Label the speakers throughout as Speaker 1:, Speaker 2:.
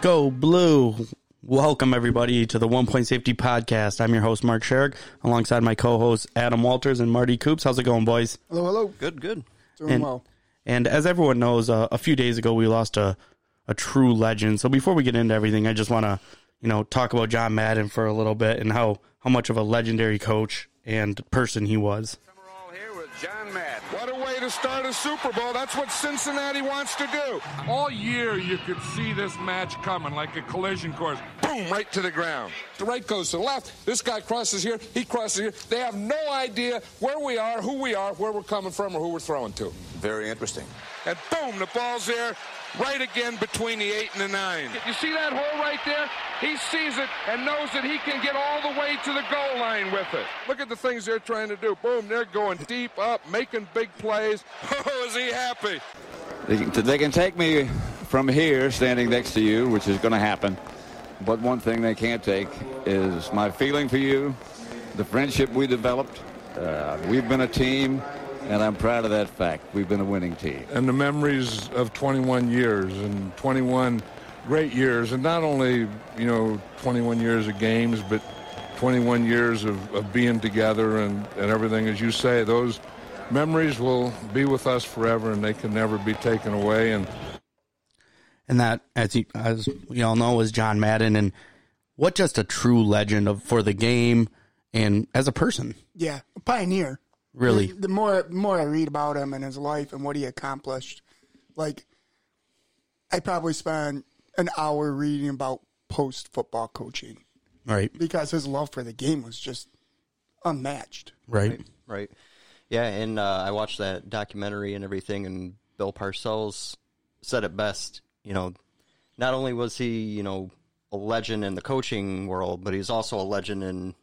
Speaker 1: Go Blue. Welcome, everybody, to the One Point Safety Podcast. I'm your host, Mark Sherrick, alongside my co hosts, Adam Walters and Marty Coops. How's it going, boys?
Speaker 2: Hello, hello.
Speaker 3: Good, good.
Speaker 2: Doing
Speaker 1: And-
Speaker 2: well.
Speaker 1: And as everyone knows, uh, a few days ago we lost a, a true legend. So before we get into everything, I just want to, you know, talk about John Madden for a little bit and how, how much of a legendary coach and person he was.
Speaker 4: We're all here with John Madden.
Speaker 5: What a way to start a Super Bowl. That's what Cincinnati wants to do.
Speaker 6: All year, you could see this match coming like a collision course.
Speaker 5: Boom, right to the ground.
Speaker 7: The right goes to the left. This guy crosses here. He crosses here. They have no idea where we are, who we are, where we're coming from, or who we're throwing to.
Speaker 3: Very interesting.
Speaker 5: And boom, the ball's there, right again between the eight and the nine.
Speaker 4: You see that hole right there? He sees it and knows that he can get all the way to the goal line with it.
Speaker 5: Look at the things they're trying to do. Boom, they're going deep up, making big plays. Oh, is he happy?
Speaker 8: They can, they can take me from here, standing next to you, which is going to happen. But one thing they can't take is my feeling for you, the friendship we developed. Uh, we've been a team, and I'm proud of that fact. We've been a winning team.
Speaker 6: And the memories of 21 years and 21 great years, and not only, you know, 21 years of games, but 21 years of, of being together and, and everything. As you say, those memories will be with us forever and they can never be taken away. And
Speaker 1: and that as you as we all know is John Madden and what just a true legend of for the game and as a person
Speaker 2: Yeah, a pioneer.
Speaker 1: really
Speaker 2: The more more I read about him and his life and what he accomplished, like I probably spend an hour reading about post football coaching
Speaker 1: right
Speaker 2: because his love for the game was just unmatched.
Speaker 1: right
Speaker 3: Right. Yeah, and uh, I watched that documentary and everything, and Bill Parcells said it best. You know, not only was he, you know, a legend in the coaching world, but he's also a legend in,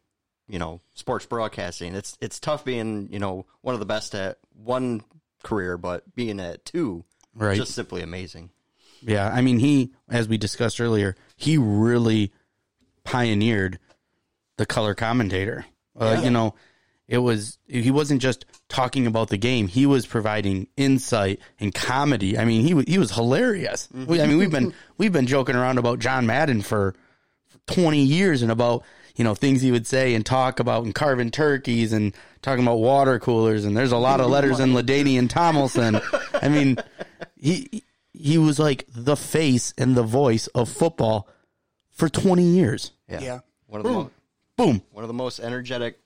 Speaker 3: you know, sports broadcasting. It's it's tough being, you know, one of the best at one career, but being at two,
Speaker 1: Right.
Speaker 3: just simply amazing.
Speaker 1: yeah i mean he as we discussed earlier he really pioneered the color commentator uh, you know it was he wasn't just talking about the game he was providing insight and comedy i mean he wa- he was hilarious we, i mean we've been we've been joking around about John Madden for 20 years and about you know things he would say and talk about and carving turkeys and talking about water coolers and there's a lot of letters in Ladanian Tomlinson. I mean, he he was like the face and the voice of football for 20 years.
Speaker 3: Yeah.
Speaker 2: Yeah.
Speaker 3: One of the mo-
Speaker 1: Boom.
Speaker 3: one of the most energetic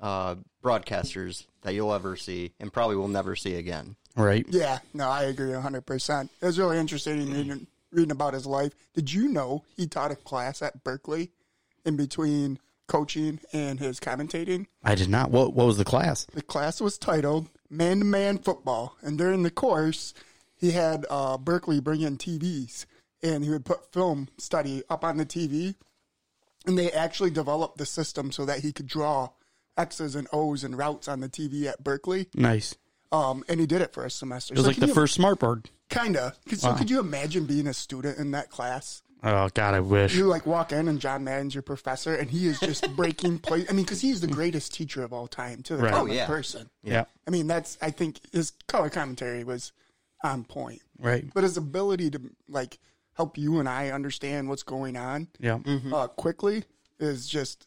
Speaker 3: uh, broadcasters that you'll ever see, and probably will never see again.
Speaker 1: Right.
Speaker 2: Yeah, no, I agree 100%. It was really interesting in reading, reading about his life. Did you know he taught a class at Berkeley in between coaching and his commentating?
Speaker 1: I did not. What what was the class?
Speaker 2: The class was titled Man to Man Football. And during the course, he had uh, Berkeley bring in TVs and he would put film study up on the TV. And they actually developed the system so that he could draw X's and O's and routes on the TV at Berkeley.
Speaker 1: Nice.
Speaker 2: Um, and he did it for a semester.
Speaker 1: It was like the first smart board.
Speaker 2: Kind of. So could you imagine being a student in that class?
Speaker 1: Oh god, I wish.
Speaker 2: You like walk in and John Madden's your professor and he is just breaking play. I mean, because he's the greatest teacher of all time to the
Speaker 1: Right. Oh,
Speaker 2: common
Speaker 3: yeah.
Speaker 2: person.
Speaker 1: Yeah.
Speaker 2: I mean, that's I think his color commentary was on point,
Speaker 1: Right.
Speaker 2: but his ability to like help you and I understand what's going on
Speaker 1: Yeah.
Speaker 2: uh, quickly is just.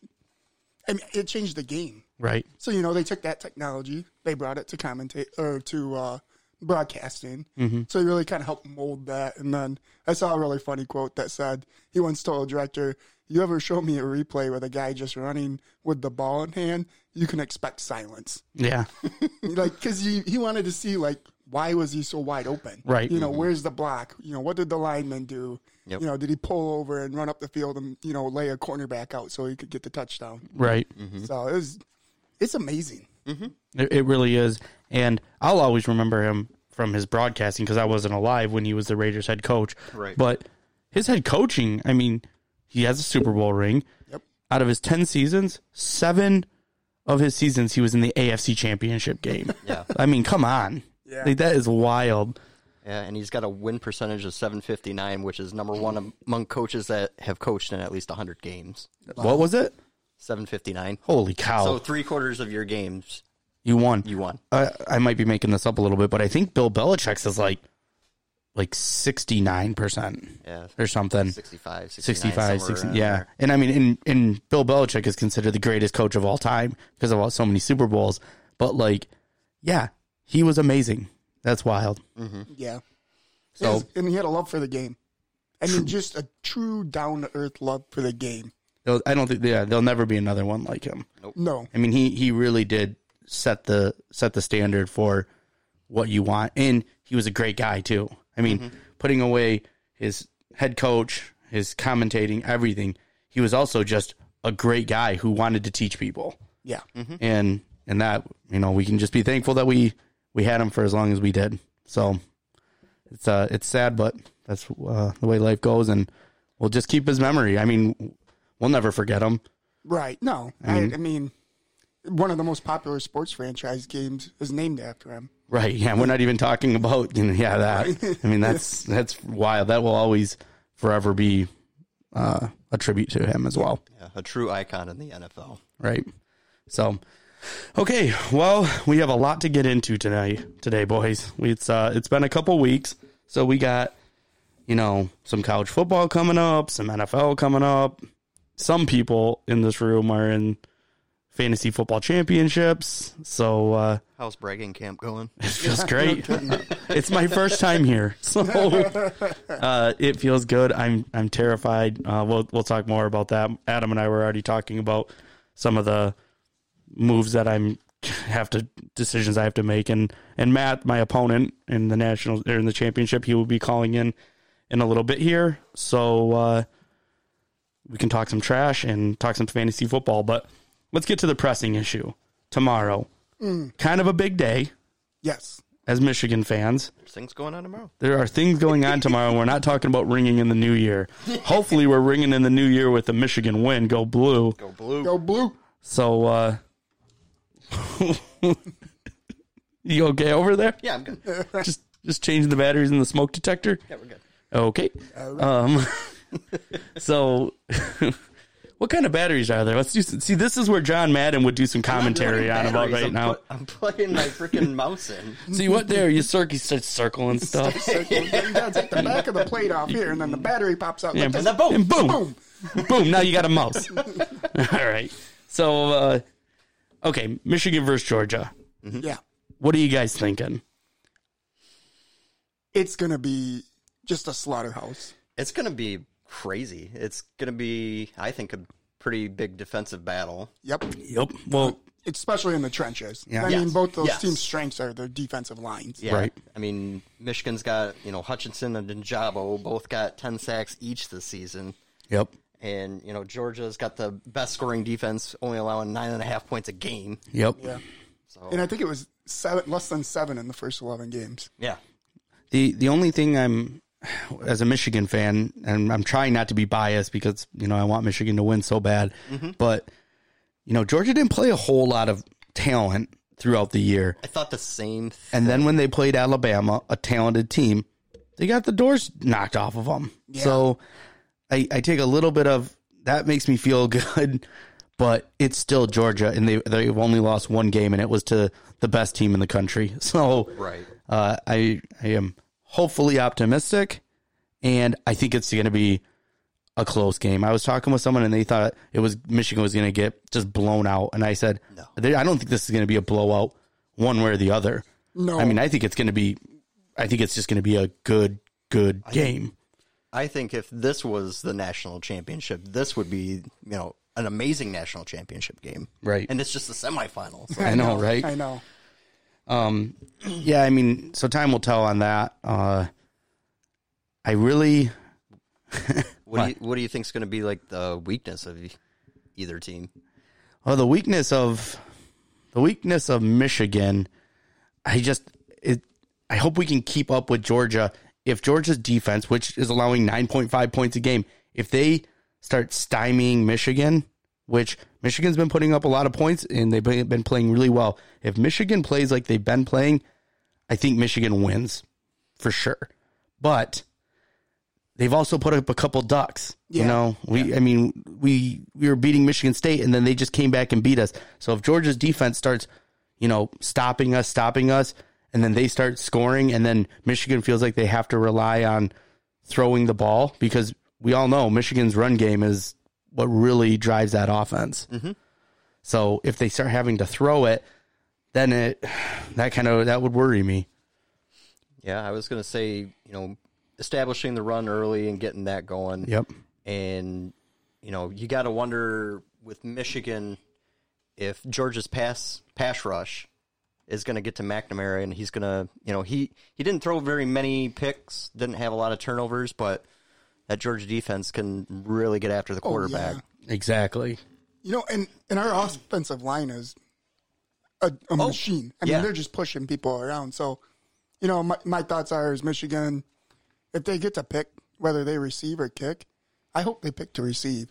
Speaker 2: I mean, it changed the game.
Speaker 1: Right.
Speaker 2: So you know they took that technology, they brought it to commentate or to uh, broadcasting. So he really kind of helped mold that. And then I saw a really funny quote that said he once told a director, "You ever show me a replay with a guy just running with the ball in hand, you can expect silence."
Speaker 1: Yeah.
Speaker 2: like because he, he wanted to see like why was he so wide open
Speaker 1: Right.
Speaker 2: you know where's the block you know what did the lineman do
Speaker 3: Yep.
Speaker 2: you know did he pull over and run up the field and you know lay a cornerback out so he could get the touchdown
Speaker 1: Right.
Speaker 2: so it was it's amazing
Speaker 1: It, it really is. And I'll always remember him from his broadcasting because I wasn't alive when he was the Raiders head coach.
Speaker 3: Right.
Speaker 1: But his head coaching, I mean, he has a Super Bowl ring. Yep. Out of his 10 seasons, seven of his seasons, he was in the AFC championship game.
Speaker 3: Yeah.
Speaker 1: I mean, come on.
Speaker 2: Yeah.
Speaker 1: Like, that is wild.
Speaker 3: Yeah, Uh, and he's got a win percentage of 759, which is number one among coaches that have coached in at least 100 games.
Speaker 1: What was it?
Speaker 3: 759.
Speaker 1: Holy cow.
Speaker 3: So three quarters of your games,
Speaker 1: you won.
Speaker 3: you won.
Speaker 1: I, I might be making this up a little bit, but I think Bill Belichick's is like like 69%
Speaker 3: Yeah.
Speaker 1: or something.
Speaker 3: 65, 69,
Speaker 1: 65,
Speaker 3: somewhere
Speaker 1: 60,
Speaker 3: around
Speaker 1: Mm. yeah.
Speaker 3: there.
Speaker 1: And I mean, and, and Bill Belichick is considered the greatest coach of all time because of all, so many Super Bowls. But like, yeah, he was amazing. That's wild.
Speaker 2: Yeah.
Speaker 1: So-
Speaker 2: and he had a love for the game. I mean, just a true down to earth love for the game.
Speaker 1: They'll- I don't think, yeah, there'll never be another one like him.
Speaker 2: No,
Speaker 1: I mean, he he really did set the set the standard for what you want, and he was a great guy too. I mean,
Speaker 3: Mm-hmm.
Speaker 1: putting away his head coach, his commentating, everything, he was also just a great guy who wanted to teach people,
Speaker 2: yeah,
Speaker 1: and and that you know we can just be thankful that we we had him for as long as we did. So it's uh it's sad, but that's uh, the way life goes, and we'll just keep his memory. I mean, we'll never forget him.
Speaker 2: right. No, I, I mean, one of the most popular sports franchise games is named after him.
Speaker 1: Right. Yeah. We're not even talking about, you know, yeah, that. I mean, that's, that's wild. That will always forever be uh, a tribute to him as well.
Speaker 3: Yeah, a true icon in the NFL.
Speaker 1: Right. So, okay. Well, we have a lot to get into tonight, today, boys. We- It's, uh, it's been a couple weeks. So we got, you know, some college football coming up, some NFL coming up. Some people in this room are in fantasy football championships. So, uh,
Speaker 3: How's bragging camp going?
Speaker 1: feels great. it's my first time here, so uh, it feels good. I'm I'm terrified. Uh, we'll we'll talk more about that. Adam and I were already talking about some of the moves that I'm have to decisions I have to make, and and Matt, my opponent in the national or in the championship, he will be calling in in a little bit here, so uh, we can talk some trash and talk some fantasy football. But let's get to the pressing issue tomorrow. Kind of a big day
Speaker 2: Yes,
Speaker 1: as Michigan fans.
Speaker 3: There's things going on tomorrow.
Speaker 1: There are things going on tomorrow. We're not talking about ringing in the new year. Hopefully, we're ringing in the new year with the Michigan win. Go blue.
Speaker 3: Go blue.
Speaker 2: go blue.
Speaker 1: So, uh, you okay over there?
Speaker 3: Yeah, I'm good.
Speaker 1: Just just changing the batteries in the smoke detector.
Speaker 3: Yeah, we're good.
Speaker 1: Okay. Um, so, what kind of batteries are there? Let's do. Some, see, this is where John Madden would do some commentary on about
Speaker 3: Batteries,
Speaker 1: right
Speaker 3: I'm
Speaker 1: now.
Speaker 3: put- I'm plugging my freaking mouse in.
Speaker 1: see what there? You circ- you start circling stuff.
Speaker 2: That's at the back of the plate off here, and then the battery pops out.
Speaker 1: Yeah,
Speaker 2: like
Speaker 1: and
Speaker 2: a-
Speaker 1: boom, and boom, boom,
Speaker 2: Boom.
Speaker 1: Now you got a mouse. All right. So, uh, okay, Michigan versus Georgia.
Speaker 2: Yeah,
Speaker 1: What are you guys thinking?
Speaker 2: it's gonna be just a slaughterhouse.
Speaker 3: It's going to be crazy. It's going to be, I think, a pretty big defensive battle.
Speaker 2: Yep,
Speaker 1: Yep. Well,
Speaker 2: especially in the trenches.
Speaker 1: Yeah.
Speaker 2: I mean,
Speaker 3: Yes.
Speaker 2: both those
Speaker 3: Yes.
Speaker 2: teams' strengths are their defensive lines.
Speaker 3: Yeah.
Speaker 1: Right.
Speaker 3: I mean, Michigan's got, you know, Hutchinson and Njabo both got 10 sacks each this season.
Speaker 1: yep.
Speaker 3: And, you know, Georgia's got the best scoring defense, only allowing nine and a half points a game.
Speaker 1: Yep.
Speaker 2: And I think it was seven, less than seven in the first eleven games.
Speaker 3: Yeah.
Speaker 1: The the only thing I'm as a Michigan fan, and I'm trying not to be biased because you know I want Michigan to win so bad, but you know Georgia didn't play a whole lot of talent throughout the year.
Speaker 3: I thought the same. Th-
Speaker 1: And then when they played Alabama, a talented team, they got the doors knocked off of them. So I, I take a little bit of that makes me feel good, but it's still Georgia, and they they've only lost one game, and it was to the best team in the country. So
Speaker 3: Right.
Speaker 1: uh, I I am hopefully optimistic, and I think it's going to be a close game. I was talking with someone, and they thought it was Michigan was going to get just blown out, and I said, no. I don't think this is going to be a blowout one way or the other.
Speaker 2: No,
Speaker 1: I mean, I think it's going to be. I think it's just going to be a good, good game.
Speaker 3: I think if this was the national championship, this would be, you know, an amazing national championship game.
Speaker 1: Right.
Speaker 3: And it's just the semifinals.
Speaker 1: I know, right?
Speaker 2: I know.
Speaker 1: Yeah, I mean, so time will tell on that. Uh, I really,
Speaker 3: What do you, what do you think's going to be like the weakness of e- either team?
Speaker 1: oh, the weakness of the weakness of Michigan. I just, it. I hope we can keep up with Georgia. If Georgia's defense, which is allowing nine point five points a game, if they start stymieing Michigan, which Michigan's been putting up a lot of points and they've been been playing really well. If Michigan plays like they've been playing, I think Michigan wins for sure. But they've also put up a couple ducks. You
Speaker 2: Yeah.
Speaker 1: know, we I mean we we were beating Michigan State and then they just came back and beat us. So if Georgia's defense starts, you know, stopping us, stopping us, and then they start scoring, and then Michigan feels like they have to rely on throwing the ball because we all know Michigan's run game is what really drives that offense.
Speaker 2: Mm-hmm.
Speaker 1: So if they start having to throw it, then it that kind of that would worry me.
Speaker 3: Yeah, I was going to say, you know, establishing the run early and getting that going.
Speaker 1: Yep.
Speaker 3: And, you know, you got to wonder with Michigan if Georgia's pass pass rush is going to get to McNamara and he's going to, you know, he he didn't throw very many picks, didn't have a lot of turnovers, but that Georgia defense can really get after the quarterback.
Speaker 1: Exactly.
Speaker 2: You know, and, and our offensive line is a,
Speaker 1: Oh,
Speaker 2: a machine. I
Speaker 3: yeah.
Speaker 2: mean, they're just pushing people around. So, you know, my, my thoughts are is Michigan, if they get to pick whether they receive or kick, I hope they pick to receive.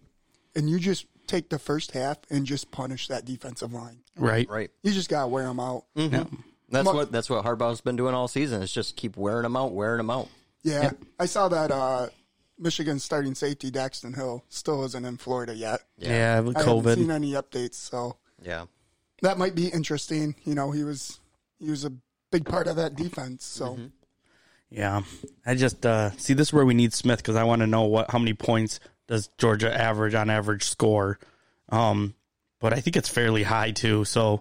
Speaker 2: And you just take the first half and just punish that defensive line.
Speaker 1: Right.
Speaker 3: Right.
Speaker 2: You just got to wear them out.
Speaker 1: Mm,
Speaker 3: That's
Speaker 2: Mo-
Speaker 3: what that's what Harbaugh's been doing all season. Is just keep wearing them out, wearing them out.
Speaker 2: Yeah. I saw that uh, Michigan starting safety, Daxton Hill, still isn't in Florida yet.
Speaker 1: Yeah, with
Speaker 2: I haven't seen
Speaker 1: COVID.
Speaker 2: any updates. So,
Speaker 3: Yeah.
Speaker 2: that might be interesting. You know, he was he was a big part of that defense. So
Speaker 1: Yeah. I just uh see this is where we need Smith because I want to know what how many points does Georgia average on average score. Um but I think it's fairly high too. So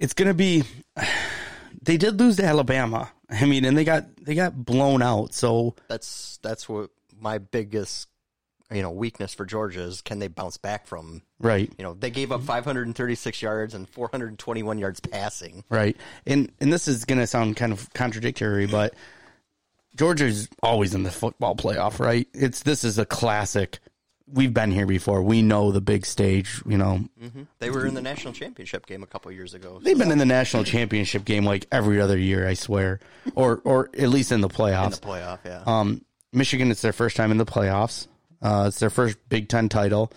Speaker 1: it's gonna be they did lose to Alabama. I mean, and they got they got blown out. So
Speaker 3: That's that's what my biggest you know weakness for Georgia is can they bounce back from
Speaker 1: Right.
Speaker 3: you know they gave
Speaker 2: Mm-hmm.
Speaker 3: up 536 yards and 421 yards passing.
Speaker 1: Right. And and this is going to sound kind of contradictory, but Georgia's always in the football playoff, right? It's this is a classic. We've been here before. We know the big stage, you know.
Speaker 3: They were in the national championship game a couple years ago.
Speaker 1: They've been in the national championship game like every other year, I swear. Or or at least in the
Speaker 3: in the
Speaker 1: playoffs.
Speaker 3: playoff, yeah.
Speaker 1: Um Michigan it's their first time in the playoffs. Uh it's their first Big 10 title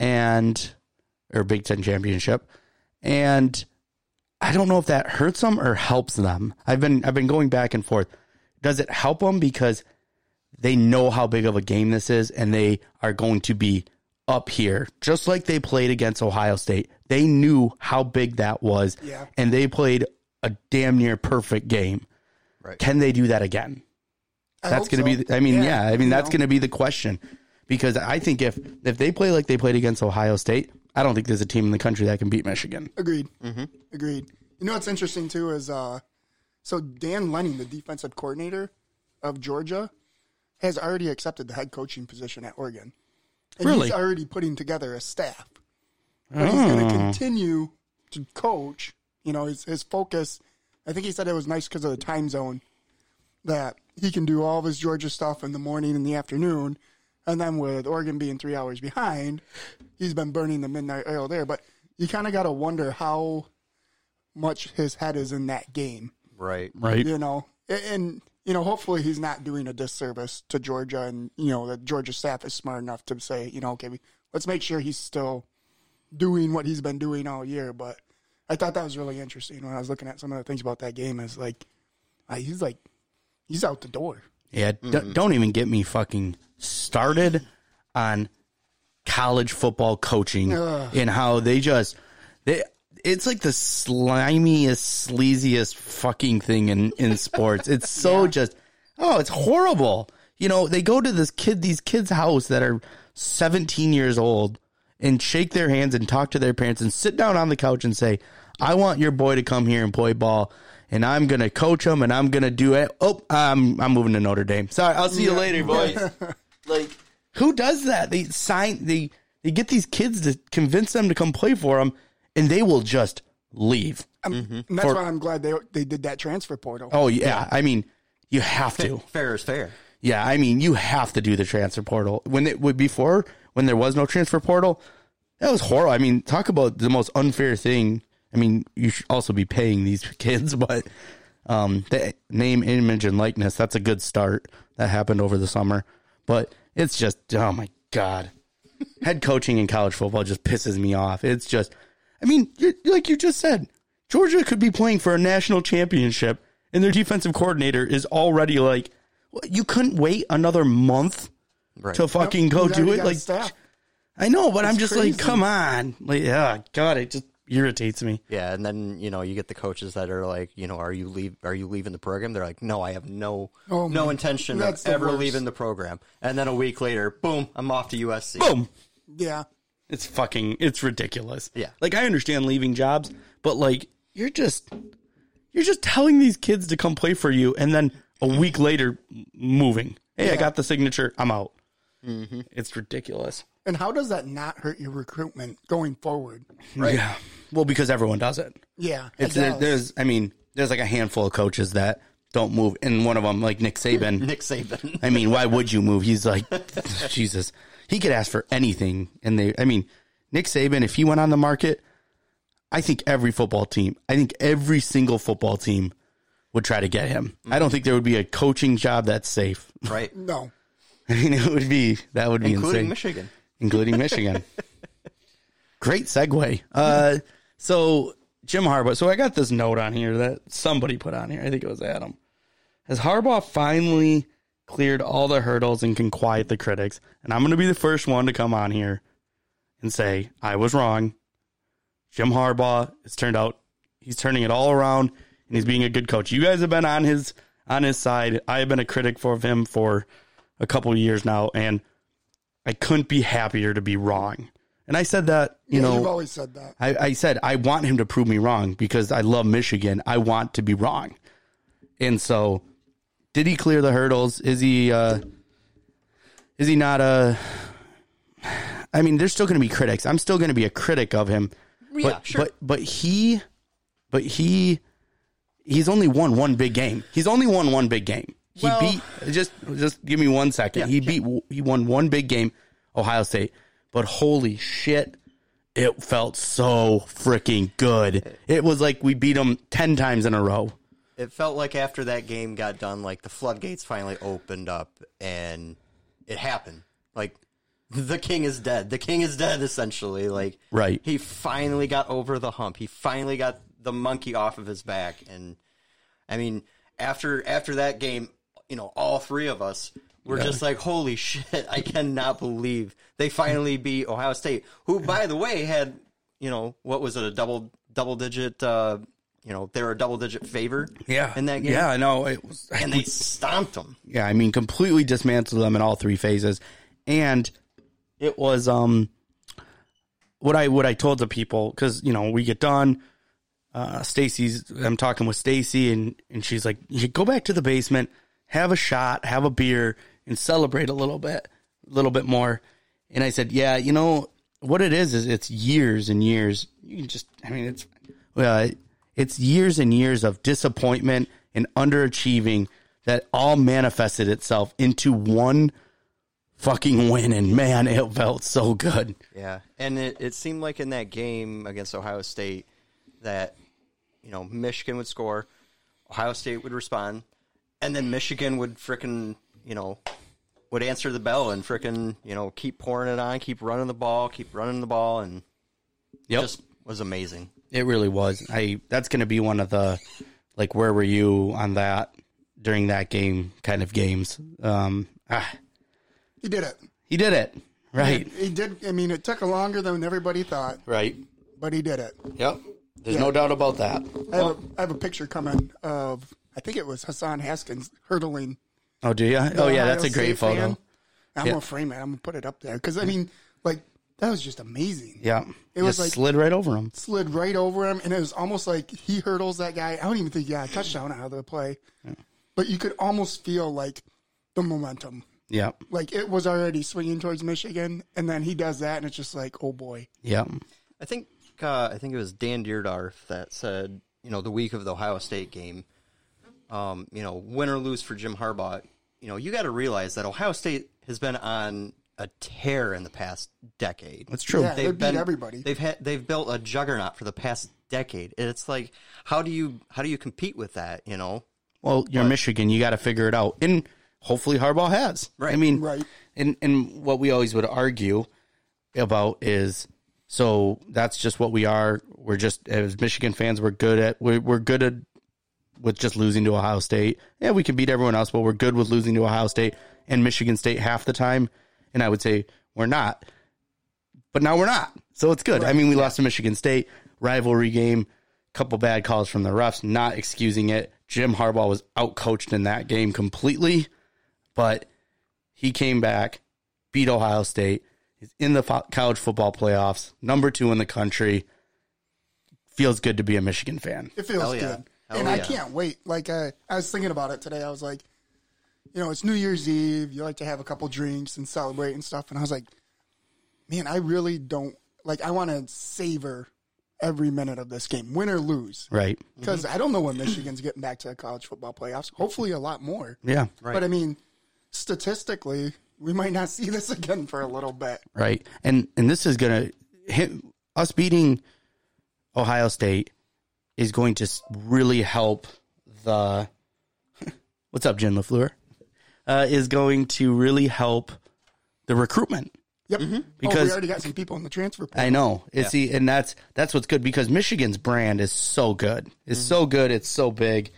Speaker 1: and or Big 10 championship. And I don't know if that hurts them or helps them. I've been I've been going back and forth. Does it help them because they know how big of a game this is and they are going to be up here just like they played against Ohio State. They knew how big that was
Speaker 2: Yeah.
Speaker 1: and they played a damn near perfect game.
Speaker 3: Right.
Speaker 1: Can they do that again?
Speaker 2: I
Speaker 1: that's
Speaker 2: hope
Speaker 1: going to
Speaker 2: so.
Speaker 1: be the, I mean yeah, I mean
Speaker 2: you
Speaker 1: that's
Speaker 2: know.
Speaker 1: going to be the question because I think if if they play like they played against Ohio State, I don't think there's a team in the country that can beat Michigan.
Speaker 2: Agreed. Agreed. You know what's interesting too is uh, so Dan Lenning, the defensive coordinator of Georgia, has already accepted the head coaching position at Oregon. And
Speaker 1: Really?
Speaker 2: He's already putting together a staff. But he's going to continue to coach. You know, his, his focus, I think he said it was nice because of the time zone, that he can do all of his Georgia stuff in the morning and the afternoon. And then with Oregon being three hours behind, he's been burning the midnight oil there. But you kind of got to wonder how much his head is in that game
Speaker 3: right.
Speaker 1: Right.
Speaker 2: you know, and, and you know, hopefully he's not doing a disservice to Georgia, and you know that Georgia staff is smart enough to say, you know, okay, we, let's make sure he's still doing what he's been doing all year. But I thought that was really interesting when I was looking at some of the things about that game. Is like, uh, he's like, he's out the door.
Speaker 1: Yeah, d- don't even get me fucking started on college football coaching and how they just they it's like the slimiest, sleaziest fucking thing in in sports. It's so just oh, it's horrible. You know, they go to this kid these kids' house that are 17 years old and shake their hands and talk to their parents and sit down on the couch and say, "I want your boy to come here and play ball." And I'm gonna coach him, and I'm gonna do it. Oh, I'm I'm moving to Notre Dame. Sorry, I'll see you later, boys. like, who does that? They sign they they get these kids to convince them to come play for them, and they will just leave.
Speaker 2: And that's
Speaker 1: Mm-hmm. For-
Speaker 2: why I'm glad they they did that transfer portal.
Speaker 1: Oh yeah, I mean, you have to.
Speaker 3: Fair is fair.
Speaker 1: Yeah, I mean, you have to do the transfer portal. When it would before, when there was no transfer portal, that was horrible. I mean, talk about the most unfair thing. I mean, you should also be paying these kids, but um, the name, image, and likeness. That's a good start that happened over the summer, but it's just oh my god, head coaching in college football just pisses me off. It's just, I mean, you like you just said, Georgia could be playing for a national championship, and their defensive coordinator is already like, "Well, you couldn't wait another month to fucking go
Speaker 2: He's already
Speaker 1: do it.
Speaker 2: got a
Speaker 1: Like,
Speaker 2: staff.
Speaker 1: I know, but I'm
Speaker 2: It's
Speaker 1: just
Speaker 2: crazy.
Speaker 1: like, come on, like, yeah, God, it just irritates me.
Speaker 3: Yeah, and then you know you get the coaches that are like, you know, are you leave? Are you leaving the program? They're like, no, I have no
Speaker 2: Oh,
Speaker 3: no
Speaker 2: man.
Speaker 3: intention
Speaker 2: That's
Speaker 3: of
Speaker 2: the
Speaker 3: ever
Speaker 2: worst.
Speaker 3: leaving the program. And then a week later, boom, I'm off to USC.
Speaker 1: Boom.
Speaker 2: Yeah.
Speaker 1: It's fucking it's ridiculous.
Speaker 3: Yeah.
Speaker 1: Like I understand leaving jobs, but like you're just you're just telling these kids to come play for you and then a week later m- moving. Hey, I got the signature. I'm out. It's ridiculous.
Speaker 2: And how does that not hurt your recruitment going forward?
Speaker 1: Yeah. Well, because everyone does it.
Speaker 2: Yeah. it
Speaker 1: It's there,
Speaker 2: does.
Speaker 1: there's I mean, there's like a handful of coaches that don't move and one of them like Nick Saban.
Speaker 3: Nick Saban.
Speaker 1: I mean, why would you move? He's like, Jesus. He could ask for anything. And they, I mean, Nick Saban, if he went on the market, I think every football team, I think every single football team would try to get him. I
Speaker 3: Mm-hmm.
Speaker 1: don't think there would be a coaching job that's safe.
Speaker 3: right,
Speaker 2: no.
Speaker 1: I mean, it would be, that would be
Speaker 3: including
Speaker 1: insane
Speaker 3: Michigan.
Speaker 1: including Michigan. Great segue. Uh, so Jim Harbaugh. So I got this note on here that somebody put on here. I think it was Adam. Has Harbaugh finally cleared all the hurdles and can quiet the critics? And I'm going to be the first one to come on here and say I was wrong. Jim Harbaugh. It's turned out he's turning it all around and he's being a good coach. You guys have been on his on his side. I have been a critic for him for a couple of years now, and I couldn't be happier to be wrong. And I said that, you
Speaker 2: Yeah, you've
Speaker 1: know,
Speaker 2: always said that.
Speaker 1: I, I said I want him to prove me wrong because I love Michigan. I want to be wrong. And so, did he clear the hurdles? Is he? uh Is he not a? I mean, there's still going to be critics. I'm still going to be a critic of him.
Speaker 3: Yeah,
Speaker 1: but,
Speaker 3: sure.
Speaker 1: But but he, but he, he's only won one big game. He's only won one big game. He
Speaker 3: Well-
Speaker 1: beat just just give me one second. he beat he won one big game, Ohio State. But holy shit, it felt so freaking good. It was like we beat them ten times in a row.
Speaker 3: It felt like after that game got done, like the floodgates finally opened up, and it happened. Like the king is dead. The king is dead. Essentially, like
Speaker 1: Right.
Speaker 3: He finally got over the hump. He finally got the monkey off of his back, and I mean, after after that game, you know, all three of us were just like, "Holy shit! I cannot believe they finally beat Ohio State." Who, by the way, had you know what was it a double double digit? Uh, you know, they were a double digit favor. in that game.
Speaker 1: Yeah, I know it was.
Speaker 3: and they stomped them.
Speaker 1: yeah, I mean, completely dismantled them in all three phases, and it was um what I what I told the people because you know we get done. Uh, Stacy's. I'm talking with Stacy, and and she's like, "You go back to the basement, have a shot, have a beer, and celebrate a little bit, a little bit more." And I said, "Yeah, you know what it is is it's years and years. You can just, I mean, it's uh, it's years and years of disappointment and underachieving that all manifested itself into one fucking win. And man, it felt so good.
Speaker 3: Yeah, and it, it seemed like in that game against Ohio State that you know Michigan would score, Ohio State would respond, and then Michigan would frickin' you know would answer the bell and frickin' you know keep pouring it on, keep running the ball, keep running the ball, and
Speaker 1: Yep.
Speaker 3: just was amazing.
Speaker 1: It really was. I that's going to be one of the like where were you on that during that game kind of games. Um ah,
Speaker 2: He did it.
Speaker 1: he did it. Right.
Speaker 2: He did. I mean, it took longer than everybody thought,
Speaker 1: Right.
Speaker 2: but he did it.
Speaker 1: Yep. There's no doubt about that.
Speaker 2: I have, a, I have a picture coming of, I think it was Hassan Haskins hurtling.
Speaker 1: Oh, do you? Oh, yeah, that's a
Speaker 2: Ohio
Speaker 1: great
Speaker 2: State
Speaker 1: photo.
Speaker 2: fan. I'm
Speaker 1: Yeah.
Speaker 2: going to frame it. I'm going to put it up there. Because, I mean, like, that was just amazing.
Speaker 1: Yeah.
Speaker 2: It was
Speaker 1: Just
Speaker 2: like-
Speaker 1: slid right over him.
Speaker 2: Slid right over him, and it was almost like he hurdles that guy. I don't even think he got a touchdown out of the play. But you could almost feel, like, the momentum.
Speaker 1: Yep.
Speaker 2: Like, it was already swinging towards Michigan, and then he does that, and it's just like, oh, boy.
Speaker 1: Yep.
Speaker 3: I think uh, I think it was Dan Deerdorf that said, you know, the week of the Ohio State game, um, you know, win or lose for Jim Harbaugh, you know, you got to realize that Ohio State has been on a tear in the past decade.
Speaker 1: That's true.
Speaker 2: Yeah. They beat everybody.
Speaker 3: They've had they've built a juggernaut for the past decade. And It's like how do you how do you compete with that? You know,
Speaker 1: Well, you're Michigan. You got to figure it out, and hopefully Harbaugh has. I
Speaker 3: Right.
Speaker 1: mean,
Speaker 2: Right.
Speaker 1: And and what we always would argue about is so that's just what we are. We're just as Michigan fans. We're good at we're, we're good at with just losing to Ohio State. Yeah, we can beat everyone else, but we're good with losing to Ohio State and Michigan State half the time. And I would say we're not, but now we're not. So it's good. I mean, we lost to Michigan State. rivalry game. Couple bad calls from the refs, not excusing it. Jim Harbaugh was outcoached in that game completely, but he came back, beat Ohio State. He's in the fo- college football playoffs, number two in the country. Feels good to be a Michigan fan.
Speaker 2: It feels
Speaker 3: Hell yeah.
Speaker 2: good.
Speaker 3: Hell
Speaker 2: and I
Speaker 3: yeah.
Speaker 2: can't wait. Like I, I was thinking about it today. I was like, you know, it's New Year's Eve. You like to have a couple drinks and celebrate and stuff. And I was like, man, I really don't like. I want to savor every minute of this game, win or lose,
Speaker 1: Right?
Speaker 3: Mm-hmm.
Speaker 2: because I don't know when Michigan's getting back to the college football playoffs. Hopefully, a lot more.
Speaker 1: Yeah.
Speaker 2: But I mean, statistically, we might not see this again for a little bit. Oh,
Speaker 1: right? And and this is gonna hit us beating Ohio State is going to s- really help the. What's up, Jen Lafleur? Uh, is going to really help the recruitment.
Speaker 2: Yep. oh,
Speaker 1: Because-
Speaker 2: we already got some people in the transfer portal.
Speaker 1: I know. It's see, and that's that's what's good because Michigan's brand is so good. It's so good. It's so big.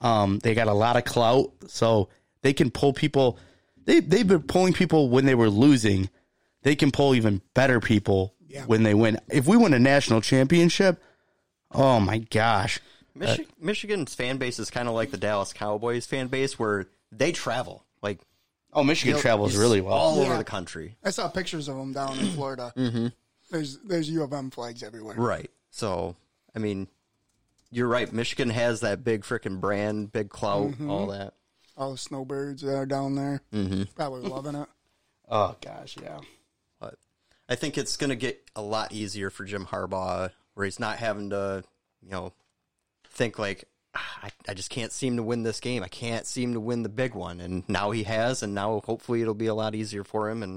Speaker 1: Um, they got a lot of clout, so they can pull people. They they've been pulling people when they were losing. They can pull even better people when they win. If we win a national championship, oh my gosh,
Speaker 3: Michi- Uh, Michigan's fan base is kind of like the Dallas Cowboys fan base, where they travel like
Speaker 1: oh Michigan
Speaker 3: they'll-
Speaker 1: travels
Speaker 3: it's
Speaker 1: really well.
Speaker 3: all over
Speaker 2: Yeah.
Speaker 3: the country,
Speaker 2: I saw pictures of them down in Florida.
Speaker 3: Mm-hmm.
Speaker 2: There's there's U of M flags everywhere.
Speaker 3: right? So, I mean, you're right. Michigan has that big freaking brand, big clout, all that.
Speaker 2: All the snowbirds that are down there probably loving it.
Speaker 1: oh gosh, yeah.
Speaker 3: But I think it's going to get a lot easier for Jim Harbaugh, where he's not having to, you know, think like, "Ah, I, I just can't seem to win this game. I can't seem to win the big one. And now he has, and now hopefully it'll be a lot easier for him. And,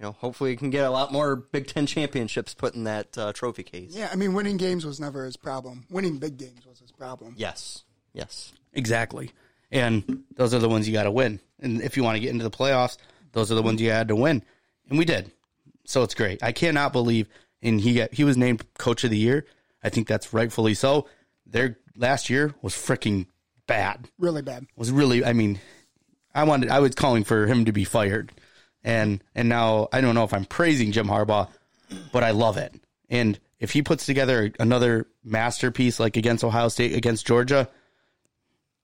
Speaker 3: you know, hopefully he can get a lot more Big Ten championships put in that uh, trophy case.
Speaker 2: Yeah, I mean, winning games was never his problem. Winning big games was his problem.
Speaker 3: Yes. Yes.
Speaker 1: Exactly. And those are the ones you got to win. And if you want to get into the playoffs, those are the ones you had to win. And we did. So it's great. I cannot believe and he got, he was named coach of the year. I think that's rightfully so. Their last year was freaking bad.
Speaker 2: Really bad.
Speaker 1: Was really I mean I wanted I was calling for him to be fired. And and now I don't know if I'm praising Jim Harbaugh, but I love it. And if he puts together another masterpiece like against Ohio State against Georgia,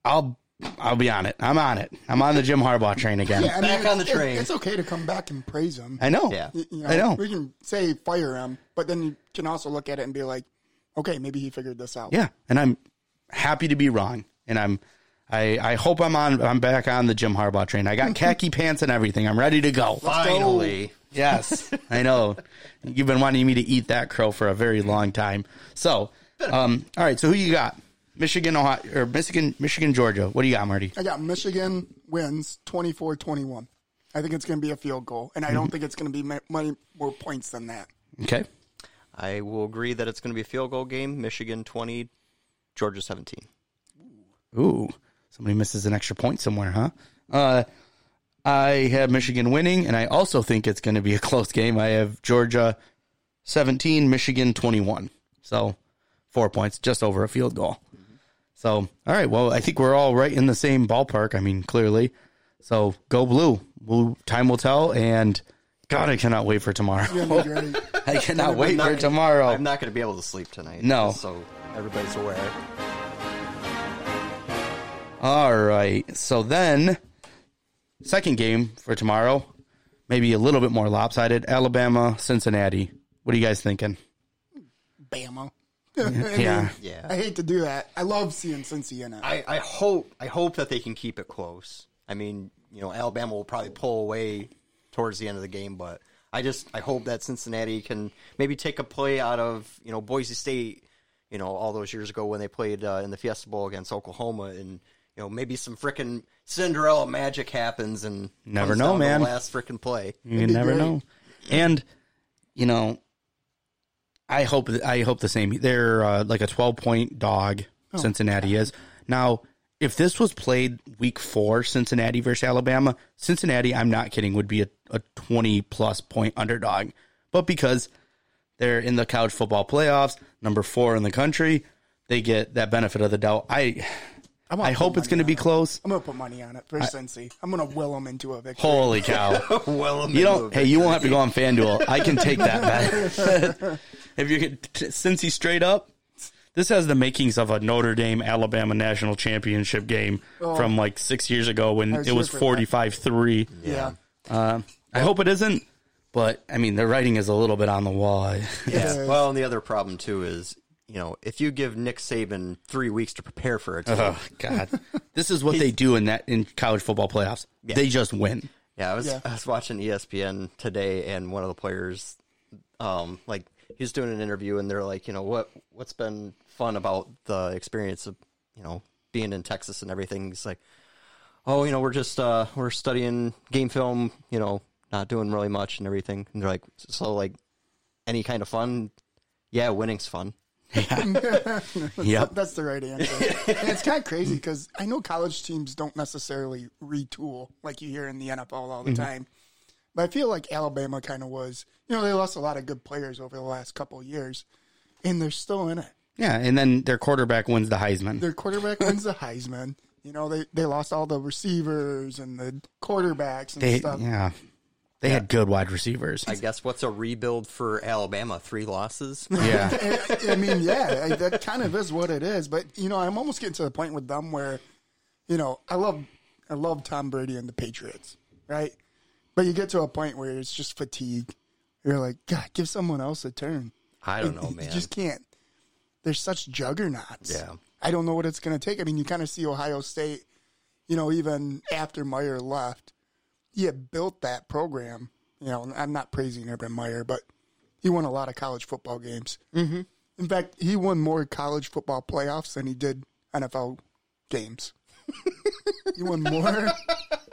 Speaker 1: I'll I'll be on it. I'm on it. I'm on the Jim Harbaugh train again.
Speaker 2: Yeah, I mean,
Speaker 3: Back on the
Speaker 2: it's-
Speaker 3: train.
Speaker 2: it's okay to come back and praise him.
Speaker 1: I know.
Speaker 3: Yeah.
Speaker 2: Y- you
Speaker 1: I know.
Speaker 2: We can say fire him, but then you can also look at it and be like, okay, maybe he figured this out.
Speaker 1: Yeah, and I'm happy to be wrong. And I'm I I hope I'm on I'm back on the Jim Harbaugh train. I got khaki pants and everything. I'm ready to go.
Speaker 3: Finally.
Speaker 1: Yes, I know. You've been wanting me to eat that crow for a very long time. So, um, all right. So who you got? Michigan, Ohio, or Michigan, Michigan, Georgia. What do you got, Marty?
Speaker 2: I got Michigan wins 24 21. I think it's going to be a field goal, and I don't think it's going to be ma- many more points than that.
Speaker 1: Okay.
Speaker 3: I will agree that it's going to be a field goal game. Michigan 20, Georgia 17.
Speaker 1: Ooh, somebody misses an extra point somewhere, huh? Uh, I have Michigan winning, and I also think it's going to be a close game. I have Georgia 17, Michigan 21. So four points, just over a field goal. So, all right. Well, I think we're all right in the same ballpark. I mean, clearly. So go blue. We'll, time will tell. And God, I cannot wait for tomorrow.
Speaker 2: It's going to be great.
Speaker 1: I cannot wait
Speaker 3: not
Speaker 1: for
Speaker 3: gonna-
Speaker 1: tomorrow.
Speaker 3: I'm not going to be able to sleep tonight.
Speaker 1: No.
Speaker 3: just So everybody's aware.
Speaker 1: All right. So then, second game for tomorrow, maybe a little bit more lopsided. Alabama, Cincinnati. What are you guys thinking?
Speaker 2: Bama.
Speaker 1: Yeah.
Speaker 3: Yeah.
Speaker 2: I hate to do that. I love seeing Cincy in it.
Speaker 3: I, I hope I hope that they can keep it close. I mean, you know, Alabama will probably pull away towards the end of the game, but I just I hope that Cincinnati can maybe take a play out of you know Boise State, you know, all those years ago when they played uh, in the Fiesta Bowl against Oklahoma, and you know maybe some frickin' Cinderella magic happens and
Speaker 1: Never
Speaker 3: comes
Speaker 1: know,
Speaker 3: down to the
Speaker 1: man.
Speaker 3: last frickin' play.
Speaker 1: You never
Speaker 2: great.
Speaker 1: know. And you know, I hope I hope the same. They're uh, like a twelve point dog.
Speaker 2: Oh,
Speaker 1: Cincinnati is now. If this was played week four, Cincinnati versus Alabama, Cincinnati, I'm not kidding, would be a, a 20 plus point underdog. But because they're in the college football playoffs, number four in the country, they get that benefit of the doubt. I
Speaker 2: I'm gonna
Speaker 1: I
Speaker 2: put
Speaker 1: hope it's
Speaker 2: money
Speaker 1: going to
Speaker 2: on
Speaker 1: be
Speaker 2: it.
Speaker 1: close.
Speaker 2: I'm gonna put money on it for Cincy. I'm gonna will him into a victory.
Speaker 1: Holy cow!
Speaker 3: well,
Speaker 1: You don't. Hey, you won't have to go on FanDuel. I can take that bet. if you could, since he's straight up, this has the makings of a Notre Dame Alabama national championship game from like six years ago when
Speaker 2: I was
Speaker 1: it was
Speaker 2: here for that.
Speaker 1: forty five three.
Speaker 2: yeah.
Speaker 1: I hope it isn't, but I mean the writing is a little bit on the wall.
Speaker 3: Yeah. Well, and the other problem too is, you know, if you give Nick Saban three weeks to prepare for a team,
Speaker 1: oh God, this is what they do in that in college football playoffs. They just win.
Speaker 3: yeah, I was
Speaker 2: Yeah.
Speaker 3: I was watching E ESPN today, and one of the players, um, like he's doing an interview, and they're like, you know, what what's been fun about the experience of, you know, being in Texas and everything. He's like, oh, you know, we're just uh, we're studying game film, you know, not doing really much and everything. And they're like, so like, any kind of fun, yeah, winning's fun.
Speaker 1: Yep.
Speaker 2: That's the right answer. and it's kind of crazy because I know college teams don't necessarily retool like you hear in the NFL all the time. But I feel like Alabama kind of was. You know, they lost a lot of good players over the last couple of years, and they're still in it.
Speaker 1: Yeah, and then their quarterback wins the Heisman.
Speaker 2: Their quarterback wins the Heisman. You know, they, they lost all the receivers and the quarterbacks and
Speaker 1: They,
Speaker 2: stuff.
Speaker 1: yeah, they had good wide receivers.
Speaker 3: I guess what's a rebuild for Alabama? Three losses?
Speaker 1: yeah.
Speaker 2: I, I mean, yeah, I, that kind of is what it is. But you know, I'm almost getting to the point with them where, you know, I love, I love Tom Brady and the Patriots, right? But you get to a point where it's just fatigue. You're like, God, give someone else a turn.
Speaker 3: I don't know,
Speaker 2: You
Speaker 3: man.
Speaker 2: just can't. They're such juggernauts.
Speaker 3: Yeah.
Speaker 2: I don't know what it's going to take. I mean, you kind of see Ohio State, you know, even after Meyer left, he had built that program. You know, and I'm not praising Urban Meyer, but he won a lot of college football games. Mm-hmm. In fact, he won more college football playoffs than he did NFL games. he won more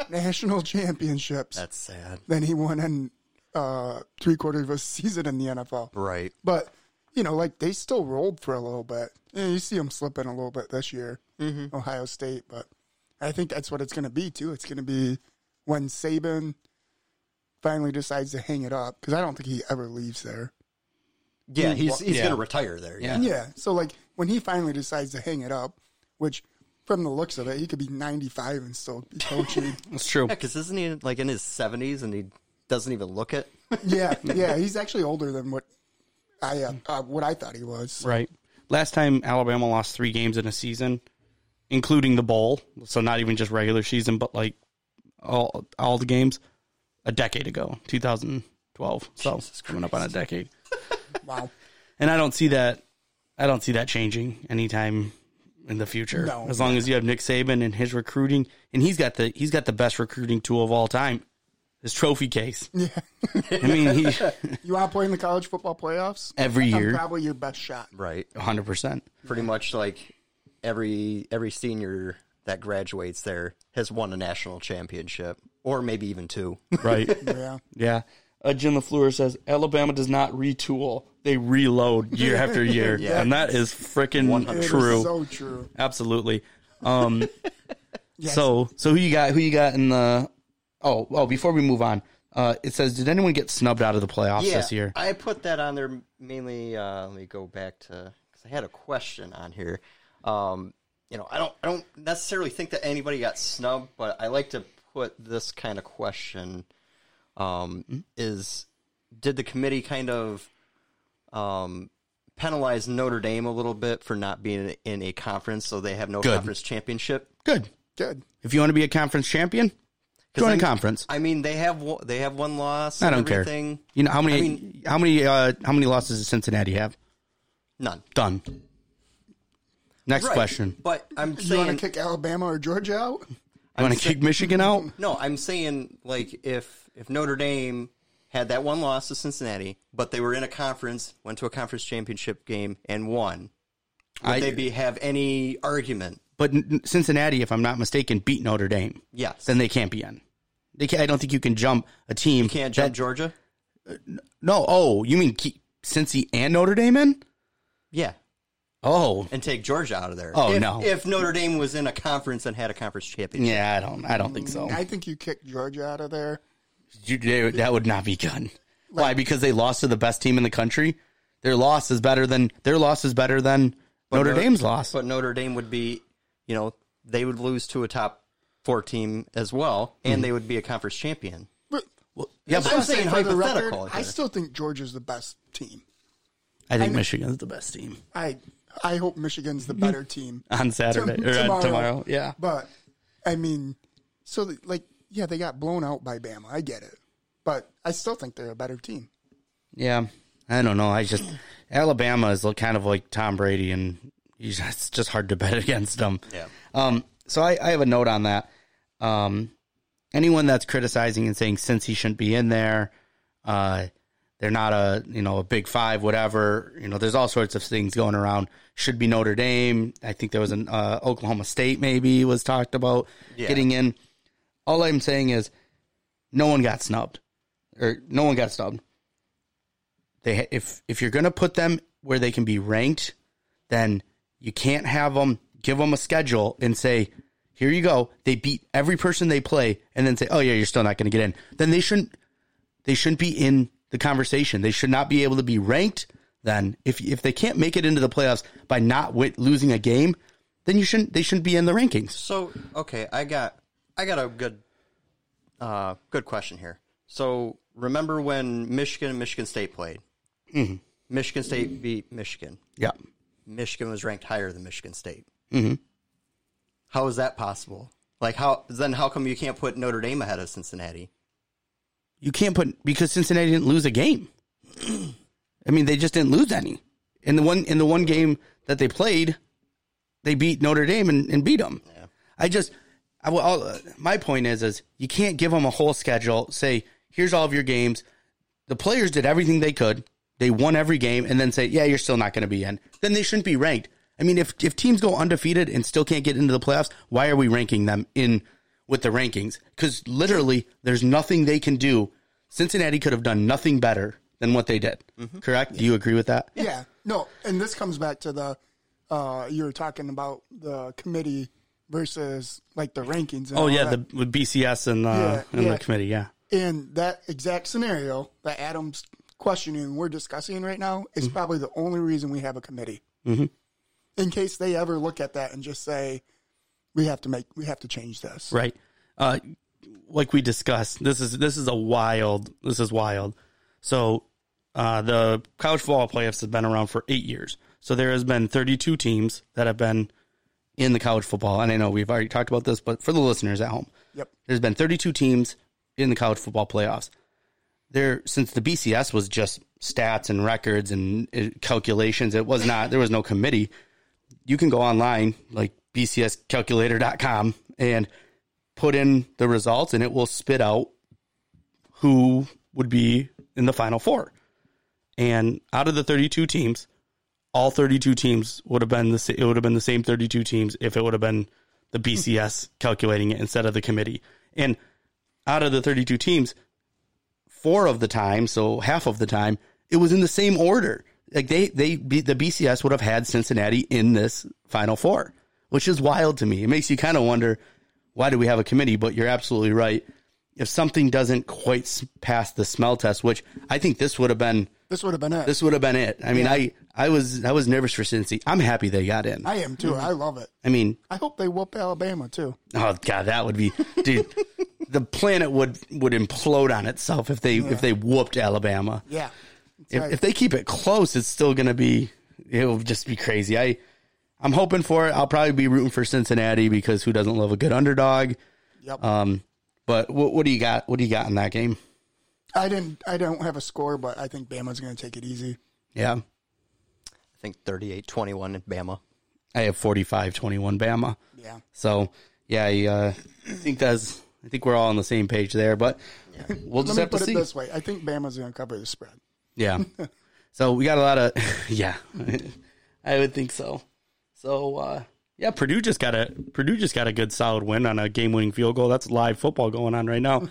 Speaker 2: national championships
Speaker 3: That's sad.
Speaker 2: than he won in uh, three quarters of a season in the NFL.
Speaker 3: Right.
Speaker 2: But you know, like they still rolled for a little bit. You, know, you see them slipping a little bit this year,
Speaker 1: Mm-hmm.
Speaker 2: Ohio State. But I think that's what it's going to be too. It's going to be when Saban finally decides to hang it up because I don't think he ever leaves there.
Speaker 3: Yeah, he's he's
Speaker 1: Yeah.
Speaker 3: gonna retire there. Yeah.
Speaker 2: Yeah. So like when he finally decides to hang it up, which from the looks of it, he could be ninety five and still be coaching.
Speaker 1: That's true.
Speaker 3: Because isn't he like in his seventies and he doesn't even look it?
Speaker 2: yeah, yeah. He's actually older than what I uh, uh, what I thought he was.
Speaker 1: Right. Last time Alabama lost three games in a season, including the bowl. So not even just regular season, but like all all the games. A decade ago, 2012. So coming up on a decade,
Speaker 2: Wow.
Speaker 1: and I don't see that. I don't see that changing anytime in the future.
Speaker 2: No.
Speaker 1: As long as you have Nick Saban and his recruiting, and he's got the he's got the best recruiting tool of all time, his trophy case. Yeah. I mean, he
Speaker 2: You want to play in the college football playoffs
Speaker 1: every
Speaker 2: I'm
Speaker 1: year,
Speaker 2: Probably your best shot.
Speaker 3: Right.
Speaker 1: 100. percent
Speaker 3: Pretty much like every every senior that graduates there has won a national championship. Or maybe even two.
Speaker 1: Right.
Speaker 2: Yeah.
Speaker 1: Yeah. Uh, Jim LaFleur says Alabama does not retool; they reload year after year, and that is freaking
Speaker 2: It
Speaker 1: true.
Speaker 2: is so true.
Speaker 1: Absolutely. Um, So, so who you got? Who you got in the? Oh, oh! Before we move on, uh, it says, did anyone get snubbed out of the playoffs this year?
Speaker 3: I put that on there mainly. Uh, let me go back to because I had a question on here. Um, you know, I don't, I don't necessarily think that anybody got snubbed, but I like to put this kind of question: um,
Speaker 1: Mm-hmm.
Speaker 3: is did the committee kind of um, penalize Notre Dame a little bit for not being in a conference, so they have no
Speaker 1: Good.
Speaker 3: conference championship?
Speaker 1: Good.
Speaker 2: Good.
Speaker 1: If you want to be a conference champion, join a conference.
Speaker 3: I mean, they have one, they have one loss.
Speaker 1: I
Speaker 3: and
Speaker 1: don't care.
Speaker 3: everything.
Speaker 1: You know how many?
Speaker 3: I mean-
Speaker 1: how many? Uh, how many losses does Cincinnati have?
Speaker 3: None.
Speaker 1: Done. Next
Speaker 3: Right.
Speaker 1: question.
Speaker 3: But I'm
Speaker 2: You want to
Speaker 3: saying
Speaker 2: kick Alabama or Georgia out?
Speaker 1: You want to kick Michigan out?
Speaker 3: No, I'm saying like if if Notre Dame had that one loss to Cincinnati, but they were in a conference, went to a conference championship game and won, would
Speaker 1: I-
Speaker 3: they be have any argument?
Speaker 1: But n- n- Cincinnati, if I'm not mistaken, beat Notre Dame.
Speaker 3: Yes.
Speaker 1: Then they can't be in. They can, I don't think you can jump a team.
Speaker 3: You can't jump
Speaker 1: that-
Speaker 3: Georgia.
Speaker 1: No. Oh, you mean keep Cincy and Notre Dame in?
Speaker 3: Yeah,
Speaker 1: Oh,
Speaker 3: and take Georgia out of there.
Speaker 1: Oh,
Speaker 3: if,
Speaker 1: no.
Speaker 3: If Notre Dame was in a conference and had a conference championship,
Speaker 1: yeah. I don't. I don't think so.
Speaker 2: I think you kick Georgia out of there.
Speaker 1: You- they- that would not be good. Why? Because they lost to the best team in the country. Their loss is better than their loss is better than Notre Dame's loss.
Speaker 3: but Notre Dame would be, you know, they would lose to a top four team as well, and
Speaker 1: Hmm.
Speaker 3: they would be a conference champion.
Speaker 2: But
Speaker 3: Yeah, but I'm saying
Speaker 2: for the record,
Speaker 3: hypothetical.
Speaker 2: I still think Georgia's the best team.
Speaker 1: I think Michigan's the best team
Speaker 2: I I hope Michigan's the better team.
Speaker 1: on Saturday
Speaker 2: Tom-
Speaker 1: or on tomorrow. Yeah.
Speaker 2: But I mean, so the, like, yeah, they got blown out by Bama. I get it, but I still think they're a better team.
Speaker 1: Yeah, I don't know. I just Alabama is look- kind of like Tom Brady, and you just- it's just hard to bet against them. Yeah. Um. So I, I have a note on that. Um. Anyone that's criticizing and saying since he shouldn't be in there, uh, they're not a you know a big five, whatever. You know, there's all sorts of things going around. Should be Notre Dame. I think there was an uh, Oklahoma State maybe was talked about getting in. All I'm saying is, no one got snubbed, or no one got snubbed they if if you're going to put them where they can be ranked, then you can't have them give them a schedule and say, "Here you go." They beat every person they play, and then say, "Oh yeah, you're still not going to get in." Then they shouldn't they shouldn't be in the conversation. They should not be able to be ranked. Then if if they can't make it into the playoffs by not win, losing a game, then you shouldn't they shouldn't be in the rankings.
Speaker 3: So okay, I got I got a good uh, good question here. So remember when Michigan and Michigan State played? Michigan State beat Michigan.
Speaker 1: Yeah,
Speaker 3: Michigan was ranked higher than Michigan State. Mm-hmm. is that possible? Like how then? How come you can't put Notre Dame ahead of Cincinnati?
Speaker 1: you can't put because Cincinnati didn't lose a game. I mean, they just didn't lose any. In the one in the one game that they played, they beat Notre Dame and, and beat them. I just, I will. I'll, my point is, is you can't give them a whole schedule. Say, here's all of your games. The players did everything they could. They won every game, and then say, yeah, you're still not going to be in. Then they shouldn't be ranked. I mean, if if teams go undefeated and still can't get into the playoffs, why are we ranking them in with the rankings? Because literally, there's nothing they can do. Cincinnati could have done nothing better than what they did.
Speaker 2: Mm-hmm.
Speaker 1: Correct? Do you agree with that?
Speaker 2: Yeah. No, and this comes back to the uh you were talking about the committee versus like the rankings. And
Speaker 1: Oh
Speaker 2: all
Speaker 1: yeah,
Speaker 2: that.
Speaker 1: the with BCS and uh,
Speaker 2: Uh, Yeah,
Speaker 1: and
Speaker 2: yeah.
Speaker 1: the committee. Yeah,
Speaker 2: in that exact scenario that Adam's questioning, we're discussing right now, is
Speaker 1: Mm-hmm.
Speaker 2: probably the only reason we have a committee. Mm-hmm. In case they ever look at that and just say, we have to make, we have to change this.
Speaker 1: right. Uh, like we discussed, this is this is a wild. This is wild. So uh, the college football playoffs have been around for eight years. So there has been 32 teams that have been in the college football, and I know we've already talked about this, but for the listeners at home,
Speaker 2: Yep.
Speaker 1: there's been 32 teams in the college football playoffs. There, since the BCS was just stats and records and uh, calculations, it was not there was no committee. You can go online like bcscalculator.com and put in the results, and it will spit out who would be in the final four. And out of the 32 teams, all 32 teams would have been the sa- it would have been the same 32 teams if it would have been the BCS calculating it instead of the committee. And out of the 32 teams, four of the time, so half of the time, it was in the same order. Like they they be, the BCS would have had Cincinnati in this final four, which is wild to me. It makes you kind of wonder why do we have a committee? But you're absolutely right. If something doesn't quite s- pass the smell test, which I think this would have been
Speaker 2: This would have been it.
Speaker 1: this would have been it. I mean, I I was I was nervous for Cincy. I'm happy they got in. I,
Speaker 2: I am too. I love it.
Speaker 1: mean,
Speaker 2: I hope they whoop Alabama too.
Speaker 1: oh god, that would be dude. the planet would would implode on itself if they if they whooped Alabama.
Speaker 2: Yeah.
Speaker 1: If, if they keep it close, it's still gonna be it'll just be crazy. I I'm hoping for it. I'll probably be rooting for Cincinnati because who doesn't love a good underdog?
Speaker 2: Yep.
Speaker 1: Um, but what what do you got? What do you got in that game?
Speaker 2: I didn't, I don't have a score, but I think Bama's going to take it easy.
Speaker 1: Yeah,
Speaker 3: I think 38-21 in Bama.
Speaker 1: I have 45-21 Bama.
Speaker 2: Yeah.
Speaker 1: So yeah, I uh, think that's. I think we're all on the same page there, but we'll just have
Speaker 2: Let me
Speaker 1: to
Speaker 2: put it
Speaker 1: see.
Speaker 2: this way. I think Bama's going to cover the spread.
Speaker 1: Yeah. so we got a lot of. Yeah, I would think so. So uh, yeah, Purdue just got a Purdue just got a good solid win on a game winning field goal. That's live football going on right now.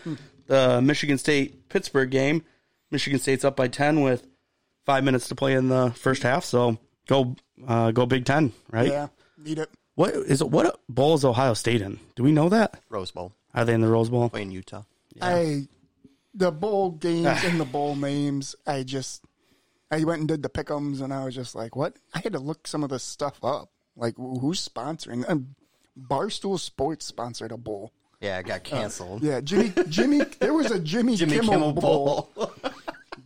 Speaker 1: the Michigan State Pittsburgh game. Michigan State's up by ten with five minutes to play in the first half. So go uh, go Big Ten, right?
Speaker 2: Yeah. Need it.
Speaker 1: What is what bowl is Ohio State in? Do we know that?
Speaker 3: Rose Bowl
Speaker 1: Are they in the Rose Bowl?
Speaker 3: playing Utah.
Speaker 2: I the bowl games and the bowl names. I just I went and did the pickums, and I was just like, "What?" I had to look some of this stuff up, like wh- who's sponsoring. Um, Barstool Sports sponsored a bowl.
Speaker 3: Yeah, it got canceled.
Speaker 2: Yeah, Jimmy. Jimmy. there was a Jimmy,
Speaker 3: Jimmy
Speaker 2: Kimmel,
Speaker 3: Kimmel
Speaker 2: bowl.
Speaker 3: Bowl.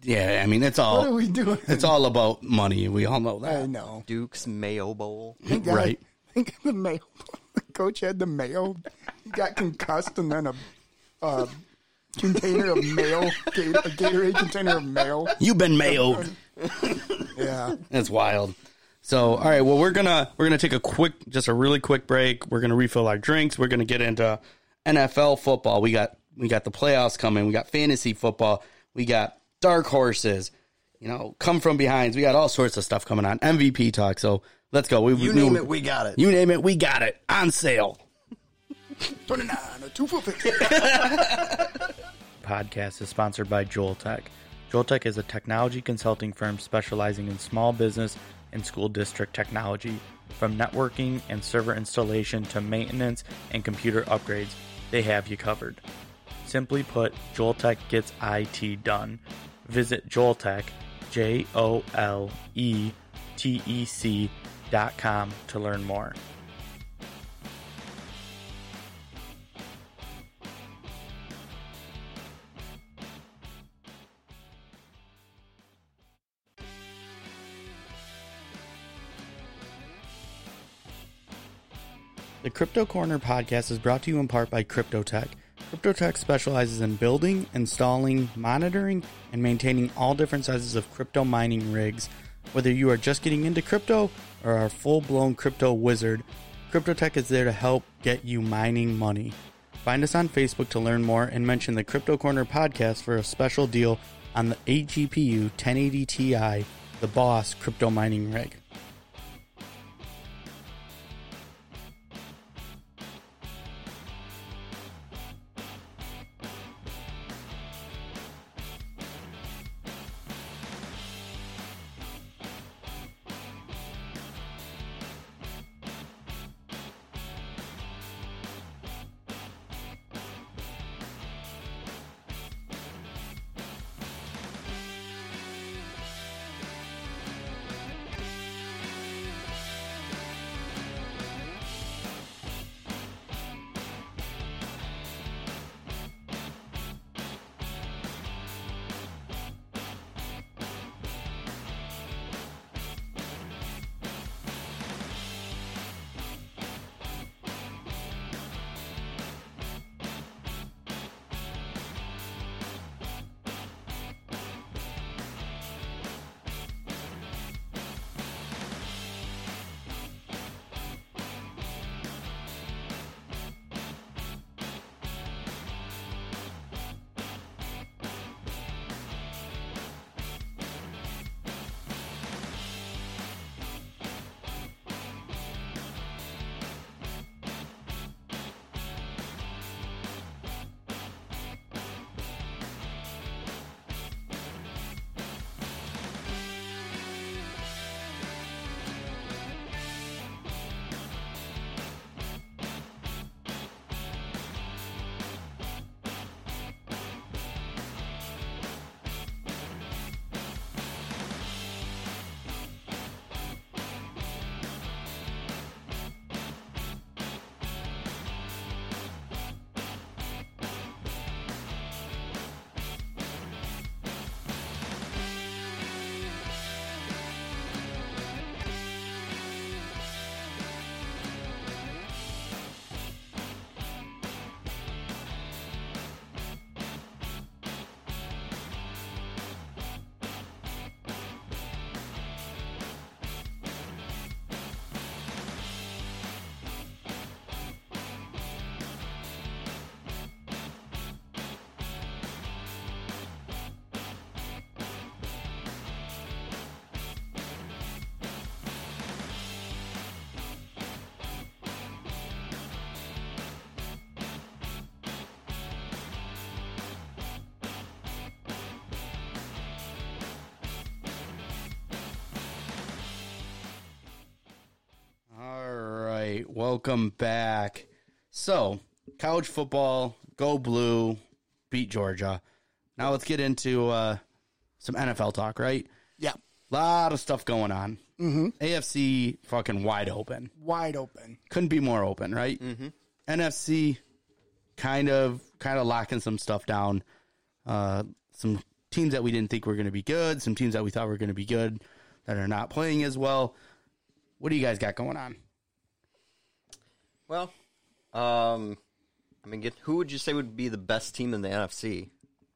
Speaker 1: Yeah, I mean it's
Speaker 2: What are
Speaker 1: all
Speaker 2: we doing?
Speaker 1: it's all about money. We all know
Speaker 2: I
Speaker 1: that,
Speaker 2: know.
Speaker 3: Duke's Mayo Bowl.
Speaker 2: Thank God-
Speaker 1: right?
Speaker 2: Thank God the mayo. The coach had the mayo. He got concussed and then a, a container of mayo, Ga- a Gatorade container of mayo.
Speaker 1: You've been mailed.
Speaker 2: Yeah.
Speaker 1: That's wild. So, all right, well, we're gonna we're gonna take a quick, just a really quick break. We're gonna refill our drinks. We're gonna get into NFL football. We got we got the playoffs coming. We got fantasy football. We got dark horses. You know, come from behinds. We got all sorts of stuff coming on MVP talk. So let's go. We,
Speaker 3: You name it, we got it.
Speaker 1: You name it, we got it on sale.
Speaker 2: 29 or 2 for 50.
Speaker 9: podcast is sponsored by Joel Tech. Joel Tech is a technology consulting firm specializing in small business and school district technology, from networking and server installation to maintenance and computer upgrades. They have you covered. Simply put, Joel Tech gets IT done. Visit JoelTech, J O L E T E C dot com to learn more.
Speaker 1: The Crypto Corner podcast is brought to you in part by CryptoTech. CryptoTech specializes in building, installing, monitoring, and maintaining all different sizes of crypto mining rigs. Whether you are just getting into crypto or are a full blown crypto wizard, CryptoTech is there to help get you mining money. Find us on Facebook to learn more and mention the Crypto Corner podcast for a special deal on the AGPU 1080 Ti, the boss crypto mining rig. All right, welcome back. So, college football, go blue, beat Georgia. Now let's get into uh, some NFL talk, right?
Speaker 2: Yeah.
Speaker 1: lot of stuff going on. Mm-hmm. AFC fucking wide open.
Speaker 2: Wide open.
Speaker 1: Couldn't be more open, right? Mm-hmm. NFC kind of kind of locking some stuff down. Uh, some teams that we didn't think were going to be good. Some teams that we thought were going to be good that are not playing as well. What do you guys got going on?
Speaker 3: Well, um, I mean, get, who would you say would be the best team in the NFC?
Speaker 1: Oh.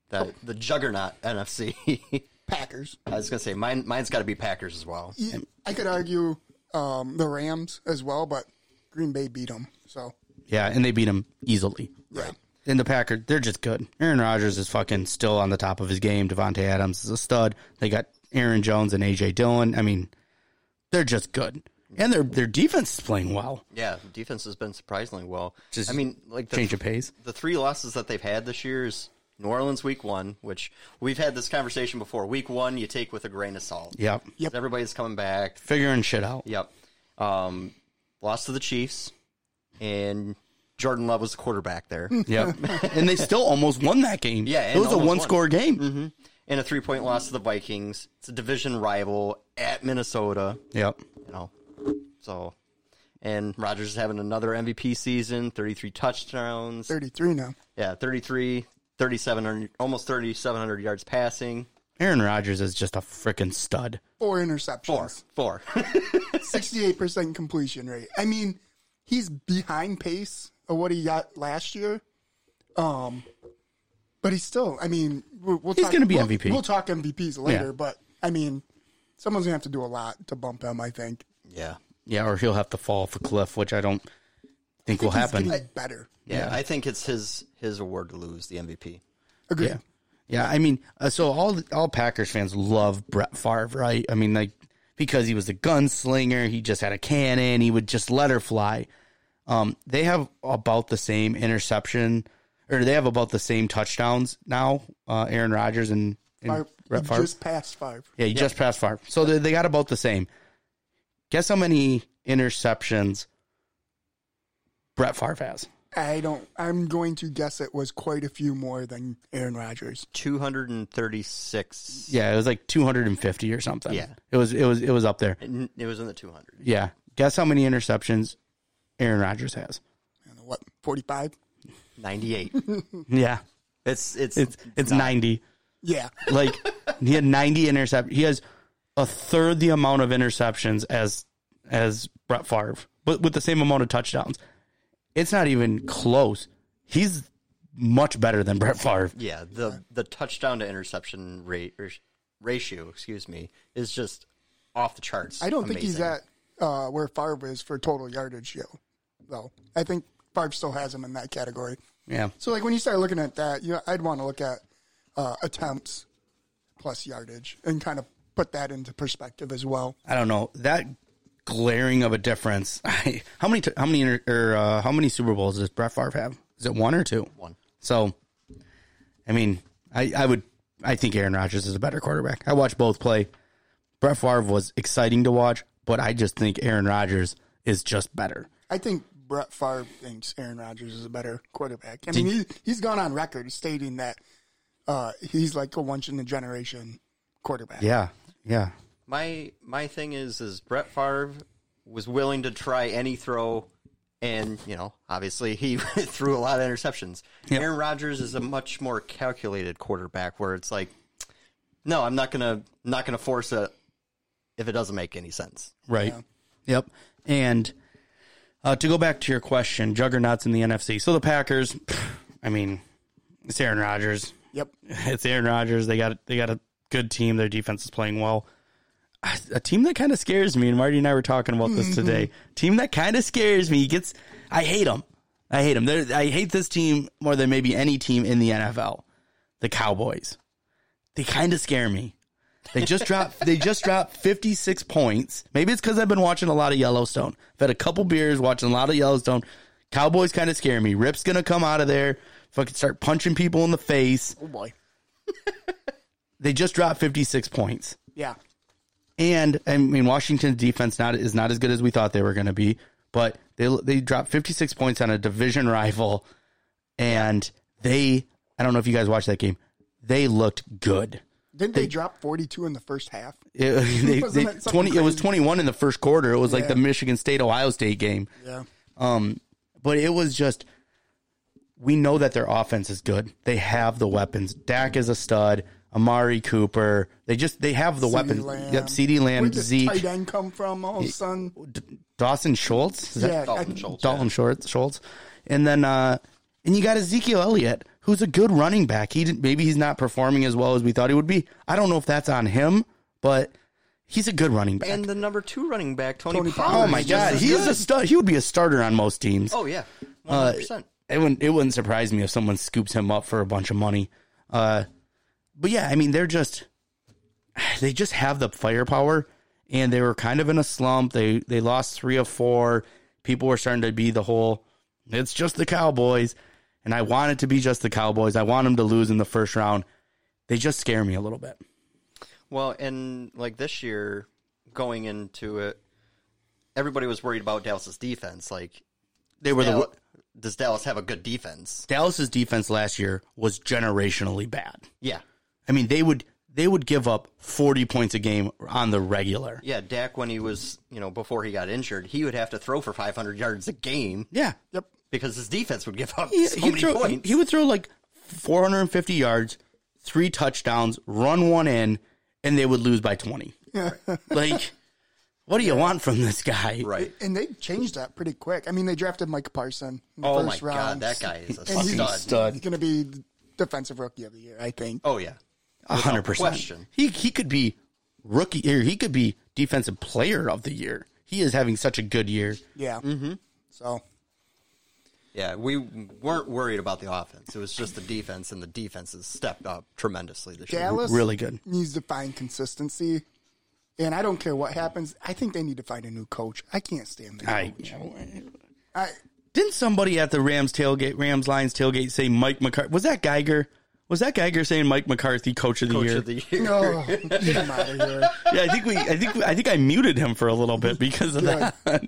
Speaker 3: That the juggernaut NFC.
Speaker 2: Packers.
Speaker 3: I was gonna say mine. Mine's got to be Packers as well.
Speaker 2: Yeah, I could argue um, the Rams as well, but Green Bay beat them. So
Speaker 1: Yeah, and they beat them easily.
Speaker 2: Right.
Speaker 1: And the Packers, they're just good. Aaron Rodgers is fucking still on the top of his game. Devontae Adams is a stud. They got Aaron Jones and AJ Dillon. I mean, they're just good. And their their defense is playing well.
Speaker 3: Yeah, defense has been surprisingly well.
Speaker 1: Just
Speaker 3: I mean, like the,
Speaker 1: change of pace.
Speaker 3: The three losses that they've had this year is New Orleans Week One, which we've had this conversation before. Week One, you take with a grain of salt.
Speaker 1: Yep.
Speaker 2: Yep.
Speaker 3: everybody's coming back.
Speaker 1: Figuring shit out.
Speaker 3: Yep. Um, lost to the Chiefs, and Jordan Love was the quarterback there.
Speaker 1: Yep. and they still almost won that game.
Speaker 3: Yeah, and
Speaker 1: It was a
Speaker 3: almost
Speaker 1: one score
Speaker 3: won. Mm-hmm.
Speaker 1: game.
Speaker 3: and a three point loss to the Vikings. It's a division rival at Minnesota.
Speaker 1: Yep.
Speaker 3: You know, so and Rogers is having another MVP season, thirty three touchdowns.
Speaker 2: 33 now.
Speaker 3: Yeah, 33, 3700, almost thirty seven hundred yards passing.
Speaker 1: Aaron Rodgers is just a freaking stud.
Speaker 2: Four interceptions.
Speaker 3: Four.
Speaker 2: 68% completion rate. I mean, he's behind pace of what he got last year. Um, but he's still, I mean, we'll, we'll
Speaker 1: He's
Speaker 2: talk-
Speaker 1: gonna be
Speaker 2: we'll-
Speaker 1: MVP.
Speaker 2: We'll talk MVPs later,
Speaker 1: Yeah.
Speaker 2: but I mean, someone's going to have to do a lot to bump him, I think.
Speaker 3: yeah.
Speaker 1: Yeah, or he'll have to fall off a cliff, which I don't think will
Speaker 2: He's
Speaker 1: happen.
Speaker 2: getting better.
Speaker 3: Yeah, I think it's his his award to lose the MVP.
Speaker 2: Agreed.
Speaker 1: Yeah. Yeah, I mean, uh, so all all Packers fans love Brett Favre, right? I mean, like because he was a gunslinger, he just had a cannon, he would just let her fly. Um, they have about the same interception, or they have about the same touchdowns now. Uh, Aaron Rodgers and, and
Speaker 2: Five,
Speaker 1: Brett Favre.
Speaker 2: just past five.
Speaker 1: yeah, he just passed Favre, so they, they got about the same. Guess how many interceptions Brett Favre has?
Speaker 2: I don't, I'm going to guess it was quite a few more than Aaron Rodgers.
Speaker 3: Two hundred and thirty six.
Speaker 1: Yeah, it was like two hundred and fifty or something.
Speaker 3: Yeah.
Speaker 1: it was it was it was up there.
Speaker 3: It was in the two hundred.
Speaker 1: Yeah. Guess how many interceptions Aaron Rodgers has?
Speaker 2: I don't know, what, 45?
Speaker 3: Ninety eight.
Speaker 1: Yeah.
Speaker 3: It's it's
Speaker 1: It's it's 90.
Speaker 2: Yeah.
Speaker 1: Like he had 90 intercept. He has a third the amount of interceptions as as Brett Favre, but with the same amount of touchdowns. It's not even close. He's much better than Brett Favre.
Speaker 3: Yeah, the the touchdown to interception rate or ratio, excuse me, is just off the charts.
Speaker 2: I don't think he's
Speaker 3: Amazing.
Speaker 2: at uh, where Favre is for total yardage, yo. Though I think Favre still has him in that category.
Speaker 1: Yeah.
Speaker 2: So like when you start looking at that, you I'd want to look at uh, attempts plus yardage and kind of put that into perspective as well.
Speaker 1: I don't know. That glaring of a difference. how many t- how many inter- or uh, how many Super Bowls does Brett Favre have? Is it one or two?
Speaker 3: one.
Speaker 1: So, I mean, I, I would, I think Aaron Rodgers is a better quarterback. I watched both play. Brett Favre was exciting to watch, but I just think Aaron Rodgers is just better.
Speaker 2: I think Brett Favre thinks Aaron Rodgers is a better quarterback. I mean, he, he's gone on record stating that uh, he's like a once in a generation quarterback.
Speaker 1: Yeah. Yeah.
Speaker 3: My my thing is is Brett Favre was willing to try any throw, and you know obviously he threw a lot of interceptions. Aaron Rodgers is a much more calculated quarterback, where it's like, no, I'm not gonna not gonna force it if it doesn't make any sense.
Speaker 1: Right. Yep. And uh, to go back to your question, juggernauts in the NFC. So the Packers, pff, I mean, it's Aaron Rodgers.
Speaker 2: Yep.
Speaker 1: It's Aaron Rodgers. They got they got a good team. Their defense is playing well. A team that kind of scares me, and Marty and I were talking about this today. Team that kind of scares me gets. I hate them. I hate them. They're, I hate this team more than maybe any team in the NFL. The Cowboys. They kind of scare me. They just dropped. They just dropped fifty six points. Maybe it's because I've been watching a lot of Yellowstone. I've had a couple beers, watching a lot of Yellowstone. Cowboys kind of scare me. Rip's gonna come out of there, fucking start punching people in the face.
Speaker 2: Oh boy.
Speaker 1: They just dropped fifty six points.
Speaker 2: Yeah.
Speaker 1: And I mean, Washington's defense not is not as good as we thought they were going to be, but they they dropped 56 points on a division rival, and they I don't know if you guys watched that game, they looked good.
Speaker 2: Didn't they, drop 42 in the first half?
Speaker 1: It, they-
Speaker 2: Wasn't
Speaker 1: they-
Speaker 2: that something
Speaker 1: twenty. It was
Speaker 2: crazy?
Speaker 1: twenty one in the first quarter. It was like the
Speaker 2: Yeah.
Speaker 1: Michigan State Ohio State game.
Speaker 2: Yeah.
Speaker 1: Um, but it was just we know that their offense is good. They have the weapons. Dak is a stud. Amari Cooper. They just they have the weapons. Yep. CD
Speaker 2: Where
Speaker 1: Lamb,
Speaker 2: did
Speaker 1: Zeke,
Speaker 2: tight end come from all of a sudden?
Speaker 1: Dawson Schultz. Is that-
Speaker 2: Yeah,
Speaker 3: Dalton
Speaker 2: I-
Speaker 3: Schultz.
Speaker 1: Dalton Schultz, Schultz, and then uh, and you got Ezekiel Elliott, who's a good running back. He didn't, maybe he's not performing as well as we thought he would be. I don't know if that's on him, but he's a good running back.
Speaker 3: And the number two running back, Tony,
Speaker 2: Tony
Speaker 3: Pollard.
Speaker 2: Pollard.
Speaker 1: oh my
Speaker 3: just
Speaker 1: god,
Speaker 3: as
Speaker 1: he is
Speaker 3: good.
Speaker 1: a stud. He would be a starter on most teams.
Speaker 3: Oh yeah, one
Speaker 1: Uh,
Speaker 3: hundred percent.
Speaker 1: It wouldn't it wouldn't surprise me if someone scoops him up for a bunch of money. Uh, but yeah, I mean they're just they just have the firepower and they were kind of in a slump. They they lost three of four. People were starting to be the whole it's just the Cowboys. And I want it to be just the Cowboys. I want them to lose in the first round. They just scare me a little bit.
Speaker 3: Well, and like this year, going into it, everybody was worried about Dallas's defense. Like,
Speaker 1: They were
Speaker 3: Dal-
Speaker 1: the
Speaker 3: does Dallas have a good defense?
Speaker 1: Dallas's defense last year was generationally bad.
Speaker 3: Yeah,
Speaker 1: I mean, they would they would give up 40 points a game on the regular.
Speaker 3: yeah. Dak, when he was, you know, before he got injured, he would have to throw for five hundred yards a game
Speaker 1: Yeah.
Speaker 3: because his defense would give up
Speaker 1: He,
Speaker 3: so
Speaker 1: he'd
Speaker 3: many
Speaker 1: throw-
Speaker 3: points.
Speaker 1: he would throw like 450 yards, three touchdowns, run one in, and they would lose by 20. like, what do you want from this guy?
Speaker 3: right.
Speaker 2: And they changed that pretty quick. I mean, they drafted Mike Parson in the
Speaker 3: Oh my
Speaker 2: first round.
Speaker 3: god, that guy is a
Speaker 2: he's-
Speaker 3: stud.
Speaker 2: He's going to be defensive rookie of the year, I think.
Speaker 3: Oh yeah,
Speaker 1: A hundred percent.
Speaker 3: question.
Speaker 1: He he could be rookie or he could be defensive player of the year. He is having such a good year.
Speaker 2: Yeah.
Speaker 3: Mm-hmm.
Speaker 2: So,
Speaker 3: yeah. We weren't worried about the offense. It was just the defense, and the defense has stepped up tremendously this year.
Speaker 2: Dallas
Speaker 1: Really good.
Speaker 2: needs to find consistency. And I don't care what happens. I think they need to find a new coach. I can't stand that.
Speaker 1: I
Speaker 2: I,
Speaker 1: didn't somebody at the Rams tailgate Rams Lions tailgate say Mike McCarthy was that Geiger? Was that Geiger saying Mike McCarthy coach of the
Speaker 3: Coach
Speaker 1: year?
Speaker 3: of the year.
Speaker 2: oh, get him out of here.
Speaker 1: yeah, I think we, I think, I think I muted him for a little bit because of that.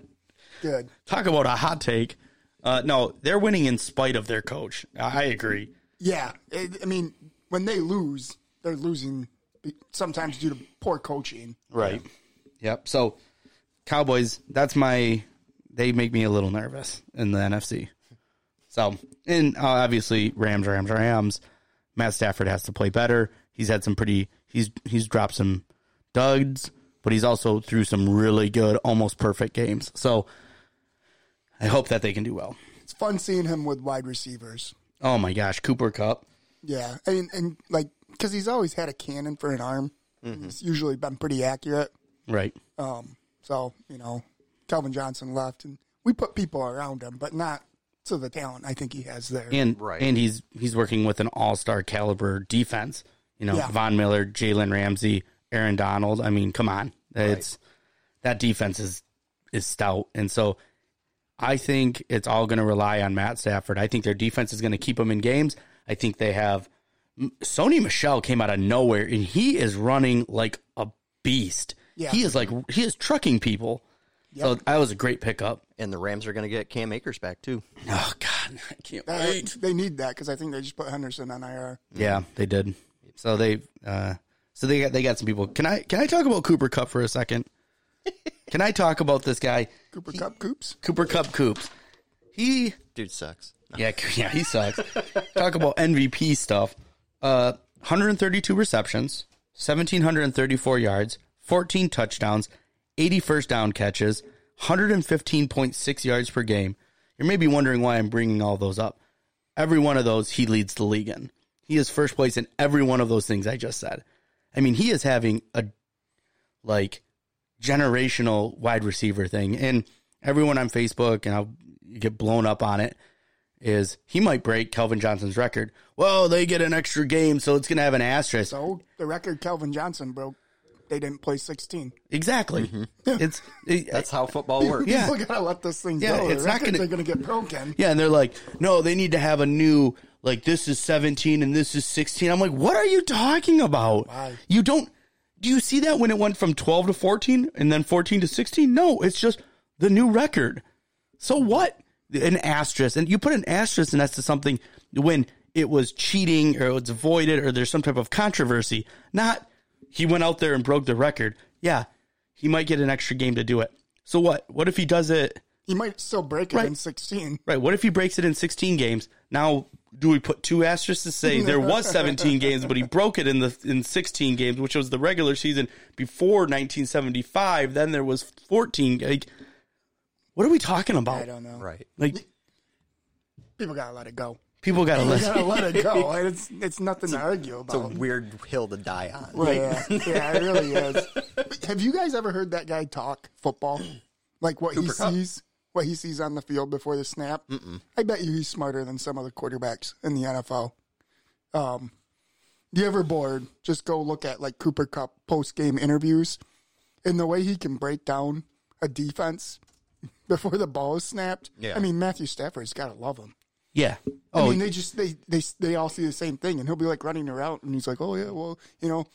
Speaker 2: Good.
Speaker 1: Talk about a hot take. Uh, no, they're winning in spite of their coach. I agree.
Speaker 2: Yeah, it, I mean, when they lose, they're losing be- sometimes due to poor coaching.
Speaker 1: Right. Yep. So, Cowboys. That's my. They make me a little nervous in the NFC. So, and uh, obviously Rams, Rams, Rams. Matt Stafford has to play better. He's had some pretty. He's he's dropped some duds, but he's also threw some really good, almost perfect games. So, I hope that they can do well.
Speaker 2: It's fun seeing him with wide receivers.
Speaker 1: Oh my gosh, Cooper Cup.
Speaker 2: Yeah, I mean, and like because he's always had a cannon for an arm.
Speaker 1: Mm-hmm.
Speaker 2: It's usually been pretty accurate.
Speaker 1: Right.
Speaker 2: Um, so you know, Calvin Johnson left, and we put people around him, but not to the talent I think he has there.
Speaker 1: And
Speaker 3: Right.
Speaker 1: and he's he's working with an all star caliber defense. You know,
Speaker 2: Yeah.
Speaker 1: Von Miller, Jalen Ramsey, Aaron Donald. I mean, come on. It's that defense is is stout. And so I think it's all going to rely on Matt Stafford. I think their defense is going to keep them in games. I think they have Sony Michelle came out of nowhere and he is running like a beast.
Speaker 2: Yeah.
Speaker 1: He is like he is trucking people. So that was a great pickup.
Speaker 3: And the Rams are going to get Cam Akers back too.
Speaker 1: Oh God, I can't
Speaker 2: That- they need that because I think they just put Henderson on IR.
Speaker 1: Yeah, they did. So they uh so they got they got some people. Can I can I talk about Cooper Cup for a second? can I talk about this guy
Speaker 2: Cooper Cup Coops.
Speaker 1: Cooper Cup Coops? He
Speaker 3: Dude sucks.
Speaker 1: yeah yeah he sucks. talk about MVP stuff. Uh, 132 receptions, 1734 yards, 14 touchdowns, 80 first down catches, 115.6 yards per game. You're maybe wondering why I'm bringing all those up. Every one of those he leads the league in. He is first place in every one of those things I just said. I mean, he is having a like generational wide receiver thing. And everyone on Facebook and I'll get blown up on it is he might break Kelvin Johnson's record. Well, they get an extra game, so it's going to have an asterisk.
Speaker 2: So the record Calvin Johnson broke. They didn't play sixteen.
Speaker 1: Exactly. It's it-
Speaker 3: That's how football works.
Speaker 1: Yeah.
Speaker 2: People gotta let this thing
Speaker 1: Yeah,
Speaker 2: go.
Speaker 1: it's
Speaker 2: It's
Speaker 1: not
Speaker 2: records
Speaker 1: gonna-
Speaker 2: are gonna get broken.
Speaker 1: yeah, and they're like, no, they need to have a new like this is 17 and this is 16. I'm like, what are you talking about?
Speaker 2: Why?
Speaker 1: You don't do you see that when it went from 12 to 14 and then 14 to 16? No, it's just the new record. So what? An asterisk, and you put an asterisk next to something when it was cheating or it's voided or there's some type of controversy. Not he went out there and broke the record. Yeah, he might get an extra game to do it. So what? What if he does it?
Speaker 2: He might still break it
Speaker 1: Right.
Speaker 2: in 16.
Speaker 1: Right. What if he breaks it in 16 games? Now, do we put two asterisks to say there was 17 games, but he broke it in the in 16 games, which was the regular season before 1975? Then there was 14. Like, what are we talking
Speaker 2: I
Speaker 1: about?
Speaker 2: don't know.
Speaker 3: Right.
Speaker 1: Like,
Speaker 2: People gotta let it go.
Speaker 1: people got to
Speaker 2: You
Speaker 1: listen.
Speaker 2: gotta let it go. And It's it's nothing to argue
Speaker 3: It's a
Speaker 2: about.
Speaker 3: weird hill to die on.
Speaker 2: yeah, yeah, it really is. But Have you guys ever heard that guy talk football? Like what he
Speaker 3: Cooper Kupp.
Speaker 2: sees, what he sees on the field before the snap. I bet you he's smarter than some of the quarterbacks in the NFL. Um, the Everboard, just go look at like Cooper Cup post game interviews, and the way he can break down a defense before the ball is snapped.
Speaker 3: Yeah.
Speaker 2: I mean Matthew Stafford's got to love him.
Speaker 1: Yeah.
Speaker 2: I
Speaker 1: Oh,
Speaker 2: mean, they just they they they all see the same thing, and he'll be like running her out, and he's like, "Oh yeah, well, you know,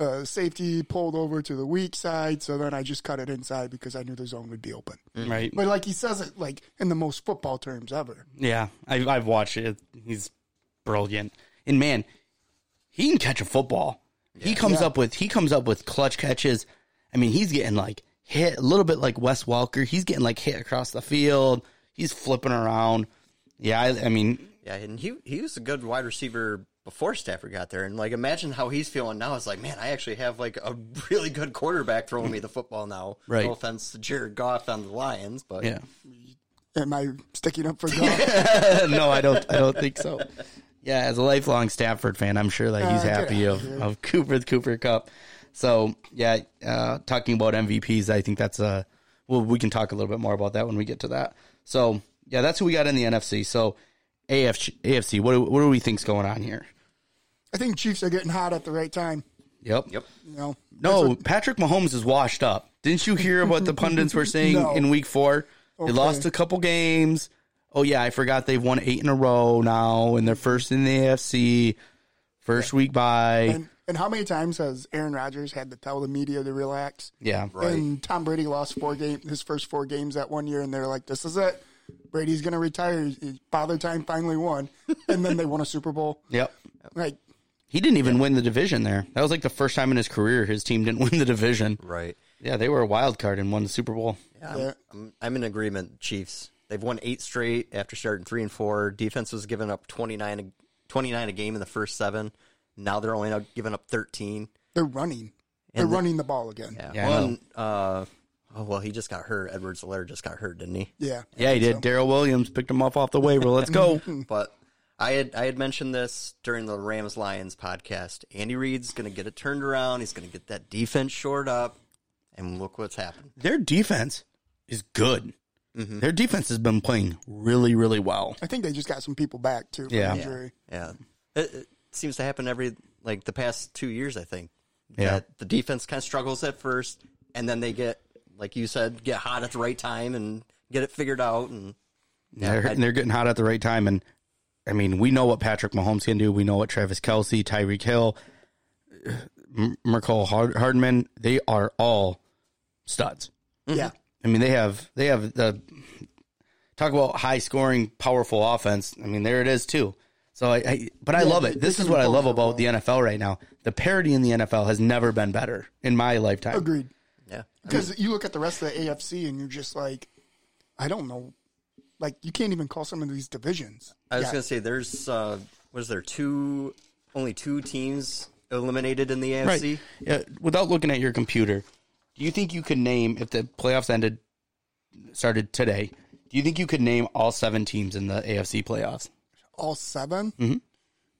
Speaker 2: uh, safety pulled over to the weak side, so then I just cut it inside because I knew the zone would be open."
Speaker 1: right.
Speaker 2: But like he says it like in the most football terms ever.
Speaker 1: Yeah. I, I've watched it. He's brilliant. And man, he can catch a football. He comes up with he comes up with clutch catches. I mean, he's getting like hit a little bit like Wes Welker. He's getting like hit across the field. He's flipping around. Yeah, I, I mean,
Speaker 3: Yeah, and he he was a good wide receiver before Stafford got there, and like imagine how he's feeling now. It's like, man, I actually have like a really good quarterback throwing me the football now.
Speaker 1: Right.
Speaker 3: No offense to Jared Goff on the Lions, but
Speaker 1: yeah.
Speaker 2: Am I sticking up for God?
Speaker 1: no, I don't. I don't think so. Yeah, as a lifelong Stafford fan, I'm sure that he's
Speaker 2: Uh, get
Speaker 1: happy
Speaker 2: out
Speaker 1: of, of Cooper the Cooper Cup. So yeah, uh, talking about MVPs, I think that's a well. We can talk a little bit more about that when we get to that. So yeah, that's who we got in the NFC. So AFC, AFC, what do, what do we think's going on here?
Speaker 2: I think Chiefs are getting hot at the right time.
Speaker 1: Yep.
Speaker 3: Yep.
Speaker 2: You know,
Speaker 1: No, Patrick Mahomes is washed up. Didn't you hear what the pundits were saying
Speaker 2: No.
Speaker 1: in week four? They lost a couple games. Oh, yeah, I forgot they've won eight in a row now, and they're first in the AFC, first week by.
Speaker 2: and and how many times has Aaron Rodgers had to tell the media to relax?
Speaker 1: Yeah.
Speaker 2: And Tom Brady lost four game his first four games that one year, and they're like, "This is it. Brady's going to retire. Father time finally won, and then they won a Super Bowl.
Speaker 1: Yep.
Speaker 2: Like,
Speaker 1: He didn't even win the division there. That was like the first time in his career his team didn't win the division.
Speaker 3: Right.
Speaker 1: Yeah, they were a wild card and won the Super Bowl.
Speaker 2: yeah,
Speaker 3: I'm, I'm in agreement. Chiefs. They've won eight straight after starting three and four. Defense was giving up 29 a, 29 a game in the first seven. Now they're only now giving up 13.
Speaker 2: they're running. They're
Speaker 3: And the-
Speaker 2: running the ball again.
Speaker 3: Yeah.
Speaker 1: Yeah, I
Speaker 3: One, uh, oh, well, he just got hurt. Edwards Alaire just got hurt, didn't he?
Speaker 2: Yeah.
Speaker 1: Yeah, he did. Daryl Williams picked him off off the waiver. Let's go.
Speaker 3: But I had I had mentioned this during the Rams Lions podcast. Andy Reid's going to get it turned around. He's going to get that defense shored up, and look what's happened.
Speaker 1: Their defense is good. Their defense has been playing really, really well.
Speaker 2: I think they just got some people back too. From
Speaker 1: Yeah.
Speaker 2: Injury.
Speaker 3: Yeah, it, it seems to happen every like the past two years. I think.
Speaker 1: Yeah.
Speaker 3: that the defense kind of struggles at first, and then they get like you said, get hot at the right time and get it figured out. And
Speaker 1: Yeah, they're, and they're getting hot at the right time. And I mean, we know what Patrick Mahomes can do. We know what Travis Kelsey, Tyreek Hill, M- Merkel Hard- Hardman. They are all studs.
Speaker 2: Yeah.
Speaker 3: Mm-hmm.
Speaker 1: I mean, they have they have the talk about high scoring, powerful offense. I mean, there it is too. So I, I but I love
Speaker 2: they-
Speaker 1: it. This
Speaker 2: they
Speaker 1: is
Speaker 2: can
Speaker 1: what I
Speaker 2: throw
Speaker 1: love
Speaker 2: the
Speaker 1: about the NFL right now. The parity in the NFL has never been better in my lifetime.
Speaker 2: Agreed.
Speaker 3: yeah,
Speaker 2: Because you look at the rest of the AFC and you're just like, I don't know. Like you can't even call some of these divisions.
Speaker 3: I was
Speaker 2: Yeah.
Speaker 3: gonna say there's uh, was there two only two teams eliminated in the
Speaker 1: Right.
Speaker 3: AFC.
Speaker 1: Yeah, without looking at your computer, do you think you could name if the playoffs ended started today? Do you think you could name all seven teams in the AFC playoffs?
Speaker 2: all 7 Mm-hmm.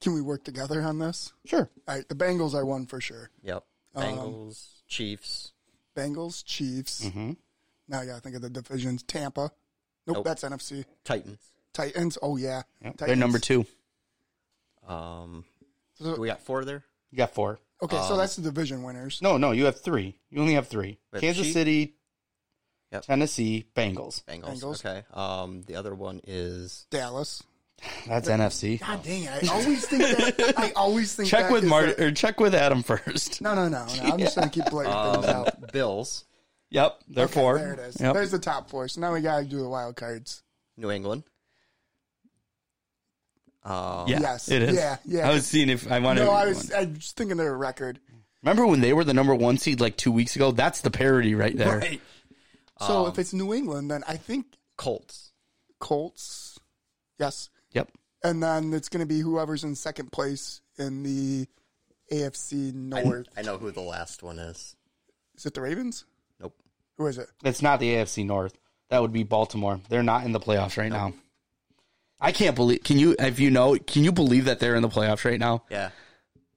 Speaker 2: Can we work together on this?
Speaker 1: Sure.
Speaker 2: All right, the Bengals are one for sure.
Speaker 3: Yep,
Speaker 2: Um,
Speaker 3: Bengals, Chiefs.
Speaker 2: Bengals, Chiefs.
Speaker 1: Mm-hmm.
Speaker 2: Now you gotta think of the divisions. Tampa. Nope,
Speaker 3: Nope.
Speaker 2: that's NFC.
Speaker 3: Titans.
Speaker 2: Titans. Oh yeah,
Speaker 1: They're
Speaker 2: Titans.
Speaker 1: number two.
Speaker 3: Um,
Speaker 2: So-
Speaker 3: do we got four there.
Speaker 1: You got four.
Speaker 2: Okay,
Speaker 1: Um,
Speaker 2: so that's the division winners.
Speaker 1: No, no, you have three. You only have three.
Speaker 3: Wait,
Speaker 1: Kansas
Speaker 3: Chief-
Speaker 1: City,
Speaker 3: Yep.
Speaker 1: Tennessee, Bengals.
Speaker 3: Bengals.
Speaker 2: Bengals.
Speaker 3: Okay. Um, the other one is
Speaker 2: Dallas.
Speaker 1: That's NFC.
Speaker 2: God dang it! I always think that. I always think
Speaker 1: Check
Speaker 2: that
Speaker 1: with
Speaker 2: is
Speaker 1: Mart
Speaker 2: the-
Speaker 1: or check with Adam first.
Speaker 2: No, no, no, no. I'm just gonna keep blading things out.
Speaker 3: Bills,
Speaker 1: Yep, Um, they're
Speaker 2: Okay,
Speaker 1: four.
Speaker 2: There it is.
Speaker 1: Yep.
Speaker 2: There's the top four. So now we gotta do the wild cards.
Speaker 3: New England. Uh,
Speaker 1: Yeah,
Speaker 2: Yes.
Speaker 1: it is.
Speaker 2: Yeah, yeah.
Speaker 1: I was seeing if I wanted.
Speaker 2: No, I was I was thinking they're a record.
Speaker 1: Remember when they were the number one seed like two weeks ago? That's the parody right there.
Speaker 2: So
Speaker 1: Um,
Speaker 2: if it's New England, then I think
Speaker 3: Colts.
Speaker 2: Colts. Yes.
Speaker 1: Yep.
Speaker 2: And then it's going to be whoever's in second place in the AFC North.
Speaker 3: I know who the last one is.
Speaker 2: Is it the Ravens?
Speaker 3: Nope.
Speaker 2: Who is it?
Speaker 1: That's not the AFC North. That would be Baltimore. They're not in the playoffs right now. I can't believe. Can you? If you know, can you believe that they're in the playoffs right now?
Speaker 3: Yeah,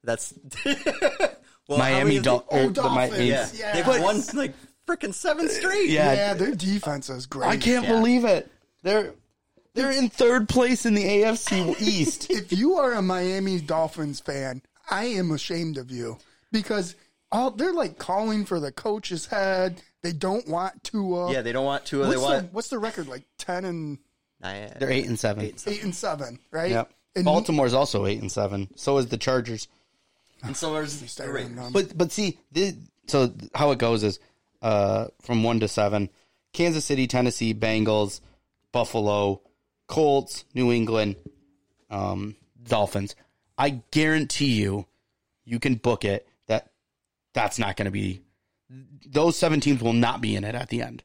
Speaker 3: that's well, how many
Speaker 1: Miami
Speaker 3: of
Speaker 1: Dol-
Speaker 3: the-
Speaker 1: or
Speaker 2: Oh,
Speaker 1: the Mi-
Speaker 2: Dolphins.
Speaker 3: Yeah,
Speaker 2: Yeah.
Speaker 3: they've
Speaker 2: But-
Speaker 3: won like freaking seven straight.
Speaker 1: Yeah.
Speaker 2: Yeah, their defense is great.
Speaker 1: I can't
Speaker 3: Yeah.
Speaker 1: believe it. They're they're in third place in the AFC East.
Speaker 2: If you are a Miami Dolphins fan, I am ashamed of you because all they're like calling for the coach's head. They don't want Tua.
Speaker 3: yeah, they don't want two.
Speaker 2: what's
Speaker 3: They
Speaker 2: the,
Speaker 3: want.
Speaker 2: what's the record like? Ten and
Speaker 3: Nah,
Speaker 1: They're eight and seven.
Speaker 2: eight and seven, right?
Speaker 1: Yep.
Speaker 2: And
Speaker 1: Baltimore's also eight and seven. So is the Chargers.
Speaker 3: and so there's
Speaker 2: Start
Speaker 3: three.
Speaker 2: on, um,
Speaker 1: But but see, this, so how it goes is uh, from one to seven: Kansas City, Tennessee, Bengals, Buffalo, Colts, New England, um, Dolphins. I guarantee you, you can book it that that's not going to be. Those seven teams will not be in it at the end.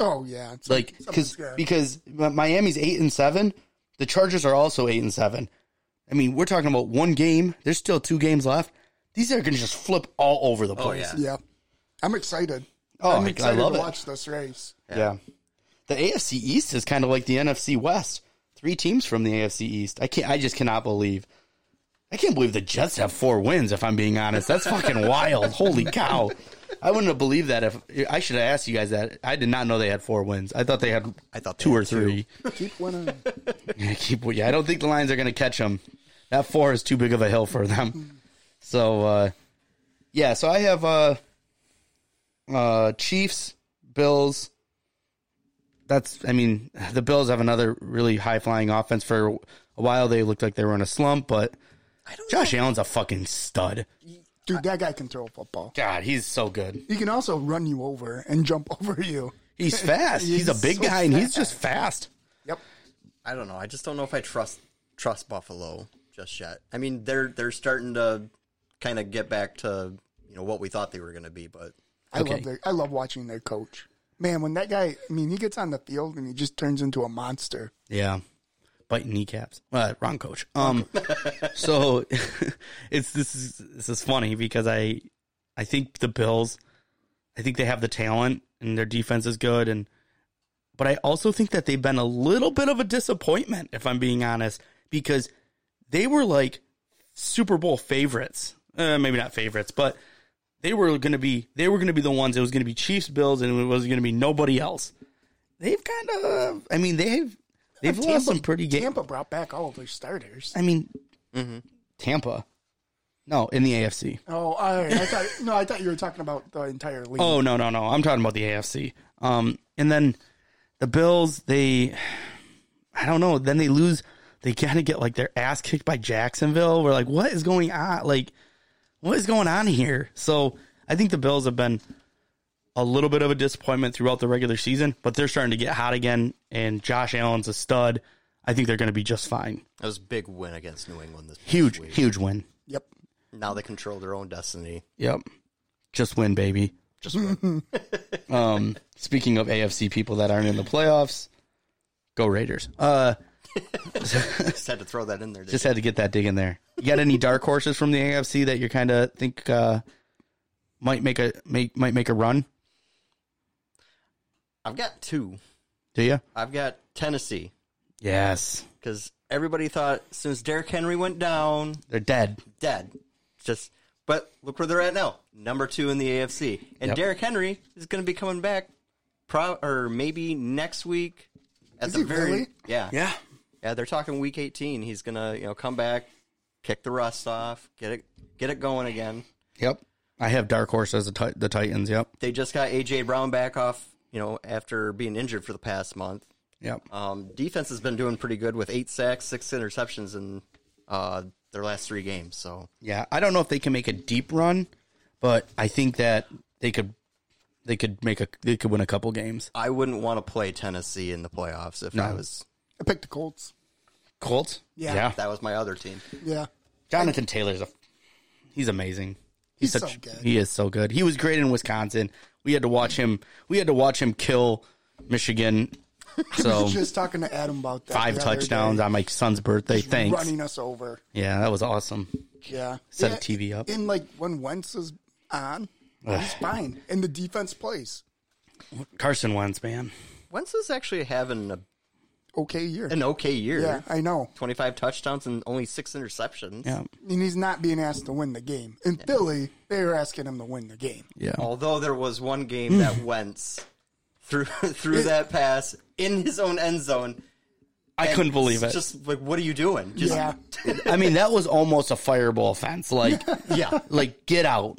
Speaker 2: oh yeah, it's
Speaker 1: Like
Speaker 2: something's
Speaker 1: because
Speaker 2: good.
Speaker 1: because Mi- Miami's eight and seven, the Chargers are also eight and seven. I mean, we're talking about one game. There's still two games left. These are going to just flip all over the
Speaker 3: Oh
Speaker 1: place.
Speaker 3: yeah,
Speaker 2: yeah, I'm excited.
Speaker 1: Oh,
Speaker 2: I'm
Speaker 1: I- I
Speaker 2: excited
Speaker 1: love
Speaker 2: to
Speaker 1: it.
Speaker 2: watch this race.
Speaker 1: yeah. The AFC East is kind of like the NFC West. Three teams from the AFC East. I can't. I just cannot believe. I can't believe the Jets have four wins. If I'm being honest, that's fucking wild. Holy cow! I wouldn't have believed that if I should have asked you guys that. I did not know they had four wins. I thought they had.
Speaker 3: I thought they
Speaker 1: two
Speaker 3: had
Speaker 1: or
Speaker 3: two.
Speaker 1: three.
Speaker 2: Keep winning.
Speaker 1: Yeah, keep. Yeah, I don't think the Lions are going to catch them. That four is too big of a hill for them. So, uh, yeah. So I have uh, uh, Chiefs, Bills. That's. I mean, the Bills have another really high flying offense. For a while, they looked like they were in a slump, but Josh Allen's a fucking stud.
Speaker 2: Dude, that guy can throw a football.
Speaker 1: God, he's so good.
Speaker 2: He can also run you over and jump over you.
Speaker 1: He's fast. he's, a big
Speaker 2: so
Speaker 1: guy, and he's just fast.
Speaker 2: Yep.
Speaker 3: I don't know. I just don't know if I trust trust Buffalo just yet. I mean, they're they're starting to kind of get back to you know what we thought they were going to be, but
Speaker 2: I love their, I love watching their coach. Man, when that guy, I mean, he gets on the field and he just turns into a monster.
Speaker 1: Yeah. Biting kneecaps. Uh, wrong coach. Um, so it's this is this is funny because I I think the Bills, I think they have the talent and their defense is good and but I also think that they've been a little bit of a disappointment if I'm being honest because they were like Super Bowl favorites. Uh, maybe not favorites, but they were going to be they were going to be the ones. It was going to be Chiefs, Bills, and it was going to be nobody else. They've kind of, I mean, they've they've lost some pretty games.
Speaker 2: Tampa brought back all of their starters.
Speaker 1: I mean, Tampa. No, in the AFC.
Speaker 2: Oh, all right. I thought no, I thought you were talking about the entire league.
Speaker 1: Oh no, no, no. I'm talking about the AFC. Um, and then the Bills. They, I don't know. Then they lose. They kind of get like their ass kicked by Jacksonville. We're like, what is going on? Like, what is going on here? So I think the Bills have been a little bit of a disappointment throughout the regular season, but they're starting to get hot again. And Josh Allen's a stud. I think they're going to be just fine.
Speaker 3: that was a big win against New England this past
Speaker 1: Huge,
Speaker 3: week.
Speaker 1: huge win.
Speaker 2: Yep.
Speaker 3: Now they control their own destiny.
Speaker 1: Yep. Just win, baby.
Speaker 3: Just win.
Speaker 1: Um, speaking of AFC people that aren't in the playoffs, go Raiders. Uh,
Speaker 3: just had to throw that in there. didn't
Speaker 1: just had to get that dig in there. You got any dark horses from the AFC that you kind of think uh, might make a make might make a run?
Speaker 3: I've got two.
Speaker 1: Do you?
Speaker 3: I've got Tennessee
Speaker 1: Yes,
Speaker 3: because everybody thought as soon as Derrick Henry went down,
Speaker 1: they're dead.
Speaker 3: dead. Just but look where they're at now, number two in the AFC, and
Speaker 1: Yep.
Speaker 3: Derrick Henry is going to be coming back, pro or maybe next week. At
Speaker 2: Is
Speaker 3: the
Speaker 2: he
Speaker 3: very
Speaker 2: really?
Speaker 3: yeah yeah they're talking week eighteen. He's gonna you know come back, kick the rust off, get it get it going again.
Speaker 1: Yep. I have dark horse as the, ti- the Titans. Yep.
Speaker 3: They just got AJ Brown back off you know after being injured for the past month.
Speaker 1: Yep.
Speaker 3: Um, defense has been doing pretty good with eight sacks, six interceptions in uh, their last three games. So
Speaker 1: Yeah, I don't know if they can make a deep run, but I think that they could they could make a they could win a couple games.
Speaker 3: I wouldn't want to play Tennessee in the playoffs if I was.
Speaker 2: I picked the Colts.
Speaker 1: Colts?
Speaker 2: Yeah.
Speaker 3: That was my other team.
Speaker 2: Yeah.
Speaker 1: Jonathan Taylor's a he's amazing.
Speaker 2: He's so good.
Speaker 1: He is so good. He was great in Wisconsin. We had to watch him. We had to watch him kill Michigan. So
Speaker 2: Just talking to Adam about that.
Speaker 1: Oh. five
Speaker 2: the other
Speaker 1: touchdowns
Speaker 2: day.
Speaker 1: on my son's birthday. Thanks.
Speaker 2: Running us over.
Speaker 1: Yeah, that was awesome.
Speaker 2: Yeah.
Speaker 1: Set a
Speaker 2: yeah,
Speaker 1: TV up.
Speaker 2: And like when Wentz is on, he's fine. And the defense plays.
Speaker 1: Carson Wentz, man.
Speaker 3: Wentz is actually having a,
Speaker 2: Okay year.
Speaker 3: an okay year.
Speaker 2: Yeah, I know.
Speaker 3: 25 touchdowns and only six interceptions.
Speaker 1: Yeah,
Speaker 2: And he's not being asked to win the game. In Philly, they were asking him to win the game.
Speaker 1: yeah.
Speaker 3: Although there was one
Speaker 1: Hmm.
Speaker 3: game that Wentz threw through that pass in his own end zone.
Speaker 1: I
Speaker 3: and
Speaker 1: couldn't believe it.
Speaker 3: Just like, what are you doing? Just,
Speaker 2: Yeah.
Speaker 1: I mean, that was almost a fireball offense. Like,
Speaker 3: yeah.
Speaker 1: like get out.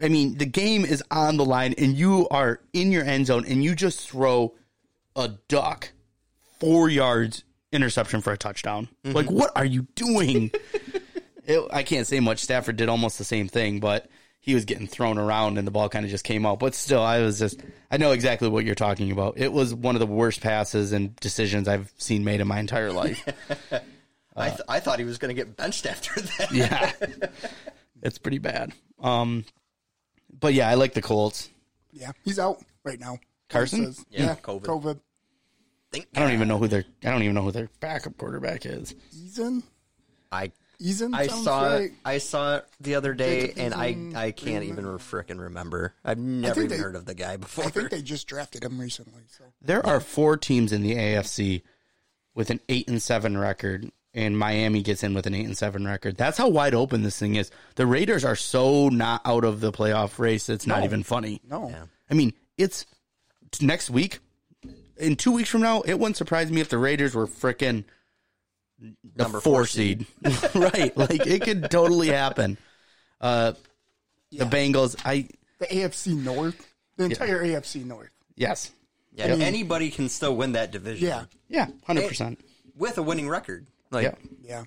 Speaker 1: I mean, the game is on the line, and you are in your end zone, and you just throw a duck four yards interception for a touchdown. Like, what are you doing? it, I can't say much. Stafford did almost the same thing, but he was getting thrown around, and the ball kind of just came out. But still, I was just, I know exactly what you're talking about. It was one of the worst passes and decisions I've seen made in my entire life.
Speaker 3: I, th- I thought he was going to get benched after that.
Speaker 1: yeah, it's pretty bad. Um, but yeah, I like the Colts.
Speaker 2: Yeah. He's out right now.
Speaker 1: Carson?
Speaker 2: Says-
Speaker 3: Yeah, COVID.
Speaker 2: COVID.
Speaker 3: Thank
Speaker 1: I don't even know who their I don't even know who their backup quarterback is.
Speaker 2: Eason?
Speaker 3: I
Speaker 2: Eason?
Speaker 3: I
Speaker 2: sounds
Speaker 3: saw
Speaker 2: right.
Speaker 3: it. I saw it the other day,
Speaker 2: Jacob
Speaker 3: and I
Speaker 2: Eason,
Speaker 3: I can't even frickin' remember. I've never
Speaker 2: think
Speaker 3: even
Speaker 2: they-
Speaker 3: heard of the guy before.
Speaker 2: I think they just drafted him recently. So
Speaker 1: There are four teams in the AFC with an eight and seven record, and Miami gets in with an eight and seven record. That's how wide open this thing is. The Raiders are so not out of the playoff race. It's not even funny.
Speaker 2: no.
Speaker 1: I mean, it's it's next week. In two weeks from now, it wouldn't surprise me if the Raiders were frickin' the
Speaker 3: Number
Speaker 1: four
Speaker 3: four
Speaker 1: seed. right. Like it could totally happen. Uh the Bengals, I
Speaker 2: The AFC North. The entire AFC North.
Speaker 1: yes.
Speaker 3: yeah, anybody can still win that division.
Speaker 2: Yeah.
Speaker 1: Yeah, hundred percent.
Speaker 3: with a winning record. Like
Speaker 1: Yeah,
Speaker 2: Yeah.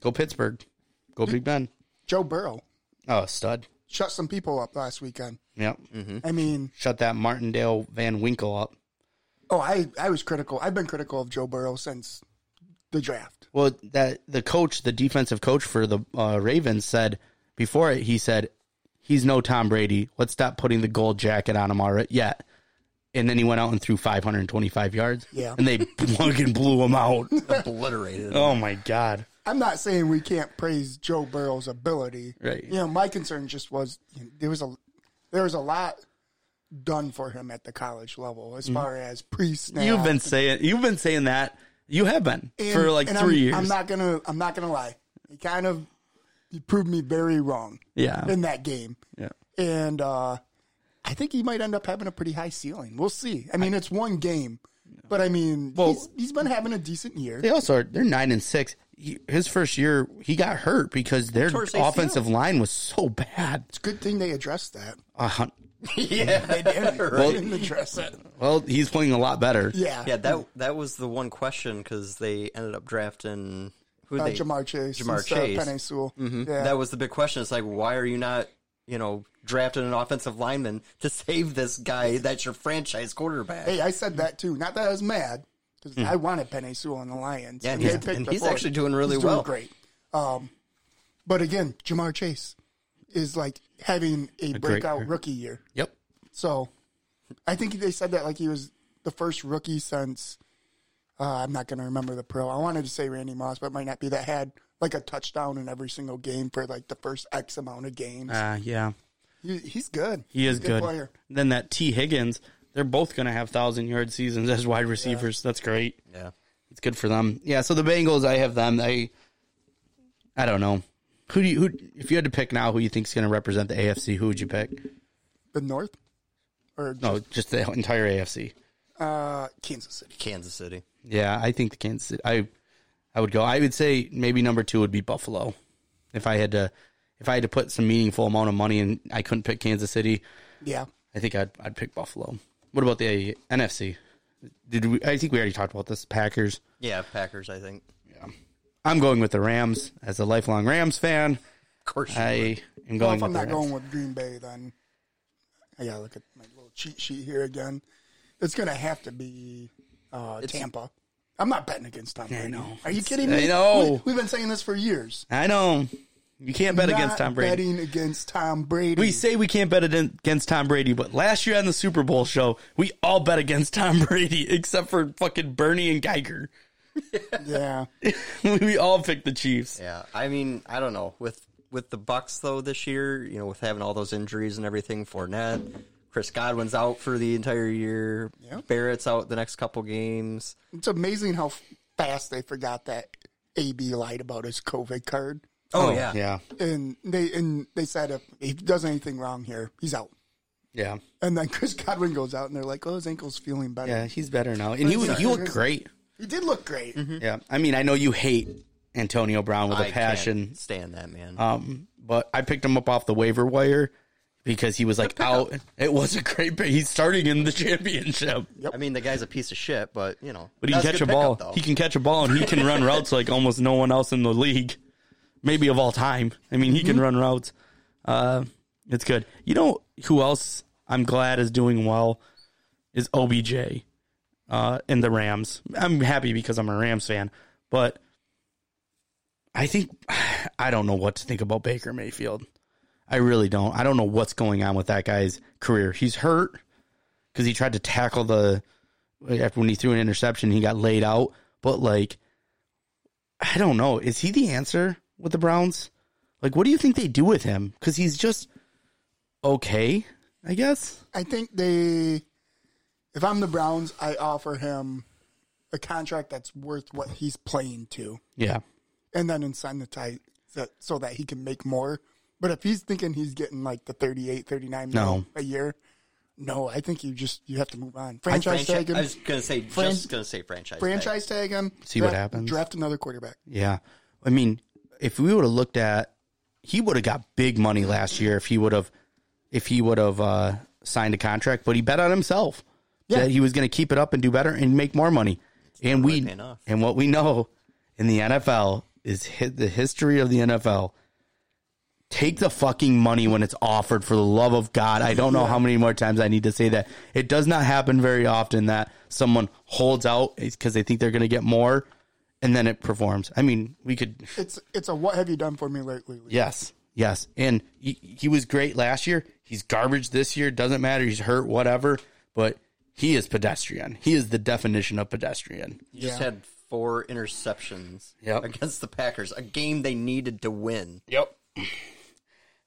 Speaker 1: go Pittsburgh, go Big Ben.
Speaker 2: Joe Burrow
Speaker 1: Oh, stud.
Speaker 2: shut some people up last weekend.
Speaker 1: Yep.
Speaker 3: Mm-hmm. Hmm?
Speaker 2: I mean,
Speaker 1: Shut that Martindale Van Winkle up.
Speaker 2: oh, I, I was critical. I've been critical of Joe Burrow since the draft.
Speaker 1: Well, that the coach, the defensive coach for the uh, Ravens, said before it, he said he's no Tom Brady. Let's stop putting the gold jacket on him already yet. And then he went out and threw 525 yards.
Speaker 2: Yeah.
Speaker 1: and they fucking blew him out.
Speaker 3: obliterated.
Speaker 1: Oh my god.
Speaker 2: I'm not saying we can't praise Joe Burrow's ability.
Speaker 1: Right.
Speaker 2: You know, my concern just was you know, there was a there was a lot done for him at the college level as far as pre snap.
Speaker 1: Mm-hmm. You've been saying you've been saying that. You have been for like 3
Speaker 2: I'm,
Speaker 1: years.
Speaker 2: I'm not gonna I'm not gonna lie. He kind of he proved me very wrong
Speaker 1: yeah.
Speaker 2: in that game.
Speaker 1: yeah.
Speaker 2: and uh, I think he might end up having a pretty high ceiling. We'll see. I mean, it's one game, but I mean,
Speaker 1: Well-
Speaker 2: he's, he's been having a decent year.
Speaker 1: They also are. They're nine and six. He, his first year, he got hurt because their
Speaker 3: Towards ACL.
Speaker 1: offensive line was so bad.
Speaker 2: It's a good thing they addressed that.
Speaker 1: Uh, hun-
Speaker 3: yeah, they did.
Speaker 2: They
Speaker 3: Right?
Speaker 2: didn't address it.
Speaker 1: well, he's playing a lot better.
Speaker 2: Yeah,
Speaker 3: Yeah, that that was the one question because they ended up drafting who
Speaker 2: Uh,
Speaker 3: they
Speaker 2: Jamar Chase,
Speaker 3: Jamar
Speaker 2: instead of
Speaker 3: Chase. Mm-hmm.
Speaker 2: Penei Sewell. Yeah.
Speaker 3: That was the big question. It's like, why are you not, you know, drafting an offensive lineman to save this guy that's your franchise quarterback?
Speaker 2: hey, I said that too. Not that I was mad because I wanted Penny Sewell on the Lions.
Speaker 3: Mm. Yeah, and
Speaker 2: They
Speaker 3: he's-
Speaker 2: picked
Speaker 3: and
Speaker 2: the
Speaker 3: he's
Speaker 2: fourth.
Speaker 3: actually doing really
Speaker 2: He's
Speaker 3: well.
Speaker 2: Great. Um, but again, Jamar Chase is like having a, breakout
Speaker 1: year.
Speaker 2: rookie year.
Speaker 1: Yep.
Speaker 2: So I think they said that like he was the first rookie since uh, I'm not going to remember the pro. I wanted to say Randy Moss, but it might not be that had like a touchdown in every single game for like the first X amount of games.
Speaker 1: Uh, yeah.
Speaker 2: he, he's good.
Speaker 1: He is
Speaker 2: He's a
Speaker 1: good.
Speaker 2: player.
Speaker 1: Then that T Higgins. They're both going to have thousand yard seasons as wide receivers. That's great.
Speaker 3: Yeah.
Speaker 1: It's good for them. Yeah. So the Bengals, I have them. I. I don't know. Who do you? Who if you had to pick now, who you think's going to represent the AFC? Who would you pick?
Speaker 2: The North or
Speaker 1: No, just the entire AFC.
Speaker 2: uh, Kansas City.
Speaker 3: Kansas City.
Speaker 1: Yeah, I think the Kansas City. I I would go. I would say maybe number two would be Buffalo. If I had to, if I had to put some meaningful amount of money and I couldn't pick Kansas City,
Speaker 2: Yeah.
Speaker 1: I think I'd I'd pick Buffalo. What about the NFC? Did we? I think we already talked about this. Packers.
Speaker 3: Yeah, Packers, I think.
Speaker 1: I'm going with the Rams as a lifelong Rams fan.
Speaker 3: Of course. you would.
Speaker 1: I am
Speaker 2: Well,
Speaker 1: going
Speaker 2: if I'm
Speaker 1: with the
Speaker 2: not
Speaker 1: Rams.
Speaker 2: going with Green Bay, then I got to look at my little cheat sheet here again. It's going to have to be uh, Tampa. I'm not betting against Tom Brady.
Speaker 1: know.
Speaker 2: Are you kidding
Speaker 1: I
Speaker 2: me?
Speaker 1: know.
Speaker 2: We, have been saying this for years.
Speaker 1: I know. You can't bet against
Speaker 2: Not
Speaker 1: Tom Brady.
Speaker 2: Betting against Tom Brady.
Speaker 1: We say we can't bet against Tom Brady, but last year on the Super Bowl show, we all bet against Tom Brady except for fucking Bernie and Geiger.
Speaker 2: yeah.
Speaker 1: we all picked the Chiefs.
Speaker 3: Yeah, I mean, I don't know with with the Bucks though this year. You know, with having all those injuries and everything, Fournette, Chris Godwin's out for the entire year. Barrett's out the next couple games.
Speaker 2: It's amazing how fast they forgot that AB lied about his COVID card.
Speaker 3: Oh, yeah,
Speaker 1: Yeah.
Speaker 2: And they and they said if he does anything wrong here, he's out.
Speaker 1: Yeah.
Speaker 2: And then Chris Godwin goes out, and they're like, "Oh, his ankle's feeling better."
Speaker 1: Yeah, he's better now. And he was, he looked great.
Speaker 2: He did look great.
Speaker 1: Yeah. I mean, I know you hate Antonio Brown with
Speaker 3: I
Speaker 1: a
Speaker 3: can't
Speaker 1: passion,
Speaker 3: stand that man.
Speaker 1: um, but I picked him up off the waiver wire because he was like out. It was a great pick. He's starting in the championship.
Speaker 3: I mean, the guy's a piece of shit, but you know,
Speaker 1: But he can
Speaker 3: that's
Speaker 1: catch a
Speaker 3: good
Speaker 1: ball.
Speaker 3: pickup, though.
Speaker 1: he can catch a ball and he can run routes like almost no one else in the league, maybe of all time. I mean, he
Speaker 3: Mm-hmm.
Speaker 1: can run routes. Uh, it's good. You know who else I'm glad is doing well is OBJ uh, in the Rams. I'm happy because I'm a Rams fan, but I think I don't know what to think about Baker Mayfield. I really don't. I don't know what's going on with that guy's career. He's hurt because he tried to tackle the after when he threw an interception, he got laid out. But like, I don't know. Is he the answer with the Browns? Like, what do you think they do with him? Because he's just okay, I guess.
Speaker 2: I think they, if I'm the Browns, I offer him a contract that's worth what he's playing to,
Speaker 1: Yeah,
Speaker 2: and then incentivize that so that he can make more. But if he's thinking he's getting like the 38, 39 mil
Speaker 1: No.
Speaker 2: a year, no, I think you just you have to move on.
Speaker 3: I
Speaker 2: Franchise
Speaker 3: franchi-
Speaker 2: tag him.
Speaker 3: I was gonna say,
Speaker 2: Fran-
Speaker 3: just gonna say franchise. tag.
Speaker 2: franchise tag him.
Speaker 1: See what
Speaker 2: draft-
Speaker 1: happens.
Speaker 2: Draft another quarterback.
Speaker 1: yeah. I mean, if we would have looked at, he would have got big money last year if he would have, if he would have uh, signed a contract. But he bet on himself that he was going to keep it up and do better and make more money. and we
Speaker 3: paying off.
Speaker 1: and what we know in the NFL is hit the history of the NFL. Take the fucking money when it's offered for the love of God. I don't know how many more times I need to say that. It does not happen very often that someone holds out because they think they're going to get more and then it performs. I mean, we could
Speaker 2: It's it's a what have you done for me lately? league.
Speaker 1: Yes, yes. And he, he was great last year. He's garbage this year. Doesn't matter. He's hurt, whatever. But he is pedestrian. He is the definition of pedestrian.
Speaker 3: He just had four interceptions
Speaker 1: Yep.
Speaker 3: against the Packers, a game they needed to win.
Speaker 1: Yep.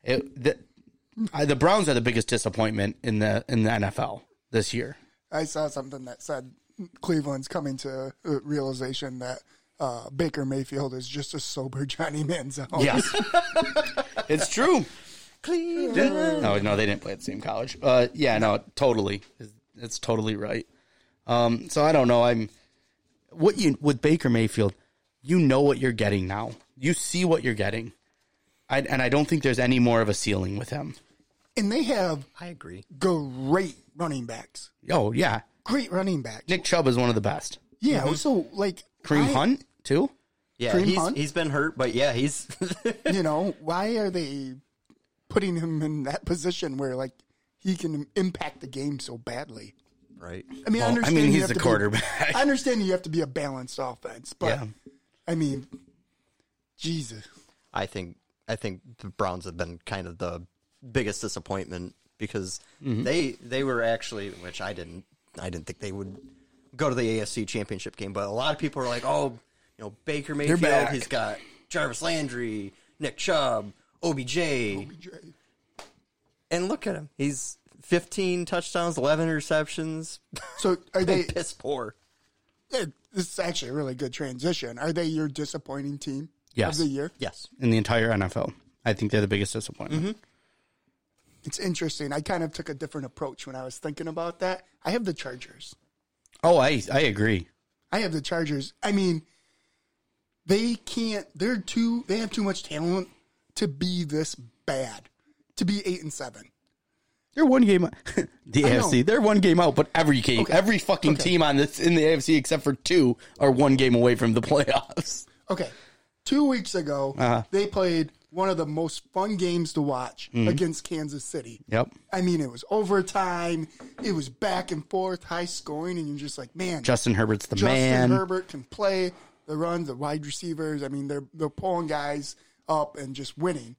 Speaker 1: It, the, I, the Browns are the biggest disappointment in the in the NFL this year.
Speaker 2: I saw something that said Cleveland's coming to a realization that uh, Baker Mayfield is just a sober Johnny Manziel.
Speaker 1: Yes, it's true. Cleveland. No, no, they didn't play at the same college. Uh, yeah, no, totally. It's totally right. Um, so I don't know. I'm what you with Baker Mayfield. You know what you're getting now. You see what you're getting, I, and I don't think there's any more of a ceiling with him.
Speaker 2: And they have
Speaker 3: I agree.
Speaker 2: great running backs.
Speaker 1: Oh yeah,
Speaker 2: Great running backs.
Speaker 1: Nick Chubb is one of the best.
Speaker 2: Yeah. So like
Speaker 1: Kareem
Speaker 2: why-
Speaker 1: Hunt too.
Speaker 3: Yeah,
Speaker 2: Kareem
Speaker 3: he's,
Speaker 2: Hunt?
Speaker 3: he's been hurt, but yeah, he's
Speaker 2: You know why are they putting him in that position where like he can impact the game so badly?
Speaker 3: right.
Speaker 2: I mean,
Speaker 1: Well,
Speaker 2: I
Speaker 1: I
Speaker 2: understand.
Speaker 1: mean,
Speaker 2: you
Speaker 1: he's
Speaker 2: have
Speaker 1: the
Speaker 2: to be-
Speaker 1: quarterback.
Speaker 2: I understand you have to be a balanced offense, but
Speaker 1: Yeah.
Speaker 2: I mean, Jesus.
Speaker 3: I think I think the Browns have been kind of the biggest disappointment because
Speaker 1: Mm-hmm.
Speaker 3: they they were actually which I didn't I didn't think they would go to the AFC Championship game, but a lot of people are like, oh, you know, Baker Mayfield,
Speaker 1: back.
Speaker 3: he's got Jarvis Landry, Nick Chubb, OBJ, and look at him, he's 15 touchdowns, 11 interceptions,
Speaker 2: So are they?
Speaker 3: piss poor.
Speaker 2: eh, This is actually a really good transition. Are they your disappointing team
Speaker 1: Yes.
Speaker 2: of the year?
Speaker 3: Yes,
Speaker 1: in the entire NFL. I think they're the biggest disappointment.
Speaker 2: It's interesting. I kind of took a different approach when I was thinking about that. I have the Chargers.
Speaker 1: Oh, I I agree.
Speaker 2: I have the Chargers. I mean, they can't. They're too. They have too much talent to be this bad. To be eight and seven.
Speaker 1: They're one game. the
Speaker 2: I know.
Speaker 1: AFC. They're one game out, but every game,
Speaker 2: Okay.
Speaker 1: every fucking
Speaker 2: Okay.
Speaker 1: team on this in the AFC except for two are one game away from the playoffs.
Speaker 2: Okay. Two weeks ago,
Speaker 1: Uh-huh.
Speaker 2: they played one of the most fun games to watch against Kansas City.
Speaker 1: Mm-hmm. Yep.
Speaker 2: I mean, it was overtime. It was back and forth, high scoring, and you're just like, man,
Speaker 1: Justin Herbert's the
Speaker 2: Justin
Speaker 1: man.
Speaker 2: Herbert can play the runs, the wide receivers. I mean, they're they're pulling guys up and just winning.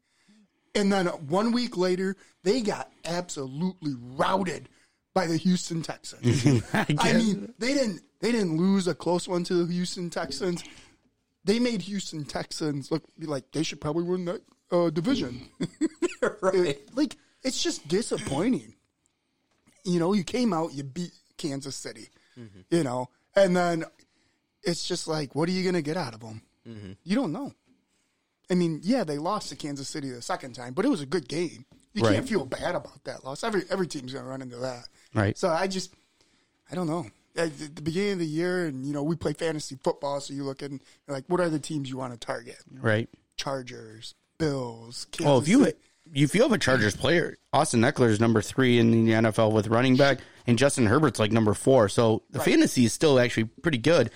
Speaker 2: And then one week later, they got absolutely routed by the Houston Texans.
Speaker 1: I
Speaker 2: I
Speaker 1: guess.
Speaker 2: mean, they didn't they didn't lose a close one to the Houston Texans. They made Houston Texans look be like they should probably win that uh, division. like it's just disappointing. You know, you came out, you beat Kansas City.
Speaker 1: Mm-hmm.
Speaker 2: You know, and then it's just like, what are you going to get out of them?
Speaker 1: Mm-hmm.
Speaker 2: You don't know. I mean, yeah, they lost to Kansas City the second time, but it was a good game. You
Speaker 1: Right.
Speaker 2: can't feel bad about that loss. Every every team's going to run into that.
Speaker 1: Right.
Speaker 2: So I just, I don't know. At the the beginning of the year, and you know, we play fantasy football, so you look at like, what are the teams you want to target?
Speaker 1: right.
Speaker 2: Chargers, Bills. Kansas
Speaker 1: Well, Oh, if you
Speaker 2: City.
Speaker 1: if you have a Chargers player, Austin Eckler is number three in the NFL with running back, and Justin Herbert's like number four. So the fantasy is still actually pretty good.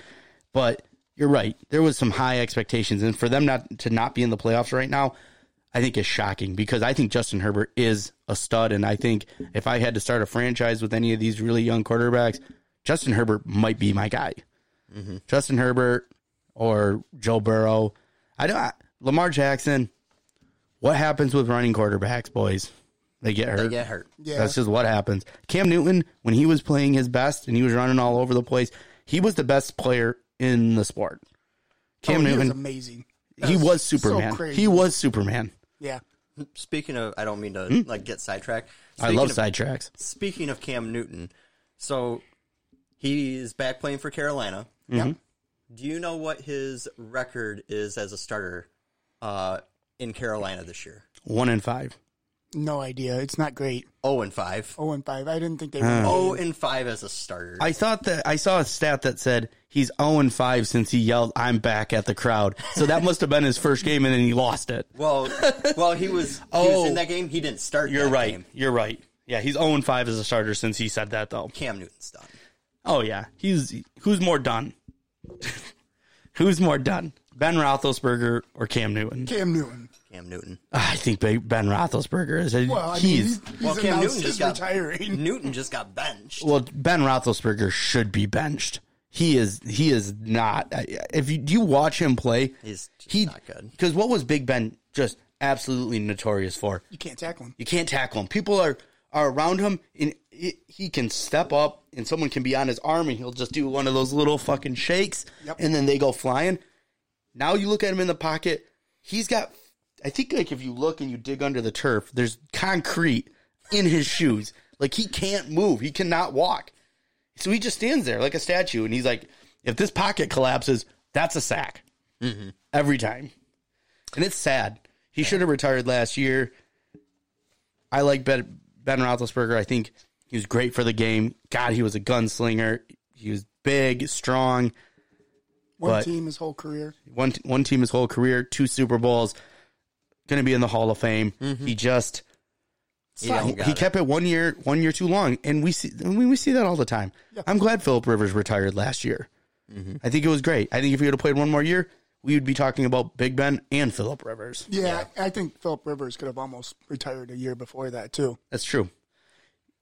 Speaker 1: But you're right; there was some high expectations, and for them not to not be in the playoffs right now, I think is shocking because I think Justin Herbert is a stud, and I think if I had to start a franchise with any of these really young quarterbacks, Justin Herbert might be my guy. Justin Herbert or Joe Burrow. I don't Lamar Jackson. What happens with running quarterbacks, boys? They get hurt.
Speaker 3: They get hurt.
Speaker 2: yeah,
Speaker 1: That's just what happens. Cam Newton, when he was playing his best and he was running all over the place, he was the best player in the sport.
Speaker 2: Oh,
Speaker 1: Cam
Speaker 2: he was
Speaker 1: Newton,
Speaker 2: amazing.
Speaker 1: he
Speaker 2: That's
Speaker 1: was
Speaker 2: so
Speaker 1: Superman.
Speaker 2: crazy.
Speaker 1: he was Superman.
Speaker 2: yeah.
Speaker 3: Speaking of, I don't mean to like get sidetracked.
Speaker 1: Hmm? I love
Speaker 3: Speaking of-
Speaker 1: sidetracks.
Speaker 3: Speaking of Cam Newton, so he's back playing for Carolina.
Speaker 1: Mm-hmm.
Speaker 2: Yep.
Speaker 3: Do you know what his record is as a starter uh, in Carolina this year?
Speaker 1: One and five.
Speaker 2: No idea. It's not great.
Speaker 3: Oh and five.
Speaker 2: Oh and five. I didn't think they
Speaker 1: Uh.
Speaker 2: were.
Speaker 3: Oh and five as a starter.
Speaker 1: I thought that I saw a stat that said he's 0 and 5 since he yelled, I'm back at the crowd. So that must have been his first game and then he lost it.
Speaker 3: well, well, he was. he
Speaker 1: Oh.
Speaker 3: was in that game. He didn't start.
Speaker 1: You're
Speaker 3: that
Speaker 1: right.
Speaker 3: game.
Speaker 1: You're right. Yeah, he's 0 and 5 as a starter since he said that, though.
Speaker 3: Cam Newton's done.
Speaker 1: Oh, yeah. He's Who's more done? who's more done? Ben Roethlisberger or Cam Newton?
Speaker 2: Cam Newton.
Speaker 3: Cam Newton.
Speaker 1: I think Ben Ben Roethlisberger is.
Speaker 2: Well, I mean,
Speaker 1: he's,
Speaker 2: he's, he's
Speaker 3: well, Cam
Speaker 2: announced
Speaker 3: Newton
Speaker 2: he's
Speaker 3: just got
Speaker 2: retiring.
Speaker 3: Newton just got benched.
Speaker 1: Well, Ben Roethlisberger should be benched. He is. He is not. If you do you watch him play,
Speaker 3: He's just not good.
Speaker 1: Because what was Big Ben just absolutely notorious for?
Speaker 2: You can't tackle him.
Speaker 1: You can't tackle him. People are are around him, and it, he can step up, and someone can be on his arm, and he'll just do one of those little fucking shakes,
Speaker 2: Yep.
Speaker 1: and then they go flying. Now you look at him in the pocket. He's got. I think like if you look and you dig under the turf, there's concrete in his shoes. Like he can't move. He cannot walk. So he just stands there like a statue, and he's like, if this pocket collapses, that's a sack
Speaker 2: Mm-hmm.
Speaker 1: every time, and it's sad. He should have retired last year. I like Ben, ben Roethlisberger. I think he was great for the game. God, he was a gunslinger. He was big, strong.
Speaker 2: One
Speaker 1: But-
Speaker 2: team his whole career.
Speaker 1: One one team his whole career, two Super Bowls, going to be in the Hall of Fame. He just
Speaker 3: don't
Speaker 1: he,
Speaker 3: Mm-hmm. got
Speaker 1: he
Speaker 3: it.
Speaker 1: kept it one year one year too long, and we see I mean, we see that all the time. I'm glad Philip Rivers retired last year.
Speaker 3: Mm-hmm.
Speaker 1: I think it was great. I think if he would have played one more year, we would be talking about Big Ben and Philip Rivers.
Speaker 2: Yeah, I I think Philip Rivers could have almost retired a year before that too.
Speaker 1: That's true.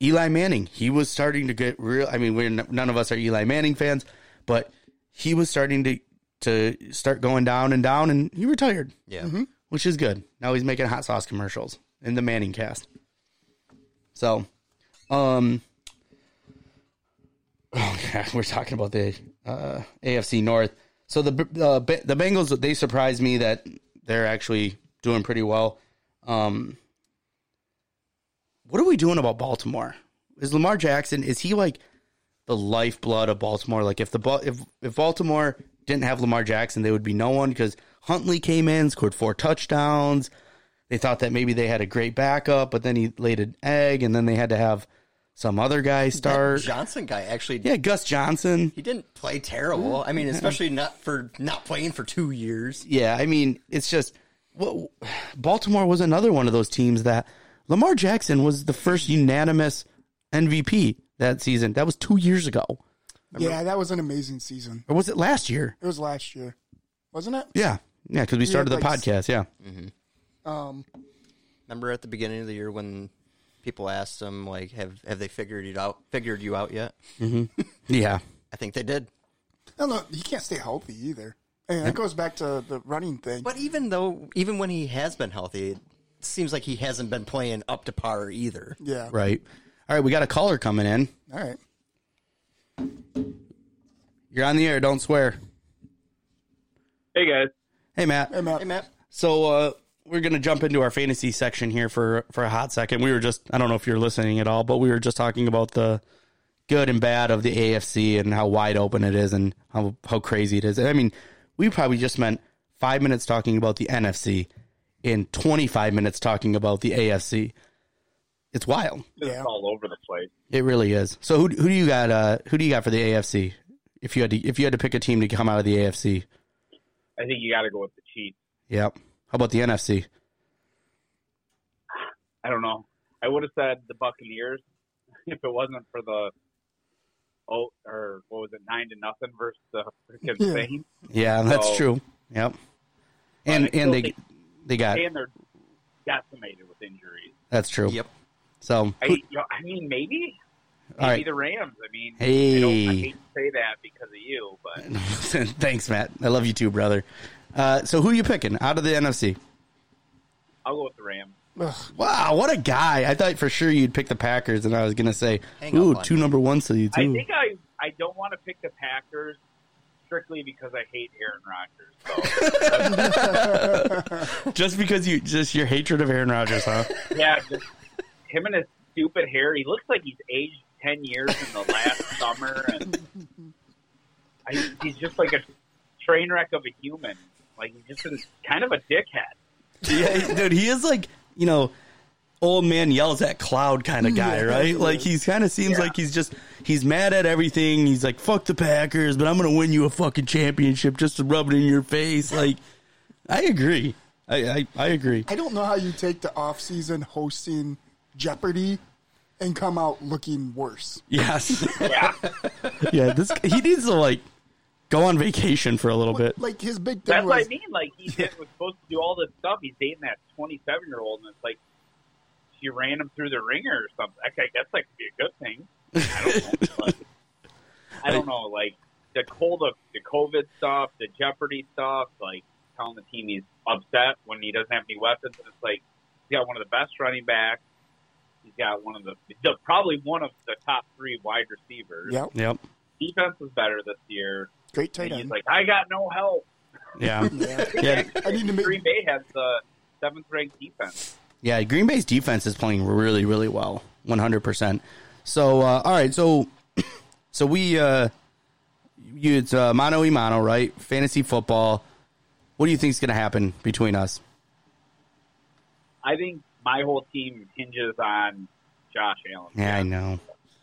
Speaker 1: Eli Manning, he was starting to get real. I mean, we're n- none of us are Eli Manning fans, but he was starting to to start going down and down, and he retired, Mm-hmm.
Speaker 3: yeah.
Speaker 1: which is good. Now he's making hot sauce commercials in the Manning cast. So, um, oh God, we're talking about the uh, AFC North. So the B- uh, B- the Bengals they surprised me that they're actually doing pretty well. Um, what are we doing about Baltimore? Is Lamar Jackson is he like the lifeblood of Baltimore? Like if the Ba- if if Baltimore didn't have Lamar Jackson, they would be no one because Huntley came in, scored four touchdowns. They thought that maybe they had a great backup, but then he laid an egg, and then they had to have some other guy
Speaker 3: That
Speaker 1: start.
Speaker 3: Johnson guy actually.
Speaker 1: Yeah, Gus Johnson.
Speaker 3: He didn't play terrible. I mean, especially not for not playing for two years.
Speaker 1: Yeah, I mean, it's just what Baltimore was another one of those teams that Lamar Jackson was the first unanimous MVP that season. That was two years ago,
Speaker 2: Yeah, that was an amazing season.
Speaker 1: or was it last year?
Speaker 2: It was last year, wasn't it?
Speaker 1: Yeah, yeah, because we started
Speaker 2: like
Speaker 1: the podcast. Yeah,
Speaker 2: I Um,
Speaker 3: Remember at the beginning of the year when people asked them like, "Have have they figured it out? Figured you out yet?"
Speaker 1: Yeah.
Speaker 3: I think they did.
Speaker 2: I don't know. He can't stay healthy either. And that goes back to the running thing.
Speaker 3: But even though, even when he has been healthy, it seems like he hasn't been playing up to par either.
Speaker 2: yeah.
Speaker 1: Right. All right, we got a caller coming in.
Speaker 2: All right.
Speaker 1: You're on the air. Don't swear.
Speaker 9: Hey guys,
Speaker 1: Hey, Matt.
Speaker 2: Hey, Matt.
Speaker 3: Hey, Matt.
Speaker 1: So uh, we're gonna jump into our fantasy section here for for a hot second. We were just I don't know if you're listening at all, but we were just talking about the good and bad of the AFC and how wide open it is and how how crazy it is. I mean, we probably just spent five minutes talking about the NFC and 25 minutes talking about the AFC. It's wild.
Speaker 9: it's
Speaker 2: Yeah.
Speaker 9: all over the place.
Speaker 1: It really is. So who who do you got? Uh, who do you got for the AFC? If you had to if you had to pick a team to come out of the AFC,
Speaker 9: I think you got to go with the Chiefs.
Speaker 1: yep. How about the NFC?
Speaker 9: I don't know. I would have said the Buccaneers if it wasn't for the oh or what was it nine to nothing versus the freaking
Speaker 2: Yeah.
Speaker 9: Saints
Speaker 1: Yeah, that's
Speaker 9: So-
Speaker 1: true. Yep.
Speaker 9: But I
Speaker 1: And
Speaker 9: still
Speaker 1: and they
Speaker 9: think-
Speaker 1: they got
Speaker 9: and they're decimated with injuries.
Speaker 1: that's true.
Speaker 3: Yep.
Speaker 1: So
Speaker 9: I,
Speaker 1: who-
Speaker 9: you know, I mean, maybe maybe
Speaker 1: all right.
Speaker 9: the Rams. I mean, I, don't, I
Speaker 1: Hey.
Speaker 9: hate to say that because of you, but
Speaker 1: Thanks, Matt. I love you too, brother. Uh, so who you picking out of the NFC?
Speaker 9: I'll go with the Rams.
Speaker 2: Ugh.
Speaker 1: Wow, what a guy! I thought for sure you'd pick the Packers, and I was gonna say,
Speaker 3: Hang
Speaker 1: ooh,
Speaker 3: up on
Speaker 1: two
Speaker 3: me.
Speaker 1: number ones to you
Speaker 9: I
Speaker 1: too.
Speaker 9: think I I don't want to pick the Packers strictly because I hate Aaron Rodgers.
Speaker 1: Just because you just your hatred of Aaron Rodgers, huh?
Speaker 9: So yeah, just him and his stupid hair. He looks like he's aged ten years in the last summer, and I, he's just like a train wreck of a human. Like he's just a, kind of a dickhead.
Speaker 1: yeah, dude, he is like you know, old man yells at cloud kind of guy,
Speaker 2: Yeah.
Speaker 1: right? Like he's kind of seems
Speaker 9: Yeah.
Speaker 1: like he's just he's mad at everything. He's like, "Fuck the Packers," but I'm gonna win you a fucking championship just to rub it in your face. Like, I agree. I I, I agree.
Speaker 2: I don't know how you take the off season hosting Jeopardy and come out looking worse.
Speaker 1: Yes. Yeah. This he needs to like go on vacation for a little bit.
Speaker 2: Like his big thing
Speaker 9: That's
Speaker 2: was
Speaker 9: what I mean. Like he did, was supposed to do all this stuff. He's dating that twenty-seven-year-old, and it's like she ran him through the ringer or something. Okay, I guess that could be a good thing. I don't know. Like the cold of the COVID stuff, the Jeopardy stuff, like telling the team he's upset when he doesn't have any weapons, and it's like he's got one of the best running backs. He's got one of the, the probably one of the top three wide receivers.
Speaker 2: Yep.
Speaker 1: Yep.
Speaker 9: Defense is better this year.
Speaker 2: Great tight
Speaker 9: And he's
Speaker 2: end.
Speaker 9: like, I got no help.
Speaker 1: Yeah. Yeah.
Speaker 2: I need to make
Speaker 9: Green Bay has the seventh ranked defense.
Speaker 1: Yeah, Green Bay's defense is playing really, really well, one hundred percent. So, uh, all right, so, so we, uh, you, it's uh, mano y mano, right? Fantasy football. What do you think's going to happen between us?
Speaker 9: I think my whole team hinges on Josh Allen.
Speaker 1: Yeah, I know.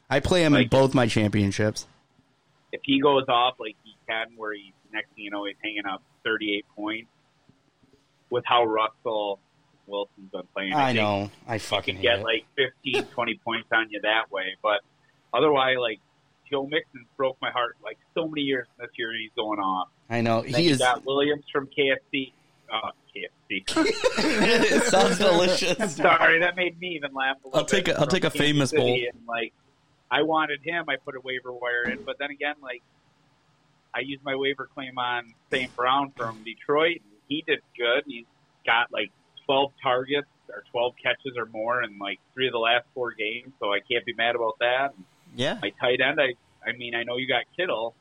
Speaker 1: I play him in
Speaker 9: Like-
Speaker 1: both my championships.
Speaker 9: If he goes off like he can, where he next thing you know he's hanging up 38 points, with how Russell Wilson's been playing,
Speaker 1: I
Speaker 9: think
Speaker 1: know. I fucking
Speaker 9: he
Speaker 1: hate
Speaker 9: can
Speaker 1: it.
Speaker 9: get like 15, 20 points on you that way. But otherwise, like Joe Mixon broke my heart like so many years this year. He's going off.
Speaker 1: I know
Speaker 9: Then
Speaker 1: he
Speaker 9: you
Speaker 1: is.
Speaker 9: got Williams from KFC. Uh, KFC.
Speaker 1: it sounds delicious.
Speaker 9: Sorry, that made me even laugh. A little
Speaker 1: I'll take
Speaker 9: bit
Speaker 1: a- I'll take a
Speaker 9: From
Speaker 1: famous
Speaker 9: Kansas City
Speaker 1: bowl.
Speaker 9: And, like, I wanted him. I put a waiver wire in, but then again, like, I used my waiver claim on St. Brown from Detroit. And he did good. He's got like twelve targets or twelve catches or more in like three of the last four games. So I can't be mad about that.
Speaker 3: Yeah,
Speaker 9: My tight end, I, I mean, I know you got Kittle.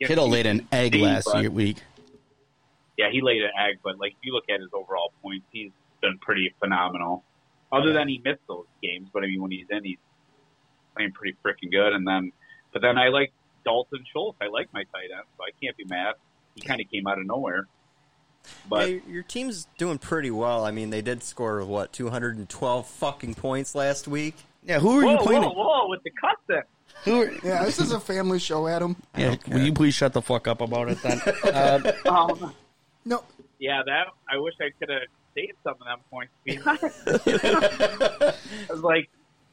Speaker 1: Kittle laid an egg
Speaker 9: Steve,
Speaker 1: last
Speaker 9: but-
Speaker 1: year week.
Speaker 9: yeah, he laid an egg, but like if you look at his overall points, he's been pretty phenomenal. Other than he missed those games, but I mean when he's in, he's playing pretty freaking good. And then, but then I like Dalton Schultz. I like my tight end, so I can't be mad. He kind of came out of nowhere. But
Speaker 3: Hey, your team's doing pretty well. I mean, they did score what 212 fucking points last week.
Speaker 1: Yeah, who are
Speaker 9: whoa,
Speaker 1: you playing?
Speaker 9: whoa, whoa, with the cussing.
Speaker 1: Who are,
Speaker 2: Yeah, this is a family show, Adam.
Speaker 1: yeah, will you please shut the fuck up about it then? uh,
Speaker 9: Um,
Speaker 2: No,
Speaker 9: yeah, that I wish I could have saved some of them points. To be honest, I was like,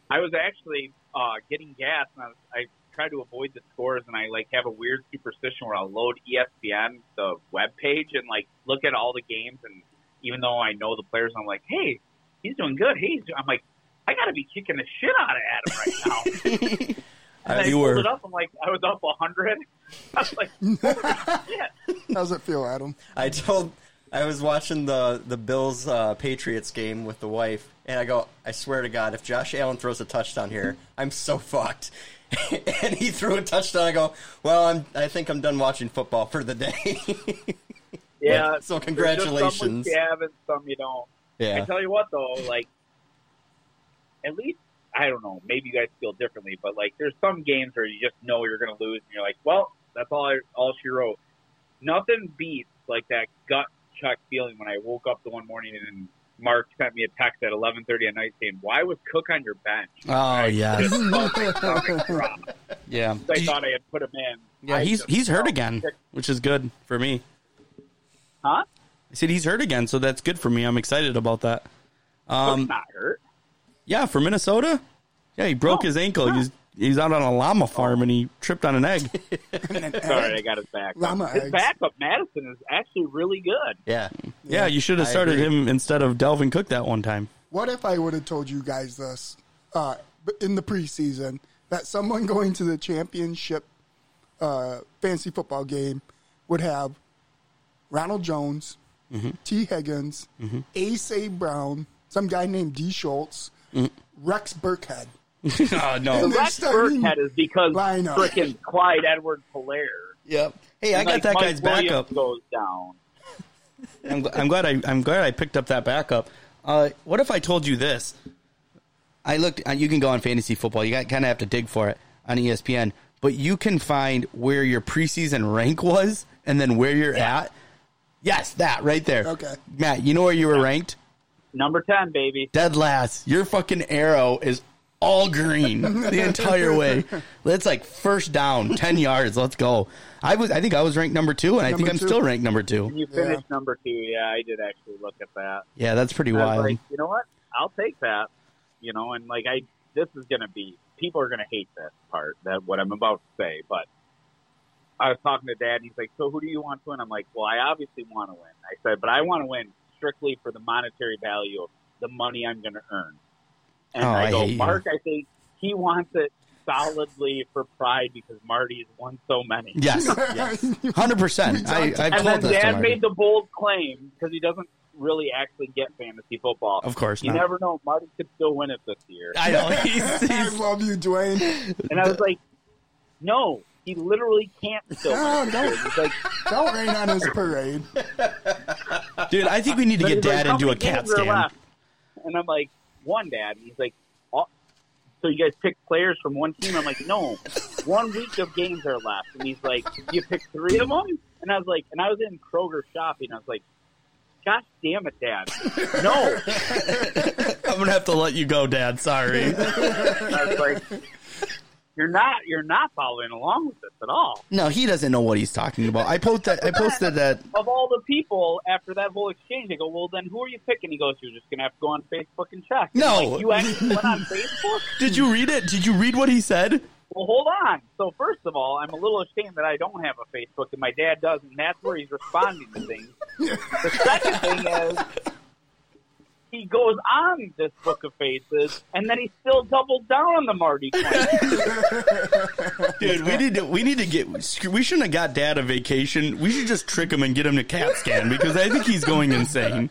Speaker 9: I was actually uh, getting gas, and I, was, I tried to avoid the scores, and I like have a weird E superstition where I'll load ESPN the web page and like look at all the games, and even though I know the players, I'm like, hey, he's doing good. Hey, he's do-" I'm like, I got to be kicking the shit out of Adam right now. And I
Speaker 1: you
Speaker 9: pulled
Speaker 1: were.
Speaker 9: it up. I'm like, I was up 100. I was like,
Speaker 2: How does it feel, Adam?
Speaker 3: I told I was watching the the Bills uh, Patriots game with the wife, and I go, I swear to God, if Josh Allen throws a touchdown here, I'm so fucked. and he threw a touchdown. I go, well, I'm I think I'm done watching football for the day. So
Speaker 9: yeah. there's just Some
Speaker 3: congratulations.
Speaker 9: wins you have and some you don't.
Speaker 3: Yeah.
Speaker 9: I tell you what, though, like, at least, I don't know, maybe you guys feel differently, but, like, there's some games where you just know you're going to lose, and you're like, well, that's all, I, all she wrote. Nothing beats, like, that gut check feeling when I woke up the one morning and Mark sent me a text at 11.30 at night saying, why was Cook on your bench?
Speaker 1: Oh yeah, yeah,
Speaker 9: I thought I had put him in.
Speaker 1: yeah.
Speaker 9: I
Speaker 1: He's
Speaker 9: just
Speaker 1: he's hurt
Speaker 9: felt
Speaker 1: again,
Speaker 9: sick.
Speaker 1: which is good for me.
Speaker 9: Huh?
Speaker 1: I said he's hurt again, so that's good for me. I'm excited about that.
Speaker 9: Um,
Speaker 1: Um,
Speaker 9: not hurt.
Speaker 1: yeah, for Minnesota. Yeah, he broke his ankle. He's he's out on a llama farm and he tripped on an egg.
Speaker 9: Sorry, I got his back.
Speaker 2: Llama
Speaker 9: his
Speaker 2: eggs.
Speaker 9: backup, Madison, is actually really good.
Speaker 3: yeah.
Speaker 1: Yeah, you should have
Speaker 3: I
Speaker 1: started
Speaker 3: agree.
Speaker 1: him instead of Delvin Cook that one time.
Speaker 2: What if I would have told you guys this uh, in the preseason that someone going to the championship uh, fantasy football game would have Ronald Jones, T. Higgins, A.C. Brown, some guy named D. Schultz, Rex Burkhead.
Speaker 1: oh
Speaker 9: The
Speaker 1: no.
Speaker 2: They're
Speaker 9: Rex
Speaker 2: starting
Speaker 9: Burkhead is because
Speaker 2: lineup.
Speaker 9: frickin' Clyde Edward Hilaire.
Speaker 1: Yep. Hey, I got that guy's backup.
Speaker 9: goes down.
Speaker 1: I'm, gl- I'm glad I I'm glad I picked up that backup. Uh, what if I told you this? I looked. uh, You can go on fantasy football. You got kind of have to dig for it on E ESPN, but you can find where your preseason rank was and then where you're at. Yes, that right there.
Speaker 2: Okay.
Speaker 1: Matt, you know where you were ranked?
Speaker 9: Number ten, baby.
Speaker 1: Dead last. Your fucking arrow is all green the entire way. That's like first down, ten yards. Let's go. I was. I think I was ranked number two, and I think
Speaker 2: Number
Speaker 1: I'm
Speaker 2: two.
Speaker 1: still ranked number two.
Speaker 9: You finished number two. Yeah, I did actually look at that.
Speaker 1: Yeah, that's pretty
Speaker 9: I was
Speaker 1: wild.
Speaker 9: like, you know what? I'll take that. You know, and like I, this is gonna be. People are gonna hate this part that what I'm about to say, but I was talking to Dad, and he's like, "So who do you want to win?" I'm like, "Well, I obviously want to win." I said, "But I want to win strictly for the monetary value of the money I'm going to earn." And
Speaker 1: Oh,
Speaker 9: I,
Speaker 1: I
Speaker 9: go,
Speaker 1: hate you.
Speaker 9: Mark, I think he wants it solidly for pride because Marty's won so many.
Speaker 1: Yes, hundred percent. I I've
Speaker 9: And then
Speaker 1: told this to
Speaker 9: Dad
Speaker 1: Marty.
Speaker 9: made the bold claim because he doesn't really actually get fantasy football.
Speaker 1: Of course
Speaker 9: you
Speaker 1: not.
Speaker 9: never know. Marty could still win it this year.
Speaker 1: I know he's,
Speaker 2: I
Speaker 1: he's
Speaker 2: love you, Dwayne.
Speaker 9: and I was like, no, he literally can't still.
Speaker 2: No,
Speaker 9: win it this
Speaker 2: don't-
Speaker 9: year. He's like,
Speaker 2: Don't rain on his parade.
Speaker 1: dude. I think we need to
Speaker 9: But
Speaker 1: get
Speaker 9: he's like,
Speaker 1: Dad
Speaker 9: "How
Speaker 1: into a
Speaker 9: many
Speaker 1: CAT
Speaker 9: games are
Speaker 1: scan.
Speaker 9: left?" And I'm like, one dad. And he's like, all, so you guys pick players from one team? I'm like, no, one week of games are left. And he's like, you pick three of them? And I was like, and I was in Kroger shopping. I was like, gosh damn it, dad. No.
Speaker 1: I'm gonna have to let you go, Dad. Sorry.
Speaker 9: And I was like, you're not, you're not following along with this at all.
Speaker 1: no, he doesn't know what he's talking about. I posted. I posted that.
Speaker 9: Of all the people, after that whole exchange, I go, well, then who are you picking? He goes, you're just going to have to go on Facebook and check. And I'm
Speaker 1: No.
Speaker 9: Like, you actually went on Facebook?
Speaker 1: Did you read it? Did you read what he said?
Speaker 9: Well, hold on. So first of all, I'm a little ashamed that I don't have a Facebook and my dad does, and that's where he's responding to things. The second thing is he goes on this book of faces, and then he still doubled down on the Marty claim.
Speaker 1: Dude, we need to. We need to get. We shouldn't have got Dad a vacation. We should just trick him and get him to CAT scan because I think he's going insane.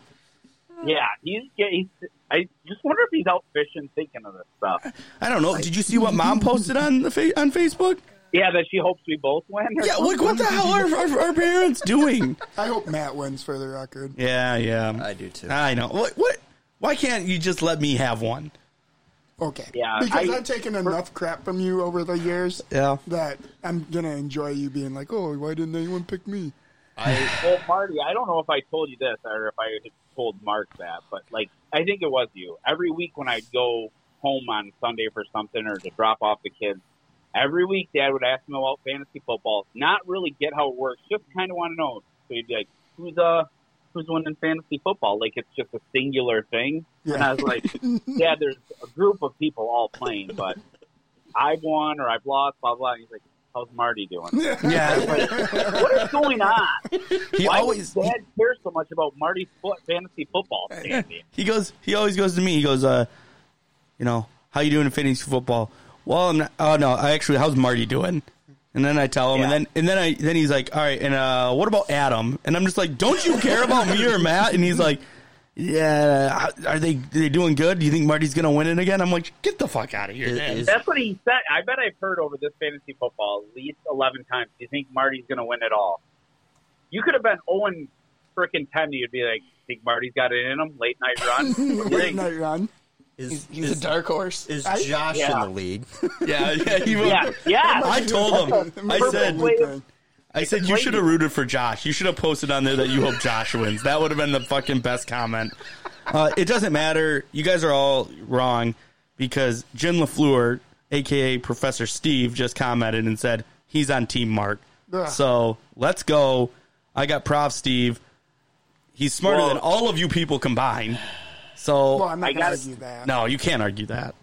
Speaker 9: yeah, he's, yeah, he's. I just wonder if he's out fishing, thinking of this stuff.
Speaker 1: I don't know. Did you see what Mom posted on the fa- on Facebook?
Speaker 9: Yeah, that she hopes we both win. or
Speaker 1: Yeah. What, what the hell are, are our parents doing?
Speaker 2: I hope Matt wins for the record.
Speaker 1: Yeah. Yeah.
Speaker 3: I do too.
Speaker 1: I know. What? What? Why can't you just let me have one?
Speaker 2: Okay.
Speaker 9: Yeah,
Speaker 2: Because I,
Speaker 9: I-
Speaker 2: have taken enough crap from you over the years
Speaker 1: Yeah.
Speaker 2: that I'm gonna enjoy you being like, "Oh, why didn't anyone pick me?"
Speaker 9: Well, Marty, I don't know if I told you this or if I had told Mark that, but like I think it was you. Every week when I'd go home on Sunday for something or to drop off the kids, every week Dad would ask me about fantasy football. Not really get how it works, just kind of want to know. So he'd be like, "Who's uh, who's winning fantasy football?" Like it's just a singular thing. And I was like, "Yeah, there's a group of people all playing, but I've won or I've lost, blah blah." And he's like, how's Marty doing?
Speaker 1: Yeah.
Speaker 9: Like, what is going on?
Speaker 1: He
Speaker 9: Why
Speaker 1: always-
Speaker 9: does Dad care so much about Marty's foot fantasy football
Speaker 2: Eh.
Speaker 9: standing?
Speaker 1: he goes he always goes to me he goes uh you know how you doing in fantasy football well i'm not, oh no i actually how's marty doing and then i tell him and then and then i then he's like all right and uh what about adam and i'm just like don't you care about me or matt and he's like yeah uh, are they are they doing good do you think marty's gonna win it again i'm like get the fuck out of here man.
Speaker 9: That's what he said. I bet I've heard over this fantasy football at least 11 times. Do you think Marty's going to win it all? You could have been Owen freaking 10 and you'd be like, think Marty's got it in him? Late night run? What do you
Speaker 2: Late
Speaker 9: think?
Speaker 2: night run.
Speaker 3: Is,
Speaker 10: He's a dark horse.
Speaker 3: is
Speaker 2: I-
Speaker 3: Josh
Speaker 9: Yeah.
Speaker 3: in the league?
Speaker 1: yeah yeah, he will.
Speaker 9: Yeah, yeah.
Speaker 1: i told him i
Speaker 2: Purple
Speaker 1: said
Speaker 2: Wave.
Speaker 1: I said you should have rooted for Josh. You should have posted on there that you hope Josh wins. That would have been the fucking best comment. Uh, it doesn't matter. You guys are all wrong because Jim LaFleur, aka Professor Steve, just commented and said he's on Team Mark.
Speaker 2: Ugh.
Speaker 1: So let's go. I got Prof Steve. He's smarter
Speaker 9: Well-
Speaker 1: than all of you people combined. So
Speaker 2: Well, I'm not
Speaker 9: I
Speaker 2: gonna
Speaker 9: gotta-
Speaker 2: argue that.
Speaker 1: no, you can't argue that.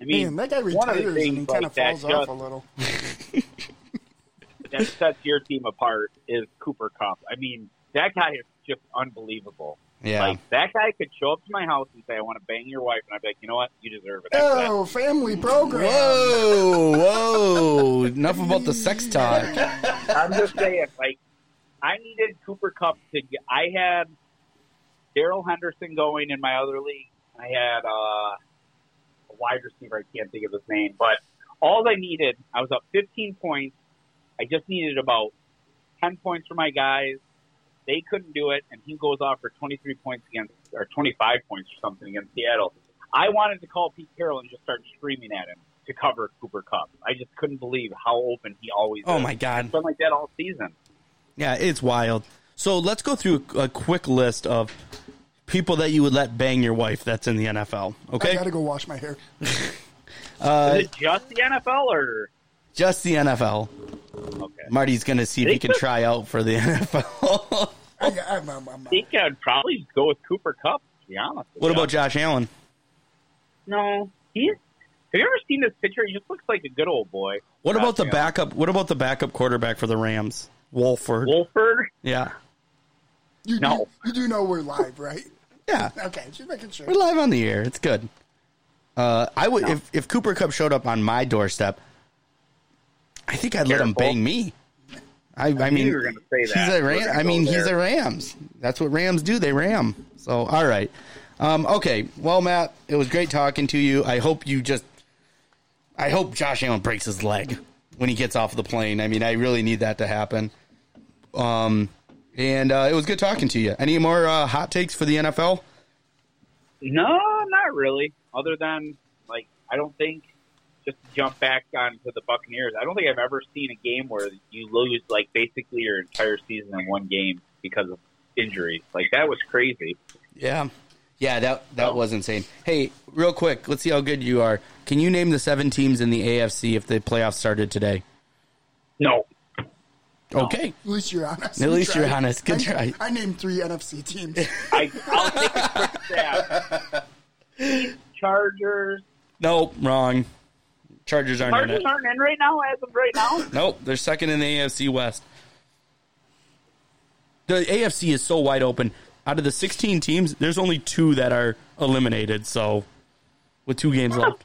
Speaker 9: I mean,
Speaker 2: Man, that guy
Speaker 9: one of the
Speaker 2: retires and
Speaker 9: things
Speaker 2: he kind
Speaker 9: like
Speaker 2: of falls
Speaker 9: that,
Speaker 2: off
Speaker 9: just-
Speaker 2: a little.
Speaker 9: that sets your team apart is Cooper Cup. I mean, that guy is just unbelievable.
Speaker 1: Yeah.
Speaker 9: Like, that guy could show up to my house and say, I want to bang your wife. And I'd be like, you know what? You deserve it. After that.
Speaker 2: Oh, family program.
Speaker 1: Whoa, whoa! Enough about the sex talk.
Speaker 9: I'm just saying, like, I needed Cooper Cup to. Get, I had Daryl Henderson going in my other league. I had uh, a wide receiver. I can't think of his name, but all I needed, I was up 15 points. I just needed about 10 points for my guys. They couldn't do it, and he goes off for 23 points against, or 25 points or something against Seattle. I wanted to call Pete Carroll and just start screaming at him to cover Cooper Cup. I just couldn't believe how open he always
Speaker 1: Oh
Speaker 9: is.
Speaker 1: my god.
Speaker 9: It's been like that all season.
Speaker 1: Yeah, it's wild. So let's go through a, a quick list of people that you would let bang your wife that's in the NFL.
Speaker 2: I
Speaker 1: Okay?
Speaker 2: gotta go wash my hair.
Speaker 1: Uh,
Speaker 9: Is it just the NFL or
Speaker 1: Just the NFL.
Speaker 9: okay?
Speaker 1: Marty's going to see if he can try out for the NFL.
Speaker 2: I, I, I'm, I'm, I'm,
Speaker 9: I think I'd probably go with Cooper Cup. To be honest. with
Speaker 1: what
Speaker 9: you.
Speaker 1: about Josh Allen?
Speaker 9: no? He's. Have you ever seen this picture? He just looks like a good old boy.
Speaker 1: What about the
Speaker 9: Goddamn.
Speaker 1: backup? What about the backup quarterback for the Rams? Wolford.
Speaker 9: Wolford?
Speaker 1: Yeah.
Speaker 2: you,
Speaker 9: No.
Speaker 2: you, you do know we're live, right?
Speaker 1: Yeah.
Speaker 2: Okay, just making sure.
Speaker 1: We're live on the air. It's good. Uh, I would if, if Cooper Cup showed up on my doorstep, I think I'd let him
Speaker 9: Careful.
Speaker 1: bang me. I, I mean,
Speaker 9: you were gonna say that.
Speaker 1: he's a
Speaker 9: We're
Speaker 1: Ram.
Speaker 9: gonna
Speaker 1: I mean,
Speaker 9: go
Speaker 1: he's
Speaker 9: there.
Speaker 1: a Rams. That's what Rams do. They ram. So all right, um, okay. Well, Matt, it was great talking to you. I hope you just. I hope Josh Allen breaks his leg when he gets off the plane. I mean, I really need that to happen. Um, and uh, it was good talking to you. Any more uh, hot takes for the NFL?
Speaker 9: No, not really. Other than like, I don't think. Just to jump back onto the Buccaneers. I don't think I've ever seen a game where you lose like basically your entire season in one game because of injury. Like that was crazy.
Speaker 1: Yeah. Yeah, that
Speaker 9: Oh.
Speaker 1: that was insane. Hey, real quick, let's see how good you are. Can you name the seven teams in the AFC if the playoffs started today?
Speaker 9: No,
Speaker 1: Okay.
Speaker 2: At least you're honest.
Speaker 1: At
Speaker 2: You
Speaker 1: least you're
Speaker 2: tried.
Speaker 1: honest. Good
Speaker 2: I,
Speaker 1: try.
Speaker 2: I named three NFC teams.
Speaker 9: I, I'll take a quick stab. Chiefs, Chargers.
Speaker 1: Nope, wrong. Chargers aren't in
Speaker 9: Chargers
Speaker 1: it.
Speaker 9: aren't in right now as of right now.
Speaker 1: Nope, they're second in the AFC West. The AFC is so wide open. Out of the 16 teams, there's only two that are eliminated, so with two games left.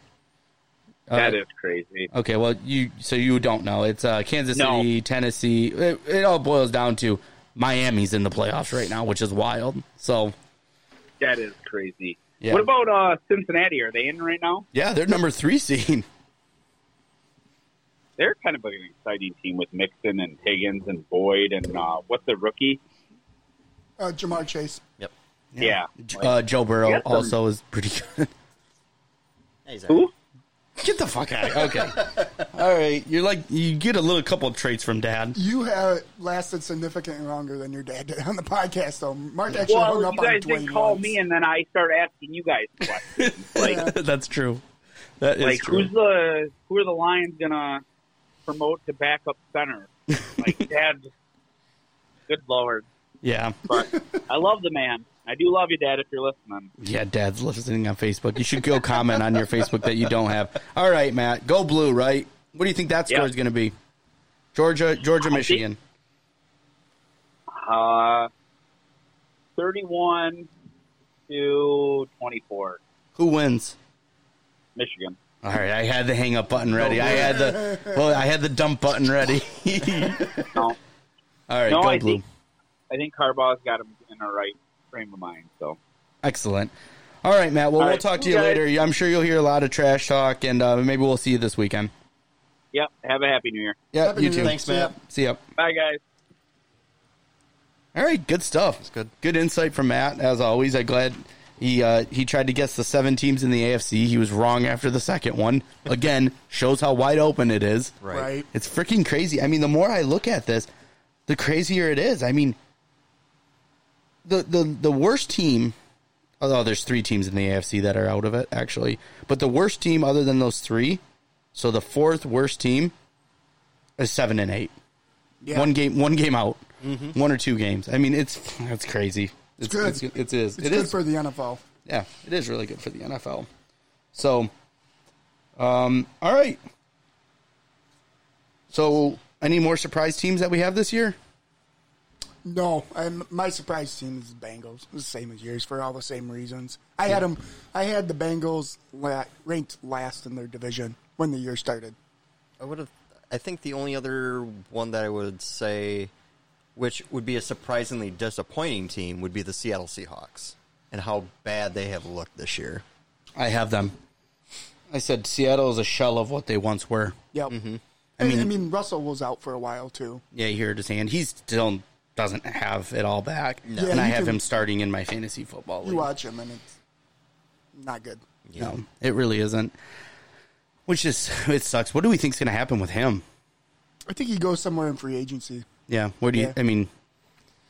Speaker 9: that is crazy.
Speaker 1: Okay, well, you so you don't know. It's uh, Kansas
Speaker 9: No.
Speaker 1: City, Tennessee. It, it all boils down to Miami's in the playoffs right now, which is wild. So
Speaker 9: That is crazy.
Speaker 1: Yeah.
Speaker 9: What about uh, Cincinnati? Are they in right now?
Speaker 1: yeah, they're number three seed.
Speaker 9: They're kind of an exciting team with Mixon and Higgins and Boyd and uh, what's the rookie?
Speaker 2: Uh, Jamar Chase.
Speaker 9: Yeah.
Speaker 1: Uh, Joe Burrow
Speaker 9: Get them.
Speaker 1: also is pretty good.
Speaker 3: He's
Speaker 9: Who?
Speaker 1: get the fuck out. of here. Okay, all right. You're like you get a little couple of traits from dad.
Speaker 2: You have lasted significantly longer than your dad did on the podcast, though. Mark actually
Speaker 9: Well,
Speaker 2: hung up
Speaker 9: you
Speaker 2: on
Speaker 9: guys
Speaker 2: Dwayne
Speaker 9: didn't call
Speaker 2: once.
Speaker 9: me, and then I started asking you guys questions. like,
Speaker 1: That's true. That is
Speaker 9: like
Speaker 1: true.
Speaker 9: who's the who are the Lions gonna promote to backup center? Like, Dad, good lord.
Speaker 1: yeah,
Speaker 9: but I love the man. I do love you, Dad, if you're listening.
Speaker 1: yeah. Dad's listening on Facebook. You should go comment on your Facebook that you don't have. All right, Matt. Go blue. Right. What do you think that score is going to be? Georgia, Georgia, Michigan.
Speaker 9: Uh, 31 to 24,
Speaker 1: Who wins?
Speaker 9: Michigan.
Speaker 1: All right, I had the hang up button ready. I had the well, I had the dump button ready.
Speaker 9: No.
Speaker 1: All right,
Speaker 9: no,
Speaker 1: go
Speaker 9: I
Speaker 1: blue.
Speaker 9: think I think Harbaugh's got him in the right frame of mind. So
Speaker 1: Excellent. All right, Matt. Well,
Speaker 9: All
Speaker 1: we'll
Speaker 9: right,
Speaker 1: talk to
Speaker 9: you
Speaker 1: you
Speaker 9: guys-
Speaker 1: later. I'm sure you'll hear a lot of trash talk, and uh, maybe we'll see you this weekend.
Speaker 9: Yep. Have a happy new year.
Speaker 1: Yeah, you too. See ya.
Speaker 9: Bye, guys.
Speaker 1: All right, good stuff. It's good. Good insight from Matt, as always. I'm glad he uh, he tried to guess the seven teams in the AFC. He was wrong after the second one. Again, shows how wide open it is.
Speaker 2: Right. Right.
Speaker 1: It's freaking crazy. I mean, the more I look at this, the crazier it is. I mean, the the the worst team. Although there's three teams in the AFC that are out of it, actually, but the worst team other than those three, so the fourth worst team, is seven and eight.
Speaker 2: Yeah.
Speaker 1: One game, one game out,
Speaker 2: Mhm.
Speaker 1: one or two games. I mean, it's that's crazy. It's,
Speaker 2: good.
Speaker 1: It's, it is.
Speaker 2: It's
Speaker 1: It
Speaker 2: good
Speaker 1: is.
Speaker 2: for the NFL.
Speaker 1: yeah, it is really good for the NFL. So, um, all right. So, any more surprise teams that we have this year?
Speaker 2: No, I'm, my surprise team is the Bengals. It's the same as yours for all the same reasons. I had 'em had them. I had the Bengals la- ranked last in their division when the year started.
Speaker 3: I would have. I think the only other one that I would say, which would be a surprisingly disappointing team, would be the Seattle Seahawks and how bad they have looked this year.
Speaker 1: I have them. I said Seattle is a shell of what they once were.
Speaker 2: Yep.
Speaker 1: Mm-hmm. I
Speaker 2: I mean,
Speaker 1: mean-
Speaker 2: I mean, Russell was out for a while too.
Speaker 1: Yeah, you heard his hand. He still doesn't have it all back,
Speaker 2: No. Yeah,
Speaker 1: and I
Speaker 2: you
Speaker 1: have
Speaker 2: can-
Speaker 1: him starting in my fantasy football.
Speaker 2: You watch him, and it's not good.
Speaker 1: No, it really isn't. Which is it sucks. What do we think's going to happen with him?
Speaker 2: I think he goes somewhere in free agency.
Speaker 1: Yeah. Where do you?
Speaker 2: Yeah.
Speaker 1: I mean,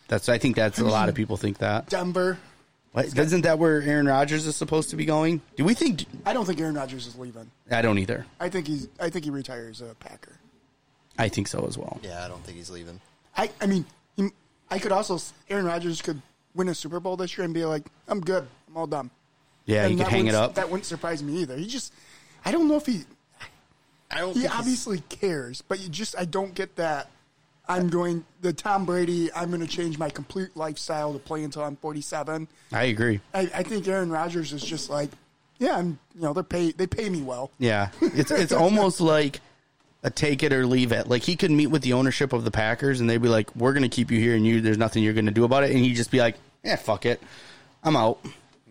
Speaker 1: that's. I think that's a
Speaker 2: I
Speaker 1: lot
Speaker 2: mean-
Speaker 1: of people think that.
Speaker 2: Denver.
Speaker 1: What, isn't that where Aaron Rodgers is supposed to be going? Do we think?
Speaker 2: I don't think Aaron Rodgers is leaving.
Speaker 1: I don't either.
Speaker 2: I think he's. I think he retires a Packer.
Speaker 1: I think so as well.
Speaker 3: Yeah, I don't think he's leaving.
Speaker 2: I. I mean, he, I could also. Aaron Rodgers could win a Super Bowl this year and be like, "I'm good. I'm all done."
Speaker 1: Yeah,
Speaker 2: and
Speaker 1: you could
Speaker 2: that
Speaker 1: hang it
Speaker 2: wouldn't-
Speaker 1: up.
Speaker 2: That wouldn't surprise me either. He just. I don't know if he.
Speaker 3: I don't.
Speaker 2: He obviously cares, but you just. I don't get that. I'm going the Tom Brady. I'm going to change my complete lifestyle to play until I'm 47.
Speaker 1: I agree.
Speaker 2: I, I think Aaron Rodgers is just like, yeah, I'm, you know, they pay they pay me well.
Speaker 1: Yeah, it's it's almost like a take it or leave it. Like he could meet with the ownership of the Packers, and they'd be like, "We're going to keep you here, and you there's nothing you're going to do about it." And he'd just be like, "Yeah, fuck it, I'm out."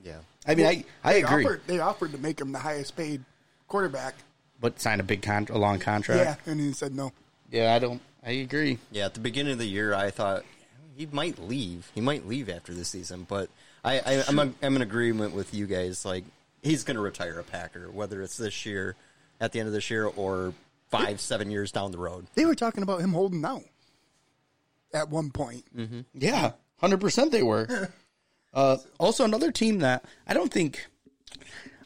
Speaker 3: Yeah.
Speaker 1: I mean, I I
Speaker 2: They
Speaker 1: agree,
Speaker 2: Offered, they offered to make him the highest paid quarterback.
Speaker 1: but sign a big con- a long
Speaker 2: Yeah,
Speaker 1: contract.
Speaker 2: and he said no.
Speaker 1: Yeah. I don't. I agree.
Speaker 3: Yeah, at the beginning of the year, I thought he might leave. He might leave after this season, but I, I, I'm, a, I'm in agreement with you guys. Like, he's going to retire a Packer, whether it's this year, at the end of this year, or five, seven years down the road.
Speaker 2: They were talking about him holding out at one point.
Speaker 1: Mm.
Speaker 2: Mm-hmm.
Speaker 1: Yeah, hundred percent they were. Uh, also, another team that I don't think,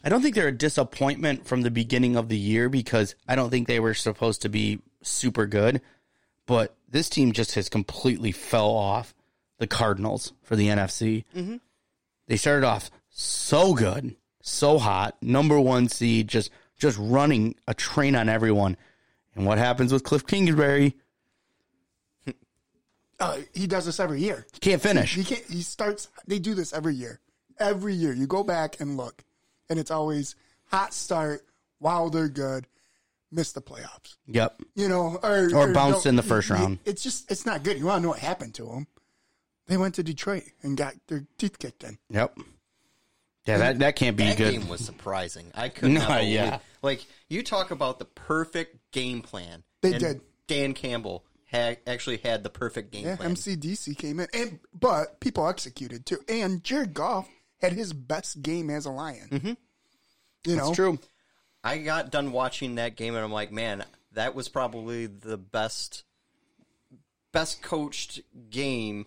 Speaker 1: I don't think they're a disappointment from the beginning of the year because I don't think they were supposed to be super good, but this team just has completely fell off. The Cardinals for the NFC,
Speaker 10: Mhm.
Speaker 1: they started off so good, so hot, number one seed, just just running a train on everyone. And what happens with Cliff Kingsbury?
Speaker 2: Uh, he does this every year.
Speaker 1: Can't finish.
Speaker 2: He, can't. He starts. They do this every year. Every year, you go back and look, and it's always hot start. Wow, they're good. Miss the playoffs.
Speaker 1: Yep.
Speaker 2: you know, or,
Speaker 1: Or bounced
Speaker 2: no,
Speaker 1: in the first round.
Speaker 2: It's just, it's not good. You want to know what happened to them? They went to Detroit and got their teeth kicked in.
Speaker 1: Yep. Yeah, that, that can't be
Speaker 3: that
Speaker 1: good.
Speaker 3: game was surprising. I could
Speaker 1: No,
Speaker 3: not believe.
Speaker 1: yeah.
Speaker 3: Like you talk about the perfect game plan.
Speaker 2: They
Speaker 3: and
Speaker 2: did.
Speaker 3: Dan Campbell had actually had the perfect game
Speaker 2: Yeah,
Speaker 3: plan.
Speaker 2: MCDC came in, and but people executed too. And Jared Goff had his best game as a Lion. Mm-hmm. You know,
Speaker 1: true.
Speaker 3: I got done watching that game and I'm like, man, that was probably the best best coached game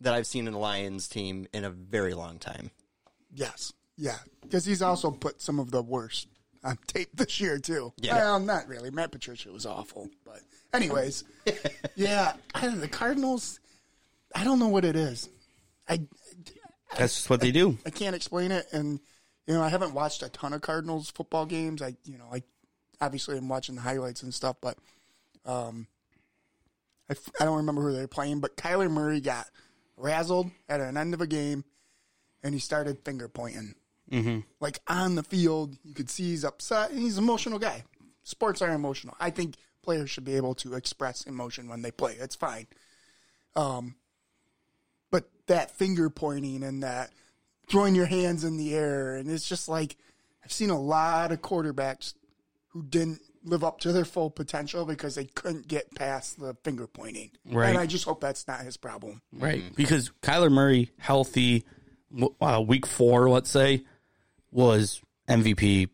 Speaker 3: that I've seen in a Lions team in a very long time.
Speaker 2: Yes, yeah, because he's also put some of the worst on tape this year too.
Speaker 3: Yeah.
Speaker 2: well, not really. Matt Patricia was awful, but anyways, yeah, I don't know, the Cardinals. I don't know what it is. I
Speaker 1: That's just what they do.
Speaker 2: I can't explain it, and you know I haven't watched a ton of Cardinals football games. I you know I obviously I'm watching the highlights and stuff, but um, I, f- I don't remember who they were playing, but Kyler Murray got razzled at an end of a game, and he started finger pointing
Speaker 1: Mm-hmm.
Speaker 2: like on the field. You could see he's upset and he's an emotional guy. Sports are emotional. I think players should be able to express emotion when they play. It's fine. Um, but that finger pointing and that throwing your hands in the air and it's just like I've seen a lot of quarterbacks who didn't live up to their full potential because they couldn't get past the finger pointing.
Speaker 1: Right.
Speaker 2: And I just hope that's not his problem.
Speaker 1: Right. Mm-hmm. Because Kyler Murray, healthy, w- uh, week four, let's say, was MVP,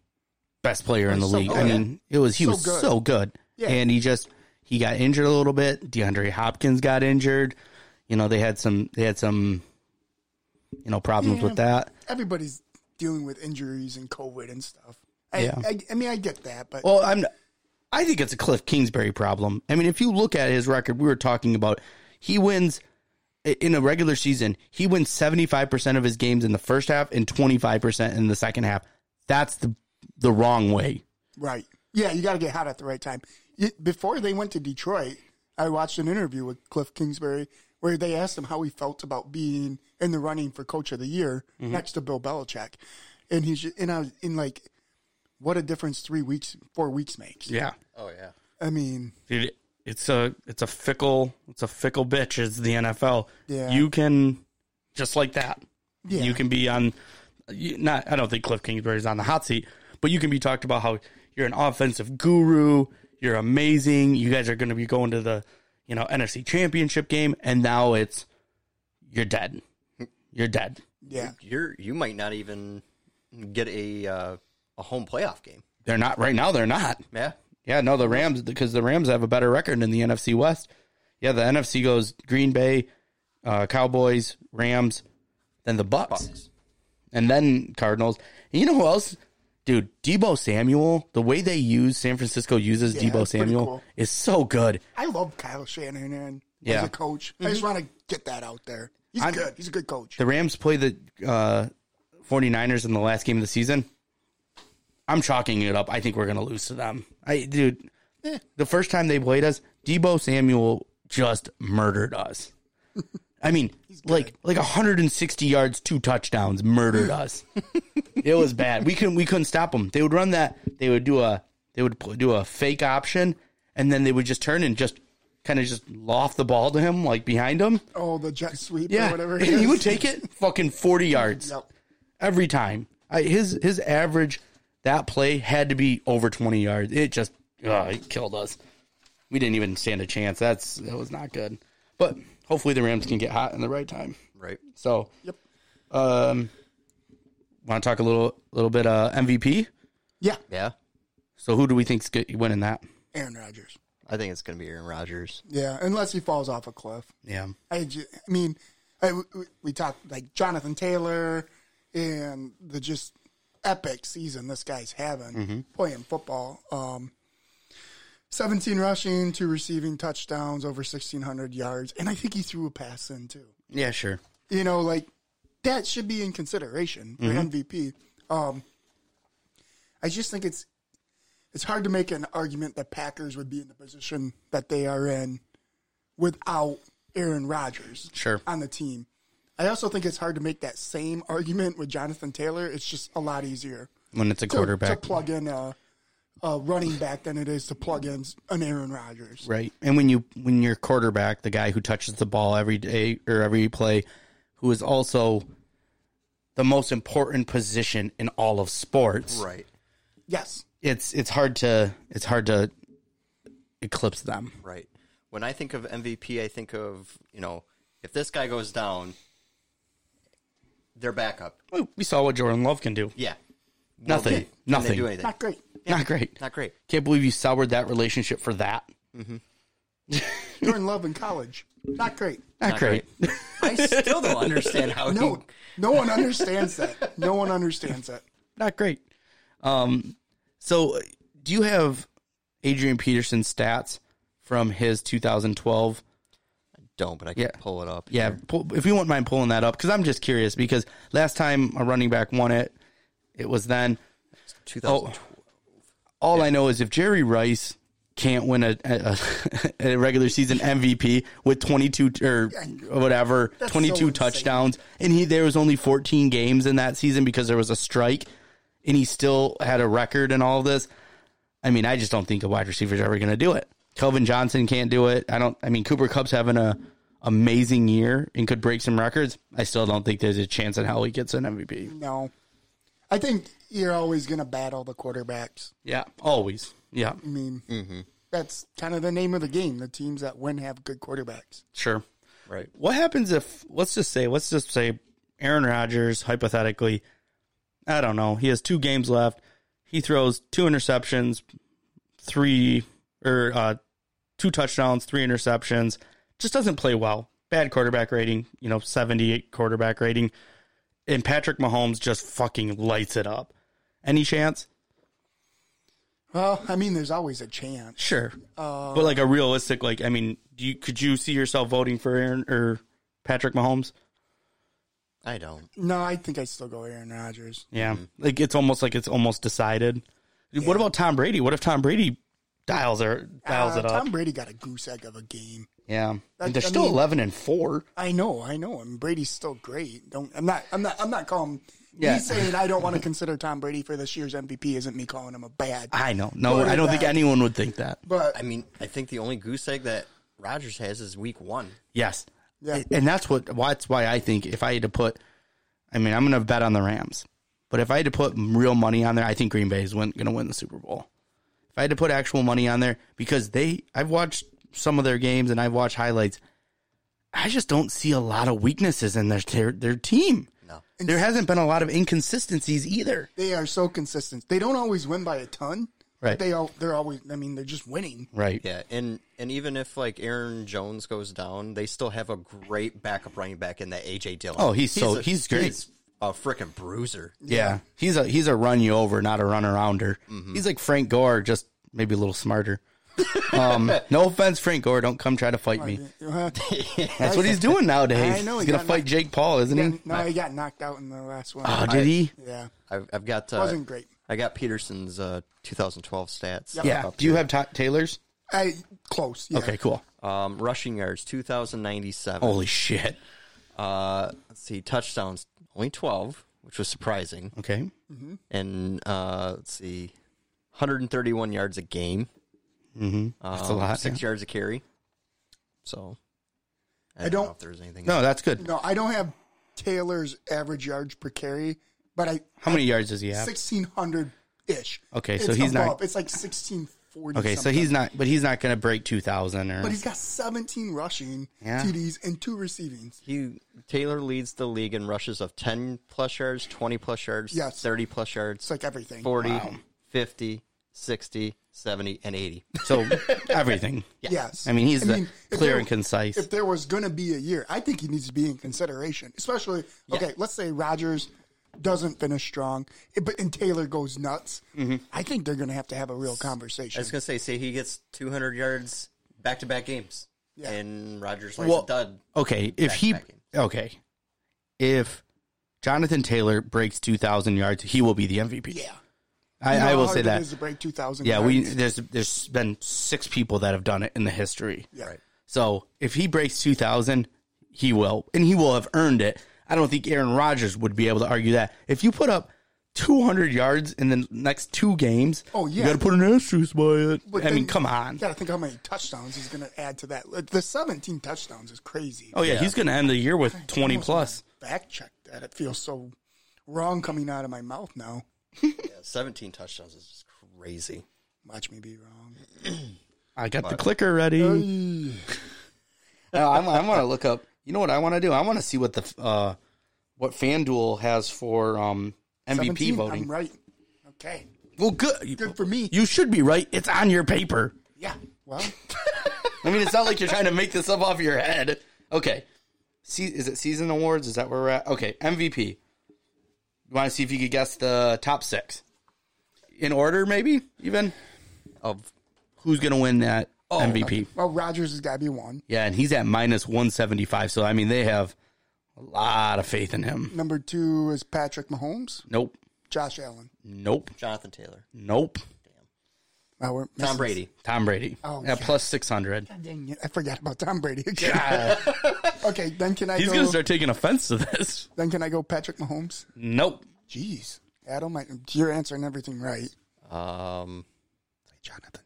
Speaker 1: best player in the
Speaker 2: So
Speaker 1: league. I
Speaker 2: good.
Speaker 1: mean, it was he
Speaker 2: So
Speaker 1: was
Speaker 2: good.
Speaker 1: so good,
Speaker 2: Yeah.
Speaker 1: and he just he got injured a little bit. DeAndre Hopkins got injured. You know, they had some they had some you know problems with that.
Speaker 2: Everybody's dealing with injuries and COVID and stuff. I,
Speaker 1: Yeah.
Speaker 2: I, I mean, I get that, but
Speaker 1: Well, I'm. I think it's a Cliff Kingsbury problem. I mean, if you look at his record, we were talking about he wins i- in a regular season. He wins seventy five percent of his games in the first half and twenty five percent in the second half. That's the the wrong way.
Speaker 2: Right. Yeah, you got to get hot at the right time. Y before they went to Detroit, I watched an interview with Cliff Kingsbury where they asked him how he felt about being in the running for Coach of the Year
Speaker 1: Mm-hmm.
Speaker 2: next to Bill Belichick, and he's ju- and I was in like, what a difference three weeks, four weeks makes.
Speaker 1: Yeah,
Speaker 3: Oh yeah.
Speaker 2: I mean,
Speaker 1: Dude, it's a it's a fickle it's a fickle bitch. It's the NFL.
Speaker 2: Yeah.
Speaker 1: You can just like that.
Speaker 2: Yeah.
Speaker 1: You can be on you- not I don't think Cliff Kingsbury's on the hot seat, but you can be talked about how you're an offensive guru, you're amazing, you guys are going to be going to the, you know, NFC Championship game and now it's you're dead. You're dead.
Speaker 2: yeah,
Speaker 3: You're you might not even get a uh, a home playoff game.
Speaker 1: They're not right now, they're not.
Speaker 3: Yeah.
Speaker 1: Yeah, no, the Rams because the Rams have a better record in the NFC West. Yeah, the NFC goes Green Bay, uh, Cowboys, Rams, then the Bucks, and then Cardinals. And you know who else? Dude, Debo Samuel. The way they use San Francisco uses
Speaker 2: Yeah,
Speaker 1: Debo
Speaker 2: that's pretty
Speaker 1: Samuel
Speaker 2: cool.
Speaker 1: is so good.
Speaker 2: I love Kyle Shanahan as
Speaker 1: Yeah. Mm-hmm.
Speaker 2: a coach. I just want to get that out there. He's
Speaker 1: I'm-
Speaker 2: good. He's a good coach.
Speaker 1: The Rams play the uh, 49ers in the last game of the season. I'm chalking it up. I think we're going to lose to them. I dude, the first time they played us, Debo Samuel just murdered us. I mean, like like 160 yards, two touchdowns, murdered us. it was bad. We couldn't we couldn't stop them. They would run that. They would do a they would pl- do a fake option, and then they would just turn and just kind of just loft the ball to him like behind him.
Speaker 2: Oh, the jet sweep
Speaker 1: Yeah,
Speaker 2: or whatever. it
Speaker 1: and he
Speaker 2: is.
Speaker 1: would take it fucking 40 yards
Speaker 2: Yep.
Speaker 1: every time. I, his his average that play had to be over 20 yards. It just ugh, it killed us. We didn't even stand a chance. That's that was not good. But hopefully the Rams can get hot in the right time.
Speaker 3: Right.
Speaker 1: So, yep. Um, want to talk a little little bit uh MVP?
Speaker 2: Yeah,
Speaker 3: Yeah.
Speaker 1: So who do we think's good- winning that?
Speaker 2: Aaron Rodgers.
Speaker 3: I think it's gonna be Aaron Rodgers.
Speaker 2: Yeah, unless he falls off a cliff.
Speaker 1: Yeah,
Speaker 2: I, ju- I mean, I, we- we talked like Jonathan Taylor and the just epic season this guy's having
Speaker 1: Mm-hmm.
Speaker 2: playing football. Um, 17 rushing, two receiving touchdowns, over 1,600 yards. And I think he threw a pass in too.
Speaker 1: yeah, sure.
Speaker 2: You know, like that should be in consideration for
Speaker 1: Mm-hmm.
Speaker 2: MVP. Um, I just think it's it's hard to make an argument that Packers would be in the position that they are in without Aaron Rodgers
Speaker 1: Sure.
Speaker 2: on the team. I also think it's hard to make that same argument with Jonathan Taylor. It's just a lot easier
Speaker 1: When it's a
Speaker 2: to-
Speaker 1: quarterback,
Speaker 2: to plug in a, a running back than it is to plug in an Aaron Rodgers.
Speaker 1: Right. And when you when your quarterback, the guy who touches the ball every day or every play, who is also the most important position in all of sports,
Speaker 3: Right.
Speaker 2: Yes.
Speaker 1: it's it's hard to it's hard to eclipse them.
Speaker 3: Right. When I think of MVP, I think of you know if this guy goes down, their backup.
Speaker 1: Oh, We- We saw what Jordan Love can do.
Speaker 3: Yeah. Will
Speaker 1: Nothing.
Speaker 3: they- can they
Speaker 1: Nothing.
Speaker 3: do anything?
Speaker 2: Not great.
Speaker 1: Not great.
Speaker 3: Not great.
Speaker 1: Can't believe you soured that relationship for that.
Speaker 2: You're in love in college. Not great.
Speaker 1: Not, great.
Speaker 3: I still don't understand how
Speaker 2: No,
Speaker 3: he
Speaker 2: no one understands that. No one understands that.
Speaker 1: Not great. Um so do you have Adrian Peterson's stats from his 2012
Speaker 3: don't, but I can
Speaker 1: Yeah.
Speaker 3: pull it up.
Speaker 1: Yeah, pull, if you wouldn't mind pulling that up, because I'm just curious. Because last time a running back won it, it was then.
Speaker 3: 2012.
Speaker 1: Oh, All I know is if Jerry Rice can't win a, a, a a regular season MVP with 22 t- or whatever,
Speaker 2: That's so
Speaker 1: 22
Speaker 2: insane.
Speaker 1: touchdowns, and he there was only 14 games in that season because there was a strike, and he still had a record and all this. I mean, I just don't think a wide receiver's ever going to do it. Kelvin Johnson can't do it. I don't. I mean, Cooper Cup's having a amazing year and could break some records. I still don't think there's a chance in hell he gets an MVP.
Speaker 2: No. I think you're always going to battle the quarterbacks.
Speaker 1: Yeah, always. Yeah,
Speaker 2: I mean, that's kind of the name of the game. The teams that win have good quarterbacks.
Speaker 1: sure.
Speaker 3: Right.
Speaker 1: What happens if let's just say let's just say Aaron Rodgers hypothetically, I don't know, he has two games left. He throws two interceptions, three or uh, two touchdowns, three interceptions. Just doesn't play well. Bad quarterback rating, you know, 78 quarterback rating. And Patrick Mahomes just fucking lights it up. Any chance?
Speaker 2: Well, I mean, there's always a chance.
Speaker 1: Sure. but like a realistic like I mean, do you could you see yourself voting for Aaron or Patrick Mahomes?
Speaker 3: I don't.
Speaker 2: No, I think I still go Aaron Rodgers.
Speaker 1: Yeah. Mm-hmm. Like it's almost like it's almost decided. What about Tom Brady? What if Tom Brady dials or dials
Speaker 2: Uh,
Speaker 1: it up?
Speaker 2: Tom Brady got a goose egg of a game.
Speaker 1: yeah.
Speaker 2: That-
Speaker 1: And they're
Speaker 2: I
Speaker 1: still
Speaker 2: mean-
Speaker 1: 11 and 4.
Speaker 2: I know, I know, and Brady's still great. Don't I'm not I'm not I'm not calling.
Speaker 1: Yeah.
Speaker 2: Me saying I don't want to consider Tom Brady for this year's MVP isn't me calling him a bad.
Speaker 1: I know. No,
Speaker 2: What
Speaker 1: I don't think
Speaker 2: about-
Speaker 1: anyone would think that.
Speaker 2: But
Speaker 3: I mean, I think the only goose egg that Rogers has is week one.
Speaker 1: Yes.
Speaker 2: Yeah.
Speaker 1: And that's what why that's why I think if I had to put I mean, I'm going to bet on the Rams. But if I had to put real money on there, I think Green Bay is win, going to win the Super Bowl. If I had to put actual money on there because they I've watched some of their games and I've watched highlights. I just don't see a lot of weaknesses in their their, their team.
Speaker 3: No.
Speaker 1: There hasn't been a lot of inconsistencies either.
Speaker 2: they are so consistent. They don't always win by a ton.
Speaker 1: Right.
Speaker 2: They all they're always I mean, they're just winning.
Speaker 1: Right.
Speaker 3: Yeah, and and even if like Aaron Jones goes down, they still have a great backup running back in that AJ Dillon.
Speaker 1: Oh, he's so- he's great.
Speaker 3: a freaking bruiser.
Speaker 1: Yeah. He's a he's a run you over, not a run arounder.
Speaker 2: Mm-hmm.
Speaker 1: He's like Frank Gore, just maybe a little smarter. um, no offense, Frank Gore. Don't come try to fight me.
Speaker 2: Uh,
Speaker 1: That's what he's doing nowadays.
Speaker 2: I know,
Speaker 1: he's
Speaker 2: he
Speaker 1: gonna
Speaker 2: got
Speaker 1: fight
Speaker 2: knocked-
Speaker 1: Jake Paul, isn't
Speaker 2: yeah,
Speaker 1: he?
Speaker 2: no, he got knocked out in the last one.
Speaker 1: Oh, did he?
Speaker 2: yeah.
Speaker 3: I've, I've got uh,
Speaker 2: Wasn't great.
Speaker 3: I got Peterson's uh, 2012 stats.
Speaker 1: Yeah. Do you have Ta Taylor's?
Speaker 2: I close. Yeah.
Speaker 1: Okay, cool.
Speaker 3: um, rushing yards 2097?
Speaker 1: Holy shit.
Speaker 3: Uh, let's see, touchdowns only 12, which was surprising,
Speaker 1: Okay.
Speaker 3: and uh, let's see, 131 yards a game. Mm-hmm.
Speaker 1: That's a
Speaker 2: Um,
Speaker 1: lot,
Speaker 3: Six
Speaker 1: yeah.
Speaker 3: yards a carry. So I,
Speaker 2: I
Speaker 3: don't know
Speaker 2: don't-
Speaker 3: if there's anything.
Speaker 1: No, that's good.
Speaker 2: No, I don't have Taylor's average yards per carry, but I
Speaker 1: How many yards does he have?
Speaker 2: sixteen hundred ish.
Speaker 1: Okay, so he's not-
Speaker 2: It's like sixteen forty.
Speaker 1: Okay, so he's not, but he's not going to break two thousand or.
Speaker 2: But he's got seventeen rushing
Speaker 1: Yeah.
Speaker 2: TDs and two receivings.
Speaker 3: He Taylor leads the league in rushes of 10 plus yards, 20 plus yards,
Speaker 2: Yes.
Speaker 3: 30 plus yards,
Speaker 2: It's like everything.
Speaker 3: 40, 50, 60, 70 and 80.
Speaker 1: so everything.
Speaker 2: Yes,
Speaker 1: I mean, he's the
Speaker 2: if
Speaker 1: clear
Speaker 2: there-
Speaker 1: and concise.
Speaker 2: If there was going to be a year, I think he needs to be in consideration, especially okay. Let's say Rogers doesn't finish strong, eh, but and Taylor goes nuts.
Speaker 1: Mm-hmm.
Speaker 2: I think they're going to have to have a real
Speaker 3: I
Speaker 2: conversation.
Speaker 3: was going to say say he gets 200 yards back-to-back games.
Speaker 2: Yeah.
Speaker 3: And Rogers likes
Speaker 1: Well-
Speaker 3: a dud.
Speaker 1: Okay, if he
Speaker 3: Backpacking.
Speaker 1: okay, if Jonathan Taylor breaks two thousand yards, he will be the MVP.
Speaker 2: yeah,
Speaker 1: I,
Speaker 2: You know
Speaker 1: I
Speaker 2: how
Speaker 1: will
Speaker 2: hard
Speaker 1: say
Speaker 2: it
Speaker 1: that.
Speaker 2: is to break two thousand.
Speaker 1: Yeah, we there's there's been six people that have done it in the history.
Speaker 2: Yeah. Right.
Speaker 1: So if he breaks two thousand, he will, and he will have earned it. I don't think Aaron Rodgers would be able to argue that. If you put up two hundred yards in the next two games,
Speaker 2: Oh,
Speaker 1: you
Speaker 2: yeah.
Speaker 1: got to put an asterisk by it.
Speaker 2: But
Speaker 1: I mean,
Speaker 2: then
Speaker 1: come on.
Speaker 2: You got to think how many touchdowns he's going to add to that. Like, The 17 touchdowns is crazy.
Speaker 1: Oh yeah, he's going to end the year with twenty plus.
Speaker 2: Back check that. It feels so wrong coming out of my mouth now.
Speaker 3: Yeah, 17 touchdowns is just crazy.
Speaker 2: Watch me be wrong.
Speaker 1: I got the clicker ready. No, I'm, Uh, I want to look up. You know what I want to do? I want to see what the uh, what FanDuel has for um, MVP
Speaker 2: 17,
Speaker 1: voting.
Speaker 2: I'm right. Okay.
Speaker 1: Well, good.
Speaker 2: Good for me.
Speaker 1: You should be right. It's on your paper.
Speaker 2: Yeah. Well,
Speaker 1: I mean, it's not like you're trying to make this up off your head. Okay. See, is it season awards? Is that where we're at? Okay, MVP. You want to see if you could guess the top six in order, maybe even
Speaker 3: Of
Speaker 1: who's going to win that MVP?
Speaker 2: well, Rogers has got to be one.
Speaker 1: Yeah, and he's at minus one seventy five. So I mean, they have a lot of faith in him.
Speaker 2: Number two is Patrick Mahomes,
Speaker 1: Nope,
Speaker 2: Josh Allen.
Speaker 1: nope,
Speaker 3: Jonathan Taylor.
Speaker 1: nope.
Speaker 2: Now we're
Speaker 3: Tom
Speaker 2: missing-
Speaker 3: Brady.
Speaker 1: Tom Brady.
Speaker 2: Oh,
Speaker 1: yeah,
Speaker 2: yeah.
Speaker 1: plus 600.
Speaker 2: God dang it! I forgot about Tom Brady. okay, then can I
Speaker 1: He's
Speaker 2: go?
Speaker 1: going to start taking offense to this.
Speaker 2: Then can I go Patrick Mahomes?
Speaker 1: Nope.
Speaker 2: Jeez, Adam, I, you're answering everything right.
Speaker 3: Um,
Speaker 2: Jonathan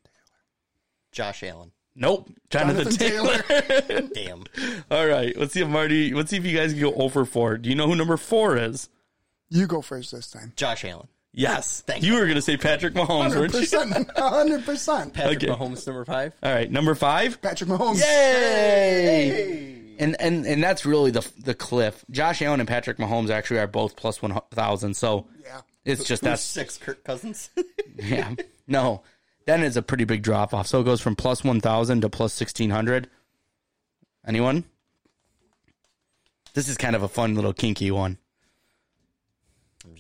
Speaker 3: Josh Allen.
Speaker 1: Nope. Jonathan, Taylor.
Speaker 2: Jonathan
Speaker 3: Damn.
Speaker 1: All right. Let's see if Marty, let's see if you guys can go over four. Do you know who number four is?
Speaker 2: You go first this time.
Speaker 3: Josh Allen.
Speaker 1: Yes.
Speaker 3: Thank
Speaker 1: you were going to say Patrick Mahomes,
Speaker 2: Hundred
Speaker 1: weren't you?
Speaker 2: percent, hundred percent.
Speaker 3: Patrick
Speaker 1: Okay.
Speaker 3: Mahomes, number five.
Speaker 1: All right. Number five.
Speaker 2: Patrick Mahomes.
Speaker 1: Yay! And and and that's really the the cliff. Josh Allen and Patrick Mahomes actually are both plus one thousand. So
Speaker 2: Yeah.
Speaker 1: it's just
Speaker 3: That's
Speaker 1: that's
Speaker 3: six Kirk Cousins.
Speaker 1: yeah. No, then it's a pretty big drop off. So it goes from plus one thousand to plus sixteen hundred. Anyone? This is kind of a fun little kinky one.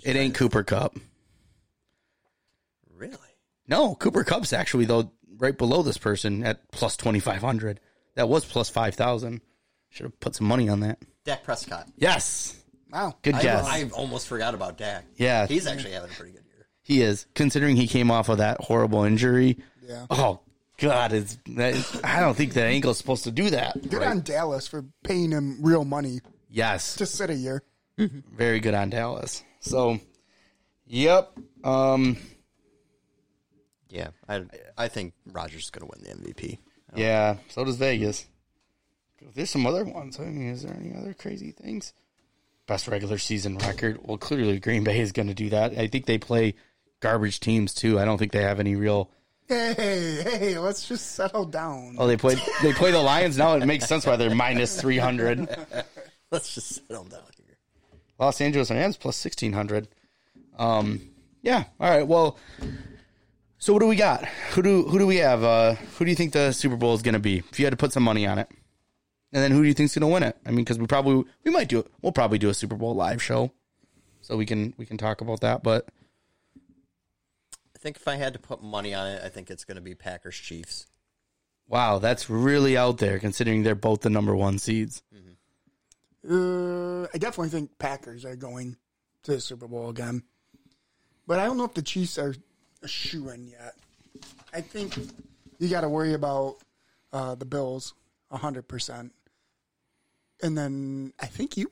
Speaker 1: It ain't Cooper Cup.
Speaker 3: really?
Speaker 1: No, Cooper Cup's actually though right below this person at plus twenty five hundred. That was plus five thousand. Should have put some money on that.
Speaker 3: Dak Prescott.
Speaker 1: Yes.
Speaker 2: Wow.
Speaker 1: Good
Speaker 3: I,
Speaker 1: guess.
Speaker 3: I almost forgot about Dak.
Speaker 1: Yeah.
Speaker 3: He's actually having a pretty good year.
Speaker 1: he is. Considering he came off of that horrible injury.
Speaker 2: Yeah.
Speaker 1: Oh God, it's that is, I don't think that ankle's supposed to do that.
Speaker 2: Good on Dallas for paying him real money
Speaker 1: Yes.
Speaker 2: to sit a year.
Speaker 1: Very good on Dallas. So Yep. Um
Speaker 3: Yeah. I I think Rogers is going to win the MVP.
Speaker 1: yeah, so does Vegas. There's some other ones. I mean, is there any other crazy things? Best regular season record. Well, clearly Green Bay is gonna do that. I think they play garbage teams too. I don't think they have any real
Speaker 2: Hey, hey, let's just settle down.
Speaker 1: Oh, they play they play the Lions now. It makes sense why they're minus three hundred.
Speaker 3: Let's just settle down here.
Speaker 1: Los Angeles Rams plus sixteen hundred. Um, yeah. All right. Well, so what do we got? Who do who do we have? Uh, who do you think the Super Bowl is going to be? If you had to put some money on it, and then who do you think's going to win it? I mean, because we probably we might do it. We'll probably do a Super Bowl live show, so we can we can talk about that. But
Speaker 3: I think if I had to put money on it, I think it's going to be Packers Chiefs.
Speaker 1: wow, that's really out there considering they're both the number one seeds.
Speaker 2: Uh, I definitely think Packers are going to the Super Bowl again, but I don't know if the Chiefs are a shoe in yet. I think you got to worry about uh, the Bills hundred percent, and then I think you.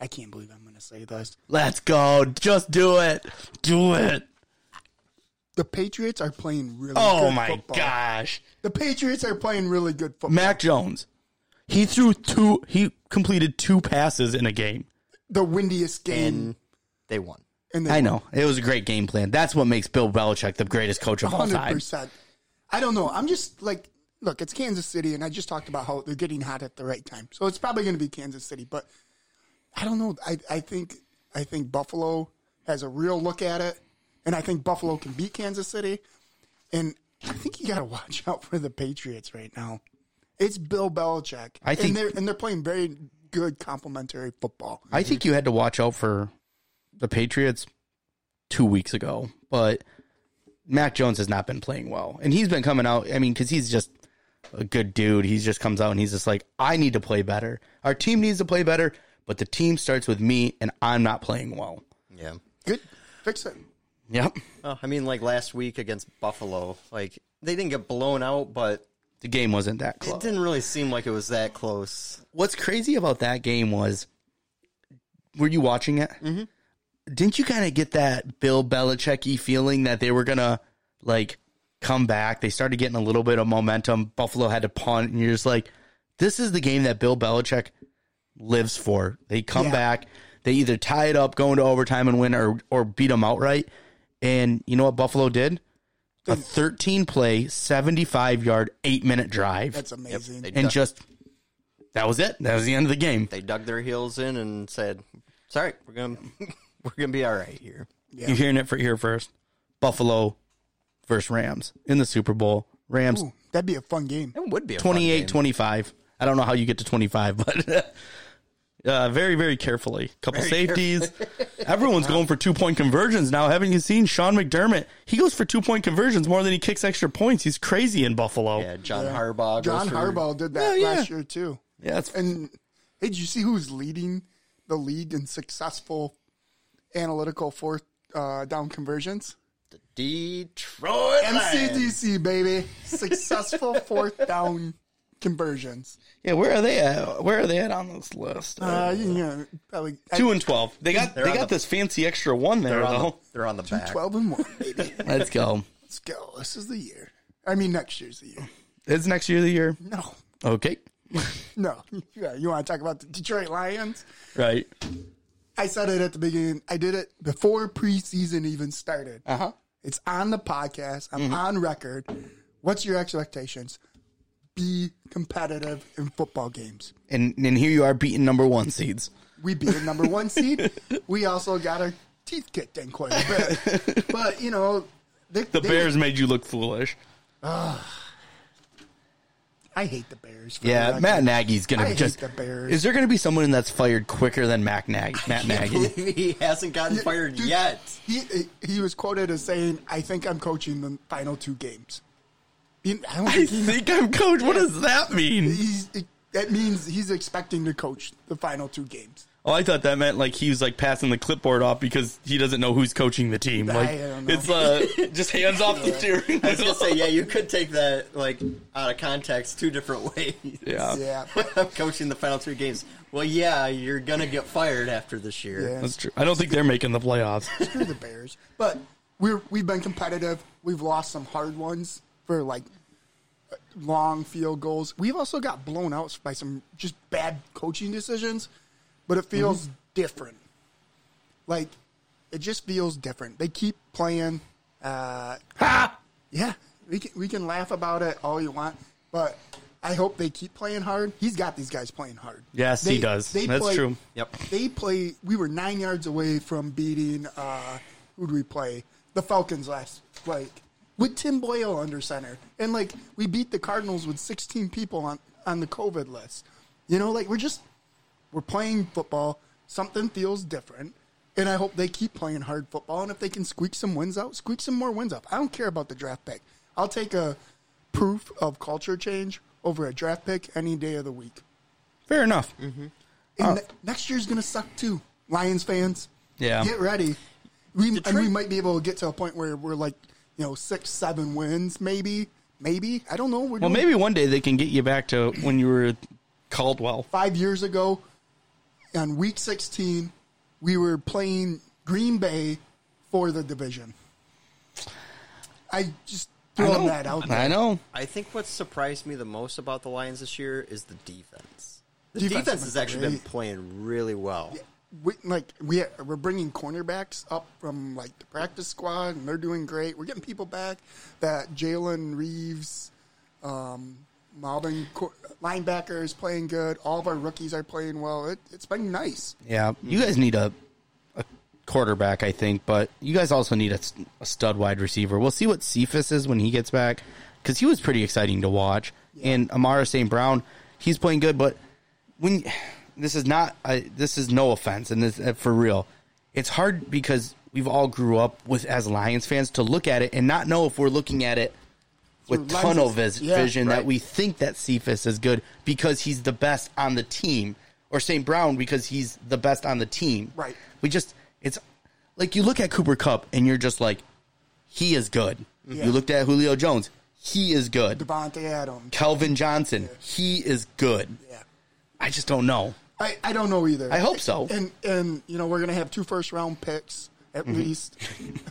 Speaker 2: I can't believe I'm going to say this.
Speaker 1: Let's go. Just do it. Do it.
Speaker 2: The Patriots are playing really.
Speaker 1: Oh
Speaker 2: good
Speaker 1: my
Speaker 2: football.
Speaker 1: gosh.
Speaker 2: The Patriots are playing really good football.
Speaker 1: Mac Jones. He threw two. He completed two passes in a game.
Speaker 2: the windiest game
Speaker 3: And they won.
Speaker 2: in the
Speaker 1: I know it was a great game plan. That's what makes Bill Belichick the greatest coach of all
Speaker 2: hundred
Speaker 1: time.
Speaker 2: percent. I don't know. I'm just like, look, it's Kansas City, and I just talked about how they're getting hot at the right time, so it's probably going to be Kansas City. But I don't know. I, I think I think Buffalo has a real look at it, and I think Buffalo can beat Kansas City. And I think you got to watch out for the Patriots right now. It's Bill Belichick.
Speaker 1: I think-
Speaker 2: and they're and they're playing very good complementary football.
Speaker 1: I think you had to watch out for the Patriots two weeks ago, but Mac Jones has not been playing well, and he's been coming out. I mean, because he's just a good dude. He just comes out and he's just like, I need to play better. Our team needs to play better, but the team starts with me, and I'm not playing well.
Speaker 3: Yeah.
Speaker 2: Good, fix it.
Speaker 1: Yep,
Speaker 3: Oh, I mean, like last week against Buffalo, like they didn't get blown out, but
Speaker 1: the game wasn't that
Speaker 3: it
Speaker 1: close.
Speaker 3: didn't really seem like it was that close.
Speaker 1: what's crazy about that game was were you watching it? Mm-hmm. Didn't you kind of get that Bill Belichicky feeling that they were gonna like come back? They started getting a little bit of momentum. Buffalo had to punt, and you're just like, this is the game that Bill Belichick lives for. They come back, they either tie it up, go into overtime and win, or or beat them outright. And you know what Buffalo did? A 13 play, 75 yard, eight minute drive,
Speaker 2: That's amazing.
Speaker 3: They
Speaker 1: and
Speaker 3: dug,
Speaker 1: just that was it. That was the end of the game.
Speaker 3: they dug their heels in and said, "Sorry, we're gonna we're gonna be all right here."
Speaker 1: You're hearing it for here first. Buffalo versus Rams in the Super Bowl. Rams
Speaker 2: Ooh, that'd be a fun game.
Speaker 3: It would be a fun game.
Speaker 1: 28 25. I don't know how you get to 25, but uh, very, very carefully. Couple safeties. Everyone's going for two point conversions now. Haven't you seen Sean McDermott? He goes for two point conversions more than he kicks extra points. He's crazy in Buffalo.
Speaker 3: Yeah, John Harbaugh. goes
Speaker 2: John
Speaker 3: for-
Speaker 2: Harbaugh did that
Speaker 1: Yeah,
Speaker 2: last
Speaker 1: yeah.
Speaker 2: year too.
Speaker 1: Yeah, it's-
Speaker 2: and hey, did you see who's leading the league in successful analytical fourth uh, down conversions?
Speaker 3: Detroit.
Speaker 2: MCDC, baby. Successful fourth down conversions.
Speaker 1: Yeah, where are they at? Where are they at on this list?
Speaker 2: Uh, you know, probably
Speaker 1: Two and twelve. They got
Speaker 3: They're
Speaker 1: they
Speaker 3: on
Speaker 1: got
Speaker 3: the-
Speaker 1: this fancy extra one there
Speaker 3: They're on, the,
Speaker 1: though.
Speaker 3: they're on the
Speaker 2: two,
Speaker 3: back.
Speaker 2: 12 and 1, baby.
Speaker 1: Let's go.
Speaker 2: Let's go. This is the year. I mean, next year's the year.
Speaker 1: Is next year the year?
Speaker 2: No,
Speaker 1: Okay.
Speaker 2: no. Yeah, you want to talk about the Detroit Lions?
Speaker 1: Right.
Speaker 2: I said it at the beginning. I did it before preseason even started.
Speaker 1: Uh huh.
Speaker 2: It's on the podcast. I'm
Speaker 1: Mm-hmm.
Speaker 2: on record. What's your expectations? Be competitive in football games.
Speaker 1: And and here you are beating number one seeds.
Speaker 2: We beat a number one seed. We also got our teeth kicked in quite a bit. But you know, they,
Speaker 1: The
Speaker 2: they-
Speaker 1: Bears made you look foolish.
Speaker 2: I hate the Bears. for the
Speaker 1: Yeah,
Speaker 2: record.
Speaker 1: Matt Nagy's gonna
Speaker 2: I hate
Speaker 1: just.
Speaker 2: the Bears.
Speaker 1: Is there gonna be someone that's fired quicker than Mac Nag- Matt Nagy?
Speaker 3: he hasn't gotten fired
Speaker 2: Dude,
Speaker 3: yet.
Speaker 2: He he was quoted as saying, "I think I'm coaching the final two games." You- I don't
Speaker 1: I
Speaker 2: think he-
Speaker 1: think I'm coach. What does that mean?
Speaker 2: he's. That means he's expecting to coach the final two games.
Speaker 1: Oh, I thought that meant like he was like passing the clipboard off because he doesn't know who's coaching the team.
Speaker 2: I
Speaker 1: Like
Speaker 2: don't know.
Speaker 1: it's uh, just hands off the steering
Speaker 3: I was gonna
Speaker 1: wheel.
Speaker 3: say, yeah, you could take that like out of context two different ways.
Speaker 1: Yeah.
Speaker 2: Yeah,
Speaker 3: I'm coaching the final two games. Well, yeah, you're gonna get fired after this year.
Speaker 2: yeah.
Speaker 1: That's true. I don't think they're making the playoffs.
Speaker 2: Screw the Bears. But we're we've been competitive. We've lost some hard ones for like long field goals. We've also got blown out by some just bad coaching decisions, but it feels
Speaker 3: Mm-hmm.
Speaker 2: different. Like it just feels different. They keep playing. Uh, Yeah, we can we can laugh about it all you want, but I hope they keep playing hard. He's got these guys playing hard.
Speaker 1: Yes, he does. That's
Speaker 2: play-
Speaker 1: true.
Speaker 3: Yep.
Speaker 2: they play. We were nine yards away from beating. Uh, who would we play? The Falcons last, like with Tim Boyle under center, and like we beat the Cardinals with sixteen people on on the COVID list. You know, like we're just we're playing football. Something feels different, and I hope they keep playing hard football. And if they can squeak some wins out, squeak some more wins up. I don't care about the draft pick. I'll take a proof of culture change over a draft pick any day of the week.
Speaker 1: Fair enough.
Speaker 2: And ne- next year's gonna suck too, Lions fans.
Speaker 1: Yeah.
Speaker 2: get ready. We and we
Speaker 3: Detroit-
Speaker 2: might be able to get to a point where we're like, you know, six, seven wins, maybe, maybe. I don't know. We're
Speaker 1: Well,
Speaker 2: doing-
Speaker 1: maybe one day they can get you back to when you were Caldwell.
Speaker 2: five years ago, on week sixteen, we were playing Green Bay for the division. I just throwing that out there.
Speaker 1: I know.
Speaker 3: I think what surprised me the most about the Lions this year is the defense. The
Speaker 2: Defense
Speaker 3: defense,
Speaker 2: has
Speaker 3: has
Speaker 2: been
Speaker 3: actually been
Speaker 2: great.
Speaker 3: playing really well.
Speaker 2: we, like we we're bringing cornerbacks up from like the practice squad, and they're doing great. We're getting people back. That Jalen Reeves, um, Malvin cor- linebacker is playing good. All of our rookies are playing well. It, it's been nice.
Speaker 1: Yeah, you guys need a, a quarterback, I think, but you guys also need a, s- a stud wide receiver. We'll see what Cephas is when he gets back because he was pretty exciting to watch. And Amara St. Brown, he's playing good, but when this is not, I, this is no offense, and this uh, for real, it's hard because we've all grew up with as Lions fans to look at it and not know if we're looking at it with
Speaker 2: Through
Speaker 1: tunnel
Speaker 2: lenses.
Speaker 1: vis-
Speaker 2: Yeah,
Speaker 1: vision that
Speaker 2: right.
Speaker 1: we think that Cephas is good because he's the best on the team, or St. Brown because he's the best on the team.
Speaker 2: Right.
Speaker 1: We just it's like you look at Cooper Cup and you're just like, he is good.
Speaker 2: Yeah.
Speaker 1: You looked at Julio Jones, he is good.
Speaker 2: Devontae Adams.
Speaker 1: Calvin Johnson, he is good.
Speaker 2: Yeah.
Speaker 1: I just don't know.
Speaker 2: I, I don't know either.
Speaker 1: I hope so.
Speaker 2: And and you know we're gonna have two first round picks at
Speaker 1: Mm-hmm.
Speaker 2: least,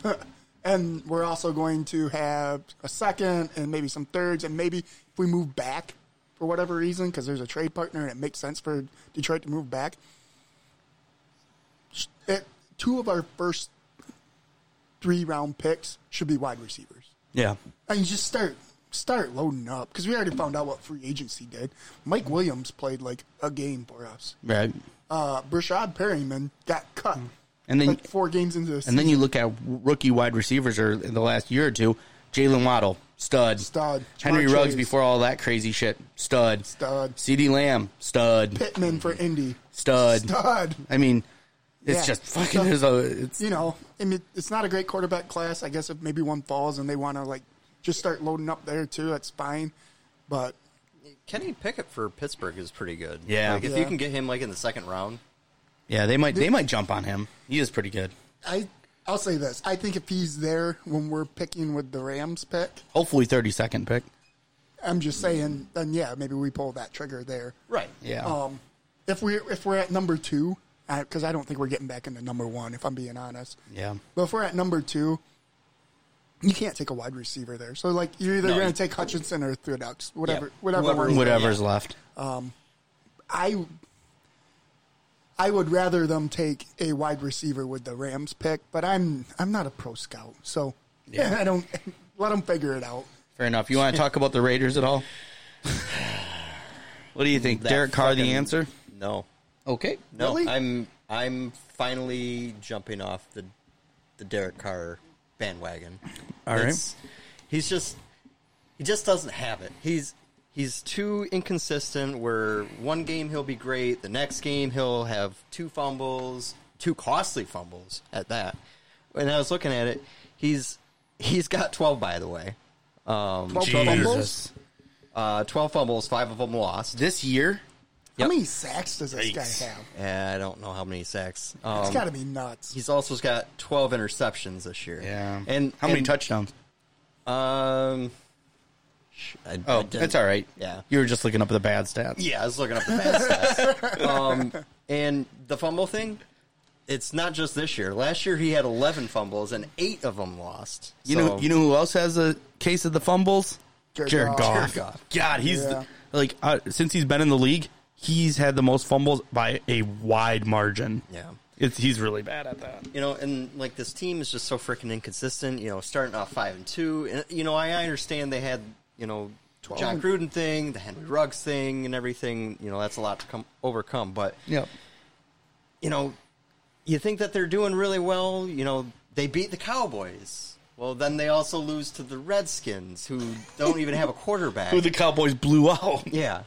Speaker 2: and we're also going to have a second and maybe some thirds and maybe if we move back for whatever reason because there's a trade partner and it makes sense for Detroit to move back. sh- It, two of our first three round picks should be wide receivers.
Speaker 1: Yeah.
Speaker 2: I mean, just start start loading up because we already found out what free agency did. Mike Williams played like a game for us
Speaker 1: Right.
Speaker 2: uh, Brashad Perryman got cut.
Speaker 1: Hmm. And then-
Speaker 2: like four games into this,
Speaker 1: And then you look at rookie wide receivers or in the last year or two, Jalen Waddle, stud.
Speaker 2: Stud.
Speaker 1: Henry
Speaker 2: Jamar
Speaker 1: Ruggs
Speaker 2: Chase.
Speaker 1: before all that crazy shit, stud.
Speaker 2: Stud.
Speaker 1: CD Lamb, stud.
Speaker 2: Pittman for Indy,
Speaker 1: stud.
Speaker 2: stud.
Speaker 1: I mean, it's
Speaker 2: Yeah.
Speaker 1: just fucking.
Speaker 2: So-
Speaker 1: there's a, it's,
Speaker 2: You know, I mean, it's not a great quarterback class. I guess if maybe one falls and they want to like just start loading up there too, that's fine. But
Speaker 3: Kenny Pickett for Pittsburgh is pretty good.
Speaker 1: Yeah.
Speaker 3: Like, if
Speaker 2: Yeah.
Speaker 3: you can get him like in the second round,
Speaker 1: yeah, they might they might jump on him. He is pretty good.
Speaker 2: I I'll say this. I think if he's there when we're picking with the Rams pick,
Speaker 1: Hopefully, thirty second pick.
Speaker 2: I'm just saying, then yeah, maybe we pull that trigger there.
Speaker 1: Right. Yeah.
Speaker 3: Oh.
Speaker 2: Um, if we if we're at number two, because I don't think we're getting back into number one. If I'm being honest.
Speaker 1: Yeah.
Speaker 2: But if we're at number two, you can't take a wide receiver there. So like you're either
Speaker 1: No,
Speaker 2: going
Speaker 1: you-
Speaker 2: to take Hutchinson or Thudux,
Speaker 1: Yeah.
Speaker 2: whatever, whatever, works.
Speaker 1: whatever's left.
Speaker 2: Um, I I would rather them take a wide receiver with the Rams pick, but I'm I'm not a pro scout, so
Speaker 1: Yeah.
Speaker 2: I don't let them figure it out.
Speaker 1: Fair enough. You want to talk about the Raiders at all? what do you think,
Speaker 3: That
Speaker 1: Derek Carr? The
Speaker 3: fucking-
Speaker 1: answer?
Speaker 3: No.
Speaker 1: Okay.
Speaker 3: No,
Speaker 1: Really?
Speaker 3: I'm I'm finally jumping off the the Derek Carr bandwagon.
Speaker 1: All right.
Speaker 3: It's- He's just he just doesn't have it. He's he's too inconsistent where one game he'll be great, the next game he'll have two fumbles, two costly fumbles at that. When I was looking at it, he's he's got 12 by the way. Um
Speaker 2: 12 fumbles.
Speaker 3: uh 12 fumbles, 5 of them lost.
Speaker 1: This year?
Speaker 2: How
Speaker 3: Yep.
Speaker 2: many sacks does this guy have?
Speaker 3: Yeah, Eh, I don't know how many sacks. Um,
Speaker 2: It's got to be nuts.
Speaker 3: He's also got 12 interceptions this year.
Speaker 1: Yeah.
Speaker 3: And
Speaker 1: how many
Speaker 3: and,
Speaker 1: touchdowns?
Speaker 3: Um, sh- I- I
Speaker 1: Oh,
Speaker 3: didn't-
Speaker 1: that's all right.
Speaker 3: Yeah.
Speaker 1: You were just looking up the bad stats.
Speaker 3: Yeah, I was looking up the bad stats. Um, and the fumble thing, it's not just this year. Last year he had 11 fumbles and eight of them lost.
Speaker 1: You
Speaker 3: So-
Speaker 1: know, you know who else has a case of the fumbles?
Speaker 2: Jared
Speaker 1: Jared
Speaker 2: Goff.
Speaker 1: Goff. God, he's
Speaker 2: Yeah.
Speaker 1: the, like uh, since he's been in the league, he's had the most fumbles by a wide margin.
Speaker 3: Yeah.
Speaker 1: it's, he's really bad at that.
Speaker 3: you know, and like this team is just so freaking inconsistent. You know, starting off five and two, and you know, I, I understand they had you know John Gruden thing, the Henry Ruggs thing, and everything. You know, that's a lot to come overcome. But
Speaker 1: Yep.
Speaker 3: you know, you think that they're doing really well. You know, they beat the Cowboys. Well, then they also lose to the Redskins, who don't even have a quarterback.
Speaker 1: Who the Cowboys blew out.
Speaker 3: yeah,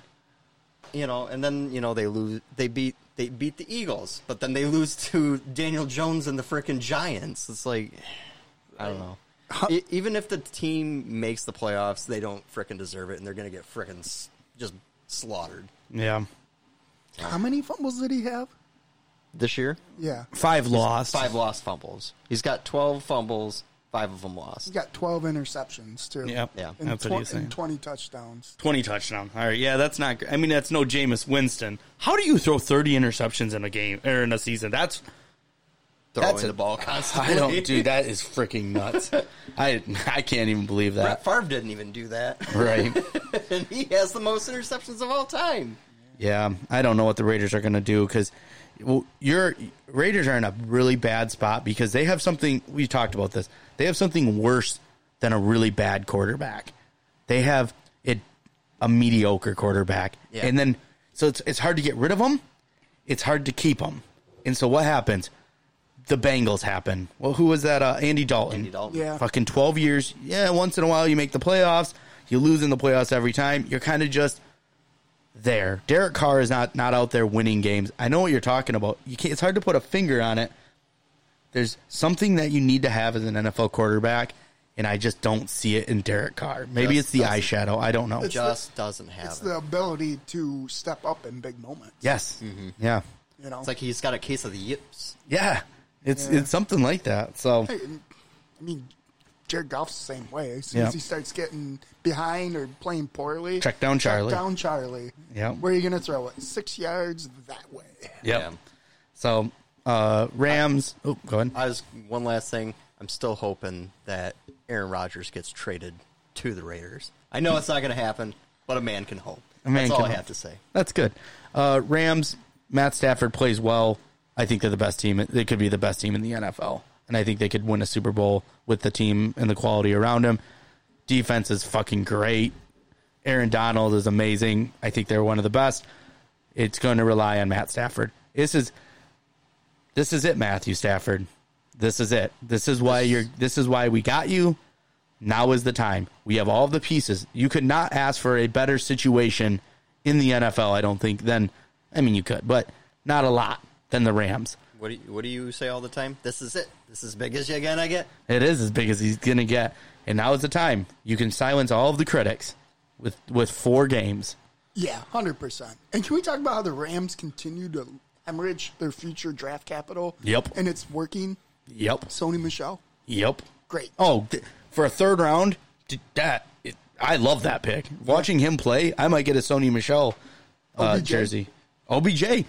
Speaker 3: you know, and then you know they lose. They beat they beat the Eagles, but then they lose to Daniel Jones and the freaking Giants. It's like I don't know. E- even if the team makes the playoffs, they don't freaking deserve it, and they're gonna get freaking s- just slaughtered
Speaker 1: Yeah,
Speaker 2: How many fumbles did he have?
Speaker 3: this year.
Speaker 2: Yeah,
Speaker 1: five lost.
Speaker 3: Five lost fumbles. He's got twelve fumbles. Five of them lost.
Speaker 2: he's got 12 interceptions too.
Speaker 1: Yep.
Speaker 3: Yeah.
Speaker 2: and,
Speaker 1: That's
Speaker 2: tw-
Speaker 1: what he's saying.
Speaker 2: and 20 touchdowns.
Speaker 1: 20 touchdown. All right, yeah, that's not. gr- I mean, that's no Jameis Winston. How do you throw 30 interceptions in a game or in a season? That's
Speaker 3: throwing
Speaker 1: That's a-
Speaker 3: the ball constantly.
Speaker 1: I don't, dude. That is freaking nuts. I I can't even believe that.
Speaker 3: Brett Favre didn't even do that,
Speaker 1: Right?
Speaker 3: and he has the most interceptions of all time.
Speaker 1: Yeah, I don't know what the Raiders are going to do because your Raiders are in a really bad spot because they have something. We talked about this. They have something worse than a really bad quarterback. They have it a mediocre quarterback,
Speaker 3: Yeah.
Speaker 1: and then so it's it's hard to get rid of them. It's hard to keep them, and so what happens? The Bengals happen. Well, who was that? Uh, Andy Dalton.
Speaker 3: Andy Dalton.
Speaker 2: Yeah.
Speaker 1: Fucking 12 years. Yeah, once in a while you make the playoffs. You lose in the playoffs every time. You're kind of just there. Derek Carr is not not out there winning games. I know what you're talking about. You can't, it's hard to put a finger on it. There's something that you need to have as an NFL quarterback, and I just don't see it in Derek Carr. Maybe
Speaker 3: Just
Speaker 1: it's the eyeshadow. I don't know.
Speaker 3: Just doesn't have
Speaker 2: It's
Speaker 3: it.
Speaker 2: the ability to step up in big moments.
Speaker 1: yes. Yeah.
Speaker 2: You know,
Speaker 3: It's like he's got a case of the yips.
Speaker 1: Yeah. It's it's something like that. So
Speaker 2: Hey, and- I mean, Jared Goff's the same way. As soon
Speaker 1: Yeah.
Speaker 2: as he starts getting behind or playing poorly,
Speaker 1: Check down Charlie.
Speaker 2: down Charlie.
Speaker 1: Yeah.
Speaker 2: where are you going to throw it? Six yards that way.
Speaker 1: yep. So uh Rams. oh, go ahead.
Speaker 3: I was one last thing. I'm still hoping that Aaron Rodgers gets traded to the Raiders. I know it's not going to happen, but a man can hope.
Speaker 1: A man
Speaker 3: That's all
Speaker 1: can
Speaker 3: I
Speaker 1: hope.
Speaker 3: have to say.
Speaker 1: That's good. Uh, Rams. Matt Stafford plays well. I think they're the best team. They could be the best team in the NFL, and I think they could win a Super Bowl with the team and the quality around him. Defense is fucking great. Aaron Donald is amazing. I think they're one of the best. It's going to rely on Matt Stafford. This is this is it, Matthew Stafford. This is it. This is why you're. This is why we got you. Now is the time. We have all the pieces. You could not ask for a better situation in the NFL, I don't think, than I mean you could, but not a lot than the Rams.
Speaker 3: What do you, what do you say all the time? This is it. This is as big as you're going to get.
Speaker 1: It is as big as he's gonna get. And now is the time. You can silence all of the critics with with four games.
Speaker 2: Yeah, hundred percent. And can we talk about how the Rams continue to hemorrhage their future draft capital?
Speaker 1: Yep.
Speaker 2: and it's working.
Speaker 1: Yep.
Speaker 2: Sony Michelle.
Speaker 1: Yep.
Speaker 2: Great.
Speaker 1: Oh, th- for a third round, d- that it, I love that pick. Watching him play, I might get a Sony Michelle uh,
Speaker 2: OBJ.
Speaker 1: jersey. OBJ.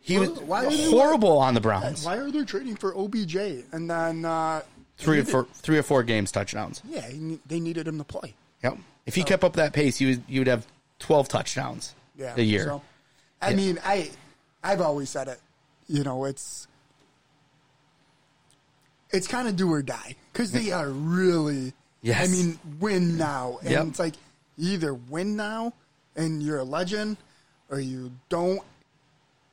Speaker 1: He was
Speaker 2: Why are they-
Speaker 1: horrible on the Browns.
Speaker 2: Why are they trading for OBJ and then uh,
Speaker 1: Three or
Speaker 2: they
Speaker 1: four, three or four games touchdowns.
Speaker 2: needed- Yeah, he ne- they needed him to play.
Speaker 1: Yep. If he kept up that pace, you would you would have twelve touchdowns
Speaker 2: Yeah,
Speaker 1: a year.
Speaker 2: so- I
Speaker 1: Yeah.
Speaker 2: mean, I I've always said it. You know, it's it's kind of do or die because they are really.
Speaker 1: Yes.
Speaker 2: I mean, win now, and
Speaker 1: Yep.
Speaker 2: it's like you either win now and you're a legend, or you don't,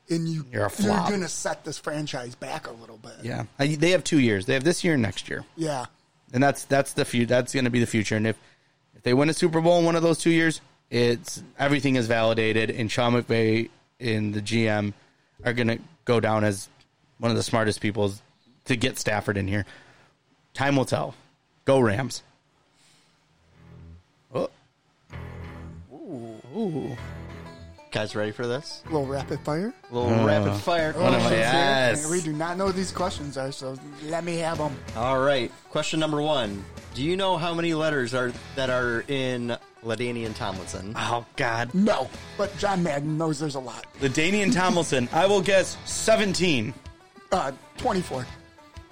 Speaker 2: and you
Speaker 1: You're a flop.
Speaker 2: you're gonna set this franchise back a little bit.
Speaker 1: yeah, I, they have two years. They have this year and next year,
Speaker 2: Yeah.
Speaker 1: and that's that's the few. That's going to be the future. And if if they win a Super Bowl in one of those two years, it's everything is validated, and Sean McVay and the GM are going to go down as one of the smartest people to get Stafford in here. Time will tell. Go Rams. Oh,
Speaker 3: Guys, ready for this?
Speaker 2: little rapid fire. Oh,
Speaker 3: little
Speaker 2: Uh.
Speaker 3: rapid fire
Speaker 1: Uh, one of my
Speaker 3: questions here.
Speaker 1: yes.
Speaker 2: We do not know what these questions are, so let me have them.
Speaker 3: All right. Question number one: Do you know how many letters are that are in Ladanian Tomlinson?
Speaker 1: Oh God.
Speaker 2: No, but John Madden knows there's a lot.
Speaker 1: The Danian Tomlinson. I will guess 17.
Speaker 2: Uh, 24.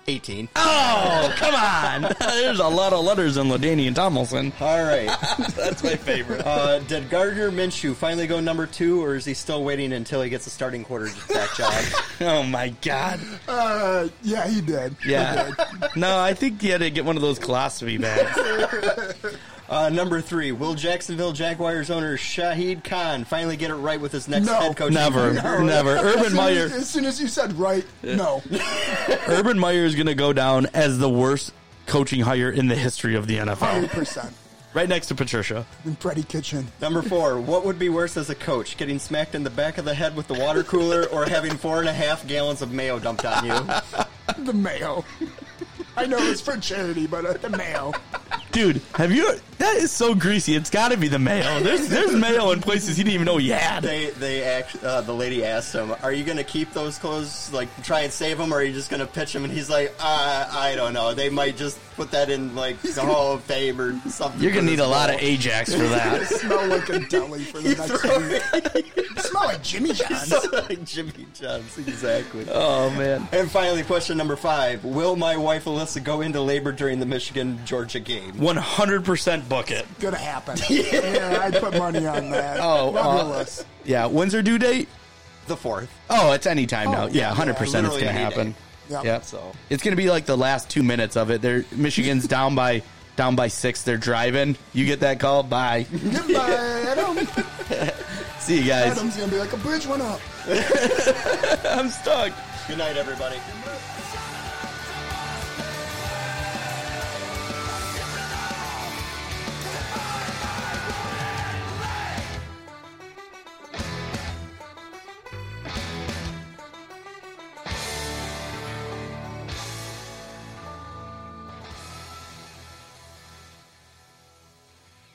Speaker 3: Eighteen.
Speaker 1: Oh, come on. There's a lot of letters in Ladanian Tomlinson.
Speaker 3: All right.
Speaker 1: That's my favorite.
Speaker 3: Uh, did Gardner Minshew finally go number two, or is he still waiting until he gets a starting quarterback job?
Speaker 1: Oh, my God.
Speaker 2: Uh, yeah, he did.
Speaker 1: Yeah. No, I think you had to get one of those philosophy bags.
Speaker 3: uh, number three: Will Jacksonville Jaguars owner Shahid Khan finally get it right with his next
Speaker 2: No.
Speaker 3: head coach?
Speaker 1: Never. Never.
Speaker 2: As
Speaker 1: Urban
Speaker 2: soon
Speaker 1: Meyer.
Speaker 2: as, as soon as you said right, no.
Speaker 1: Urban Meyer is going to go down as the worst coaching hire in the history of the NFL.
Speaker 2: 100%.
Speaker 1: Right next to Patricia.
Speaker 2: In Freddy Kitchen.
Speaker 3: Number four: What would be worse as a coach, getting smacked in the back of the head with the water cooler, or having four and a half gallons of mayo dumped on you?
Speaker 2: The mayo. I know it's for charity, but uh, the mayo.
Speaker 1: Dude, have you? That is so greasy. It's got to be the mayo. There's there's mayo in places he didn't even know he had.
Speaker 3: They, they act, uh, the lady asked him, "Are you going to keep those clothes, like try and save them, or are you just going to pitch them?" And he's like, uh, "I don't know. They might just put that in like the Hall of Fame or something."
Speaker 1: You're gonna
Speaker 3: for
Speaker 1: need
Speaker 3: this
Speaker 1: a lot
Speaker 3: bowl."
Speaker 1: of Ajax for that.
Speaker 2: Smell like a deli for the
Speaker 3: You
Speaker 2: next
Speaker 3: throw
Speaker 2: week. Smell like Jimmy John's.
Speaker 3: it like Jimmy John's exactly.
Speaker 1: Oh man.
Speaker 3: And finally, question number five: Will my wife Alyssa go into labor during the Michigan Georgia game?
Speaker 1: One hundred percent book it.
Speaker 2: Gonna happen. Yeah, I put money on that.
Speaker 1: Oh, uh,
Speaker 2: Nevertheless.
Speaker 1: Yeah, when's her due date?
Speaker 3: The fourth.
Speaker 1: Oh, it's any time now.
Speaker 2: Oh,
Speaker 1: Yeah,
Speaker 2: yeah,
Speaker 1: hundred percent, it's
Speaker 3: literally
Speaker 1: gonna
Speaker 3: any
Speaker 1: happen.
Speaker 3: day.
Speaker 2: Yep.
Speaker 1: Yeah, so it's gonna be like the last two minutes of it. They're Michigan's down by down by six. They're driving. You get that call. Bye.
Speaker 2: Goodbye, Adam.
Speaker 1: See you guys.
Speaker 2: Adam's gonna be like, a bridge went up.
Speaker 1: I'm stuck.
Speaker 3: Good night, everybody.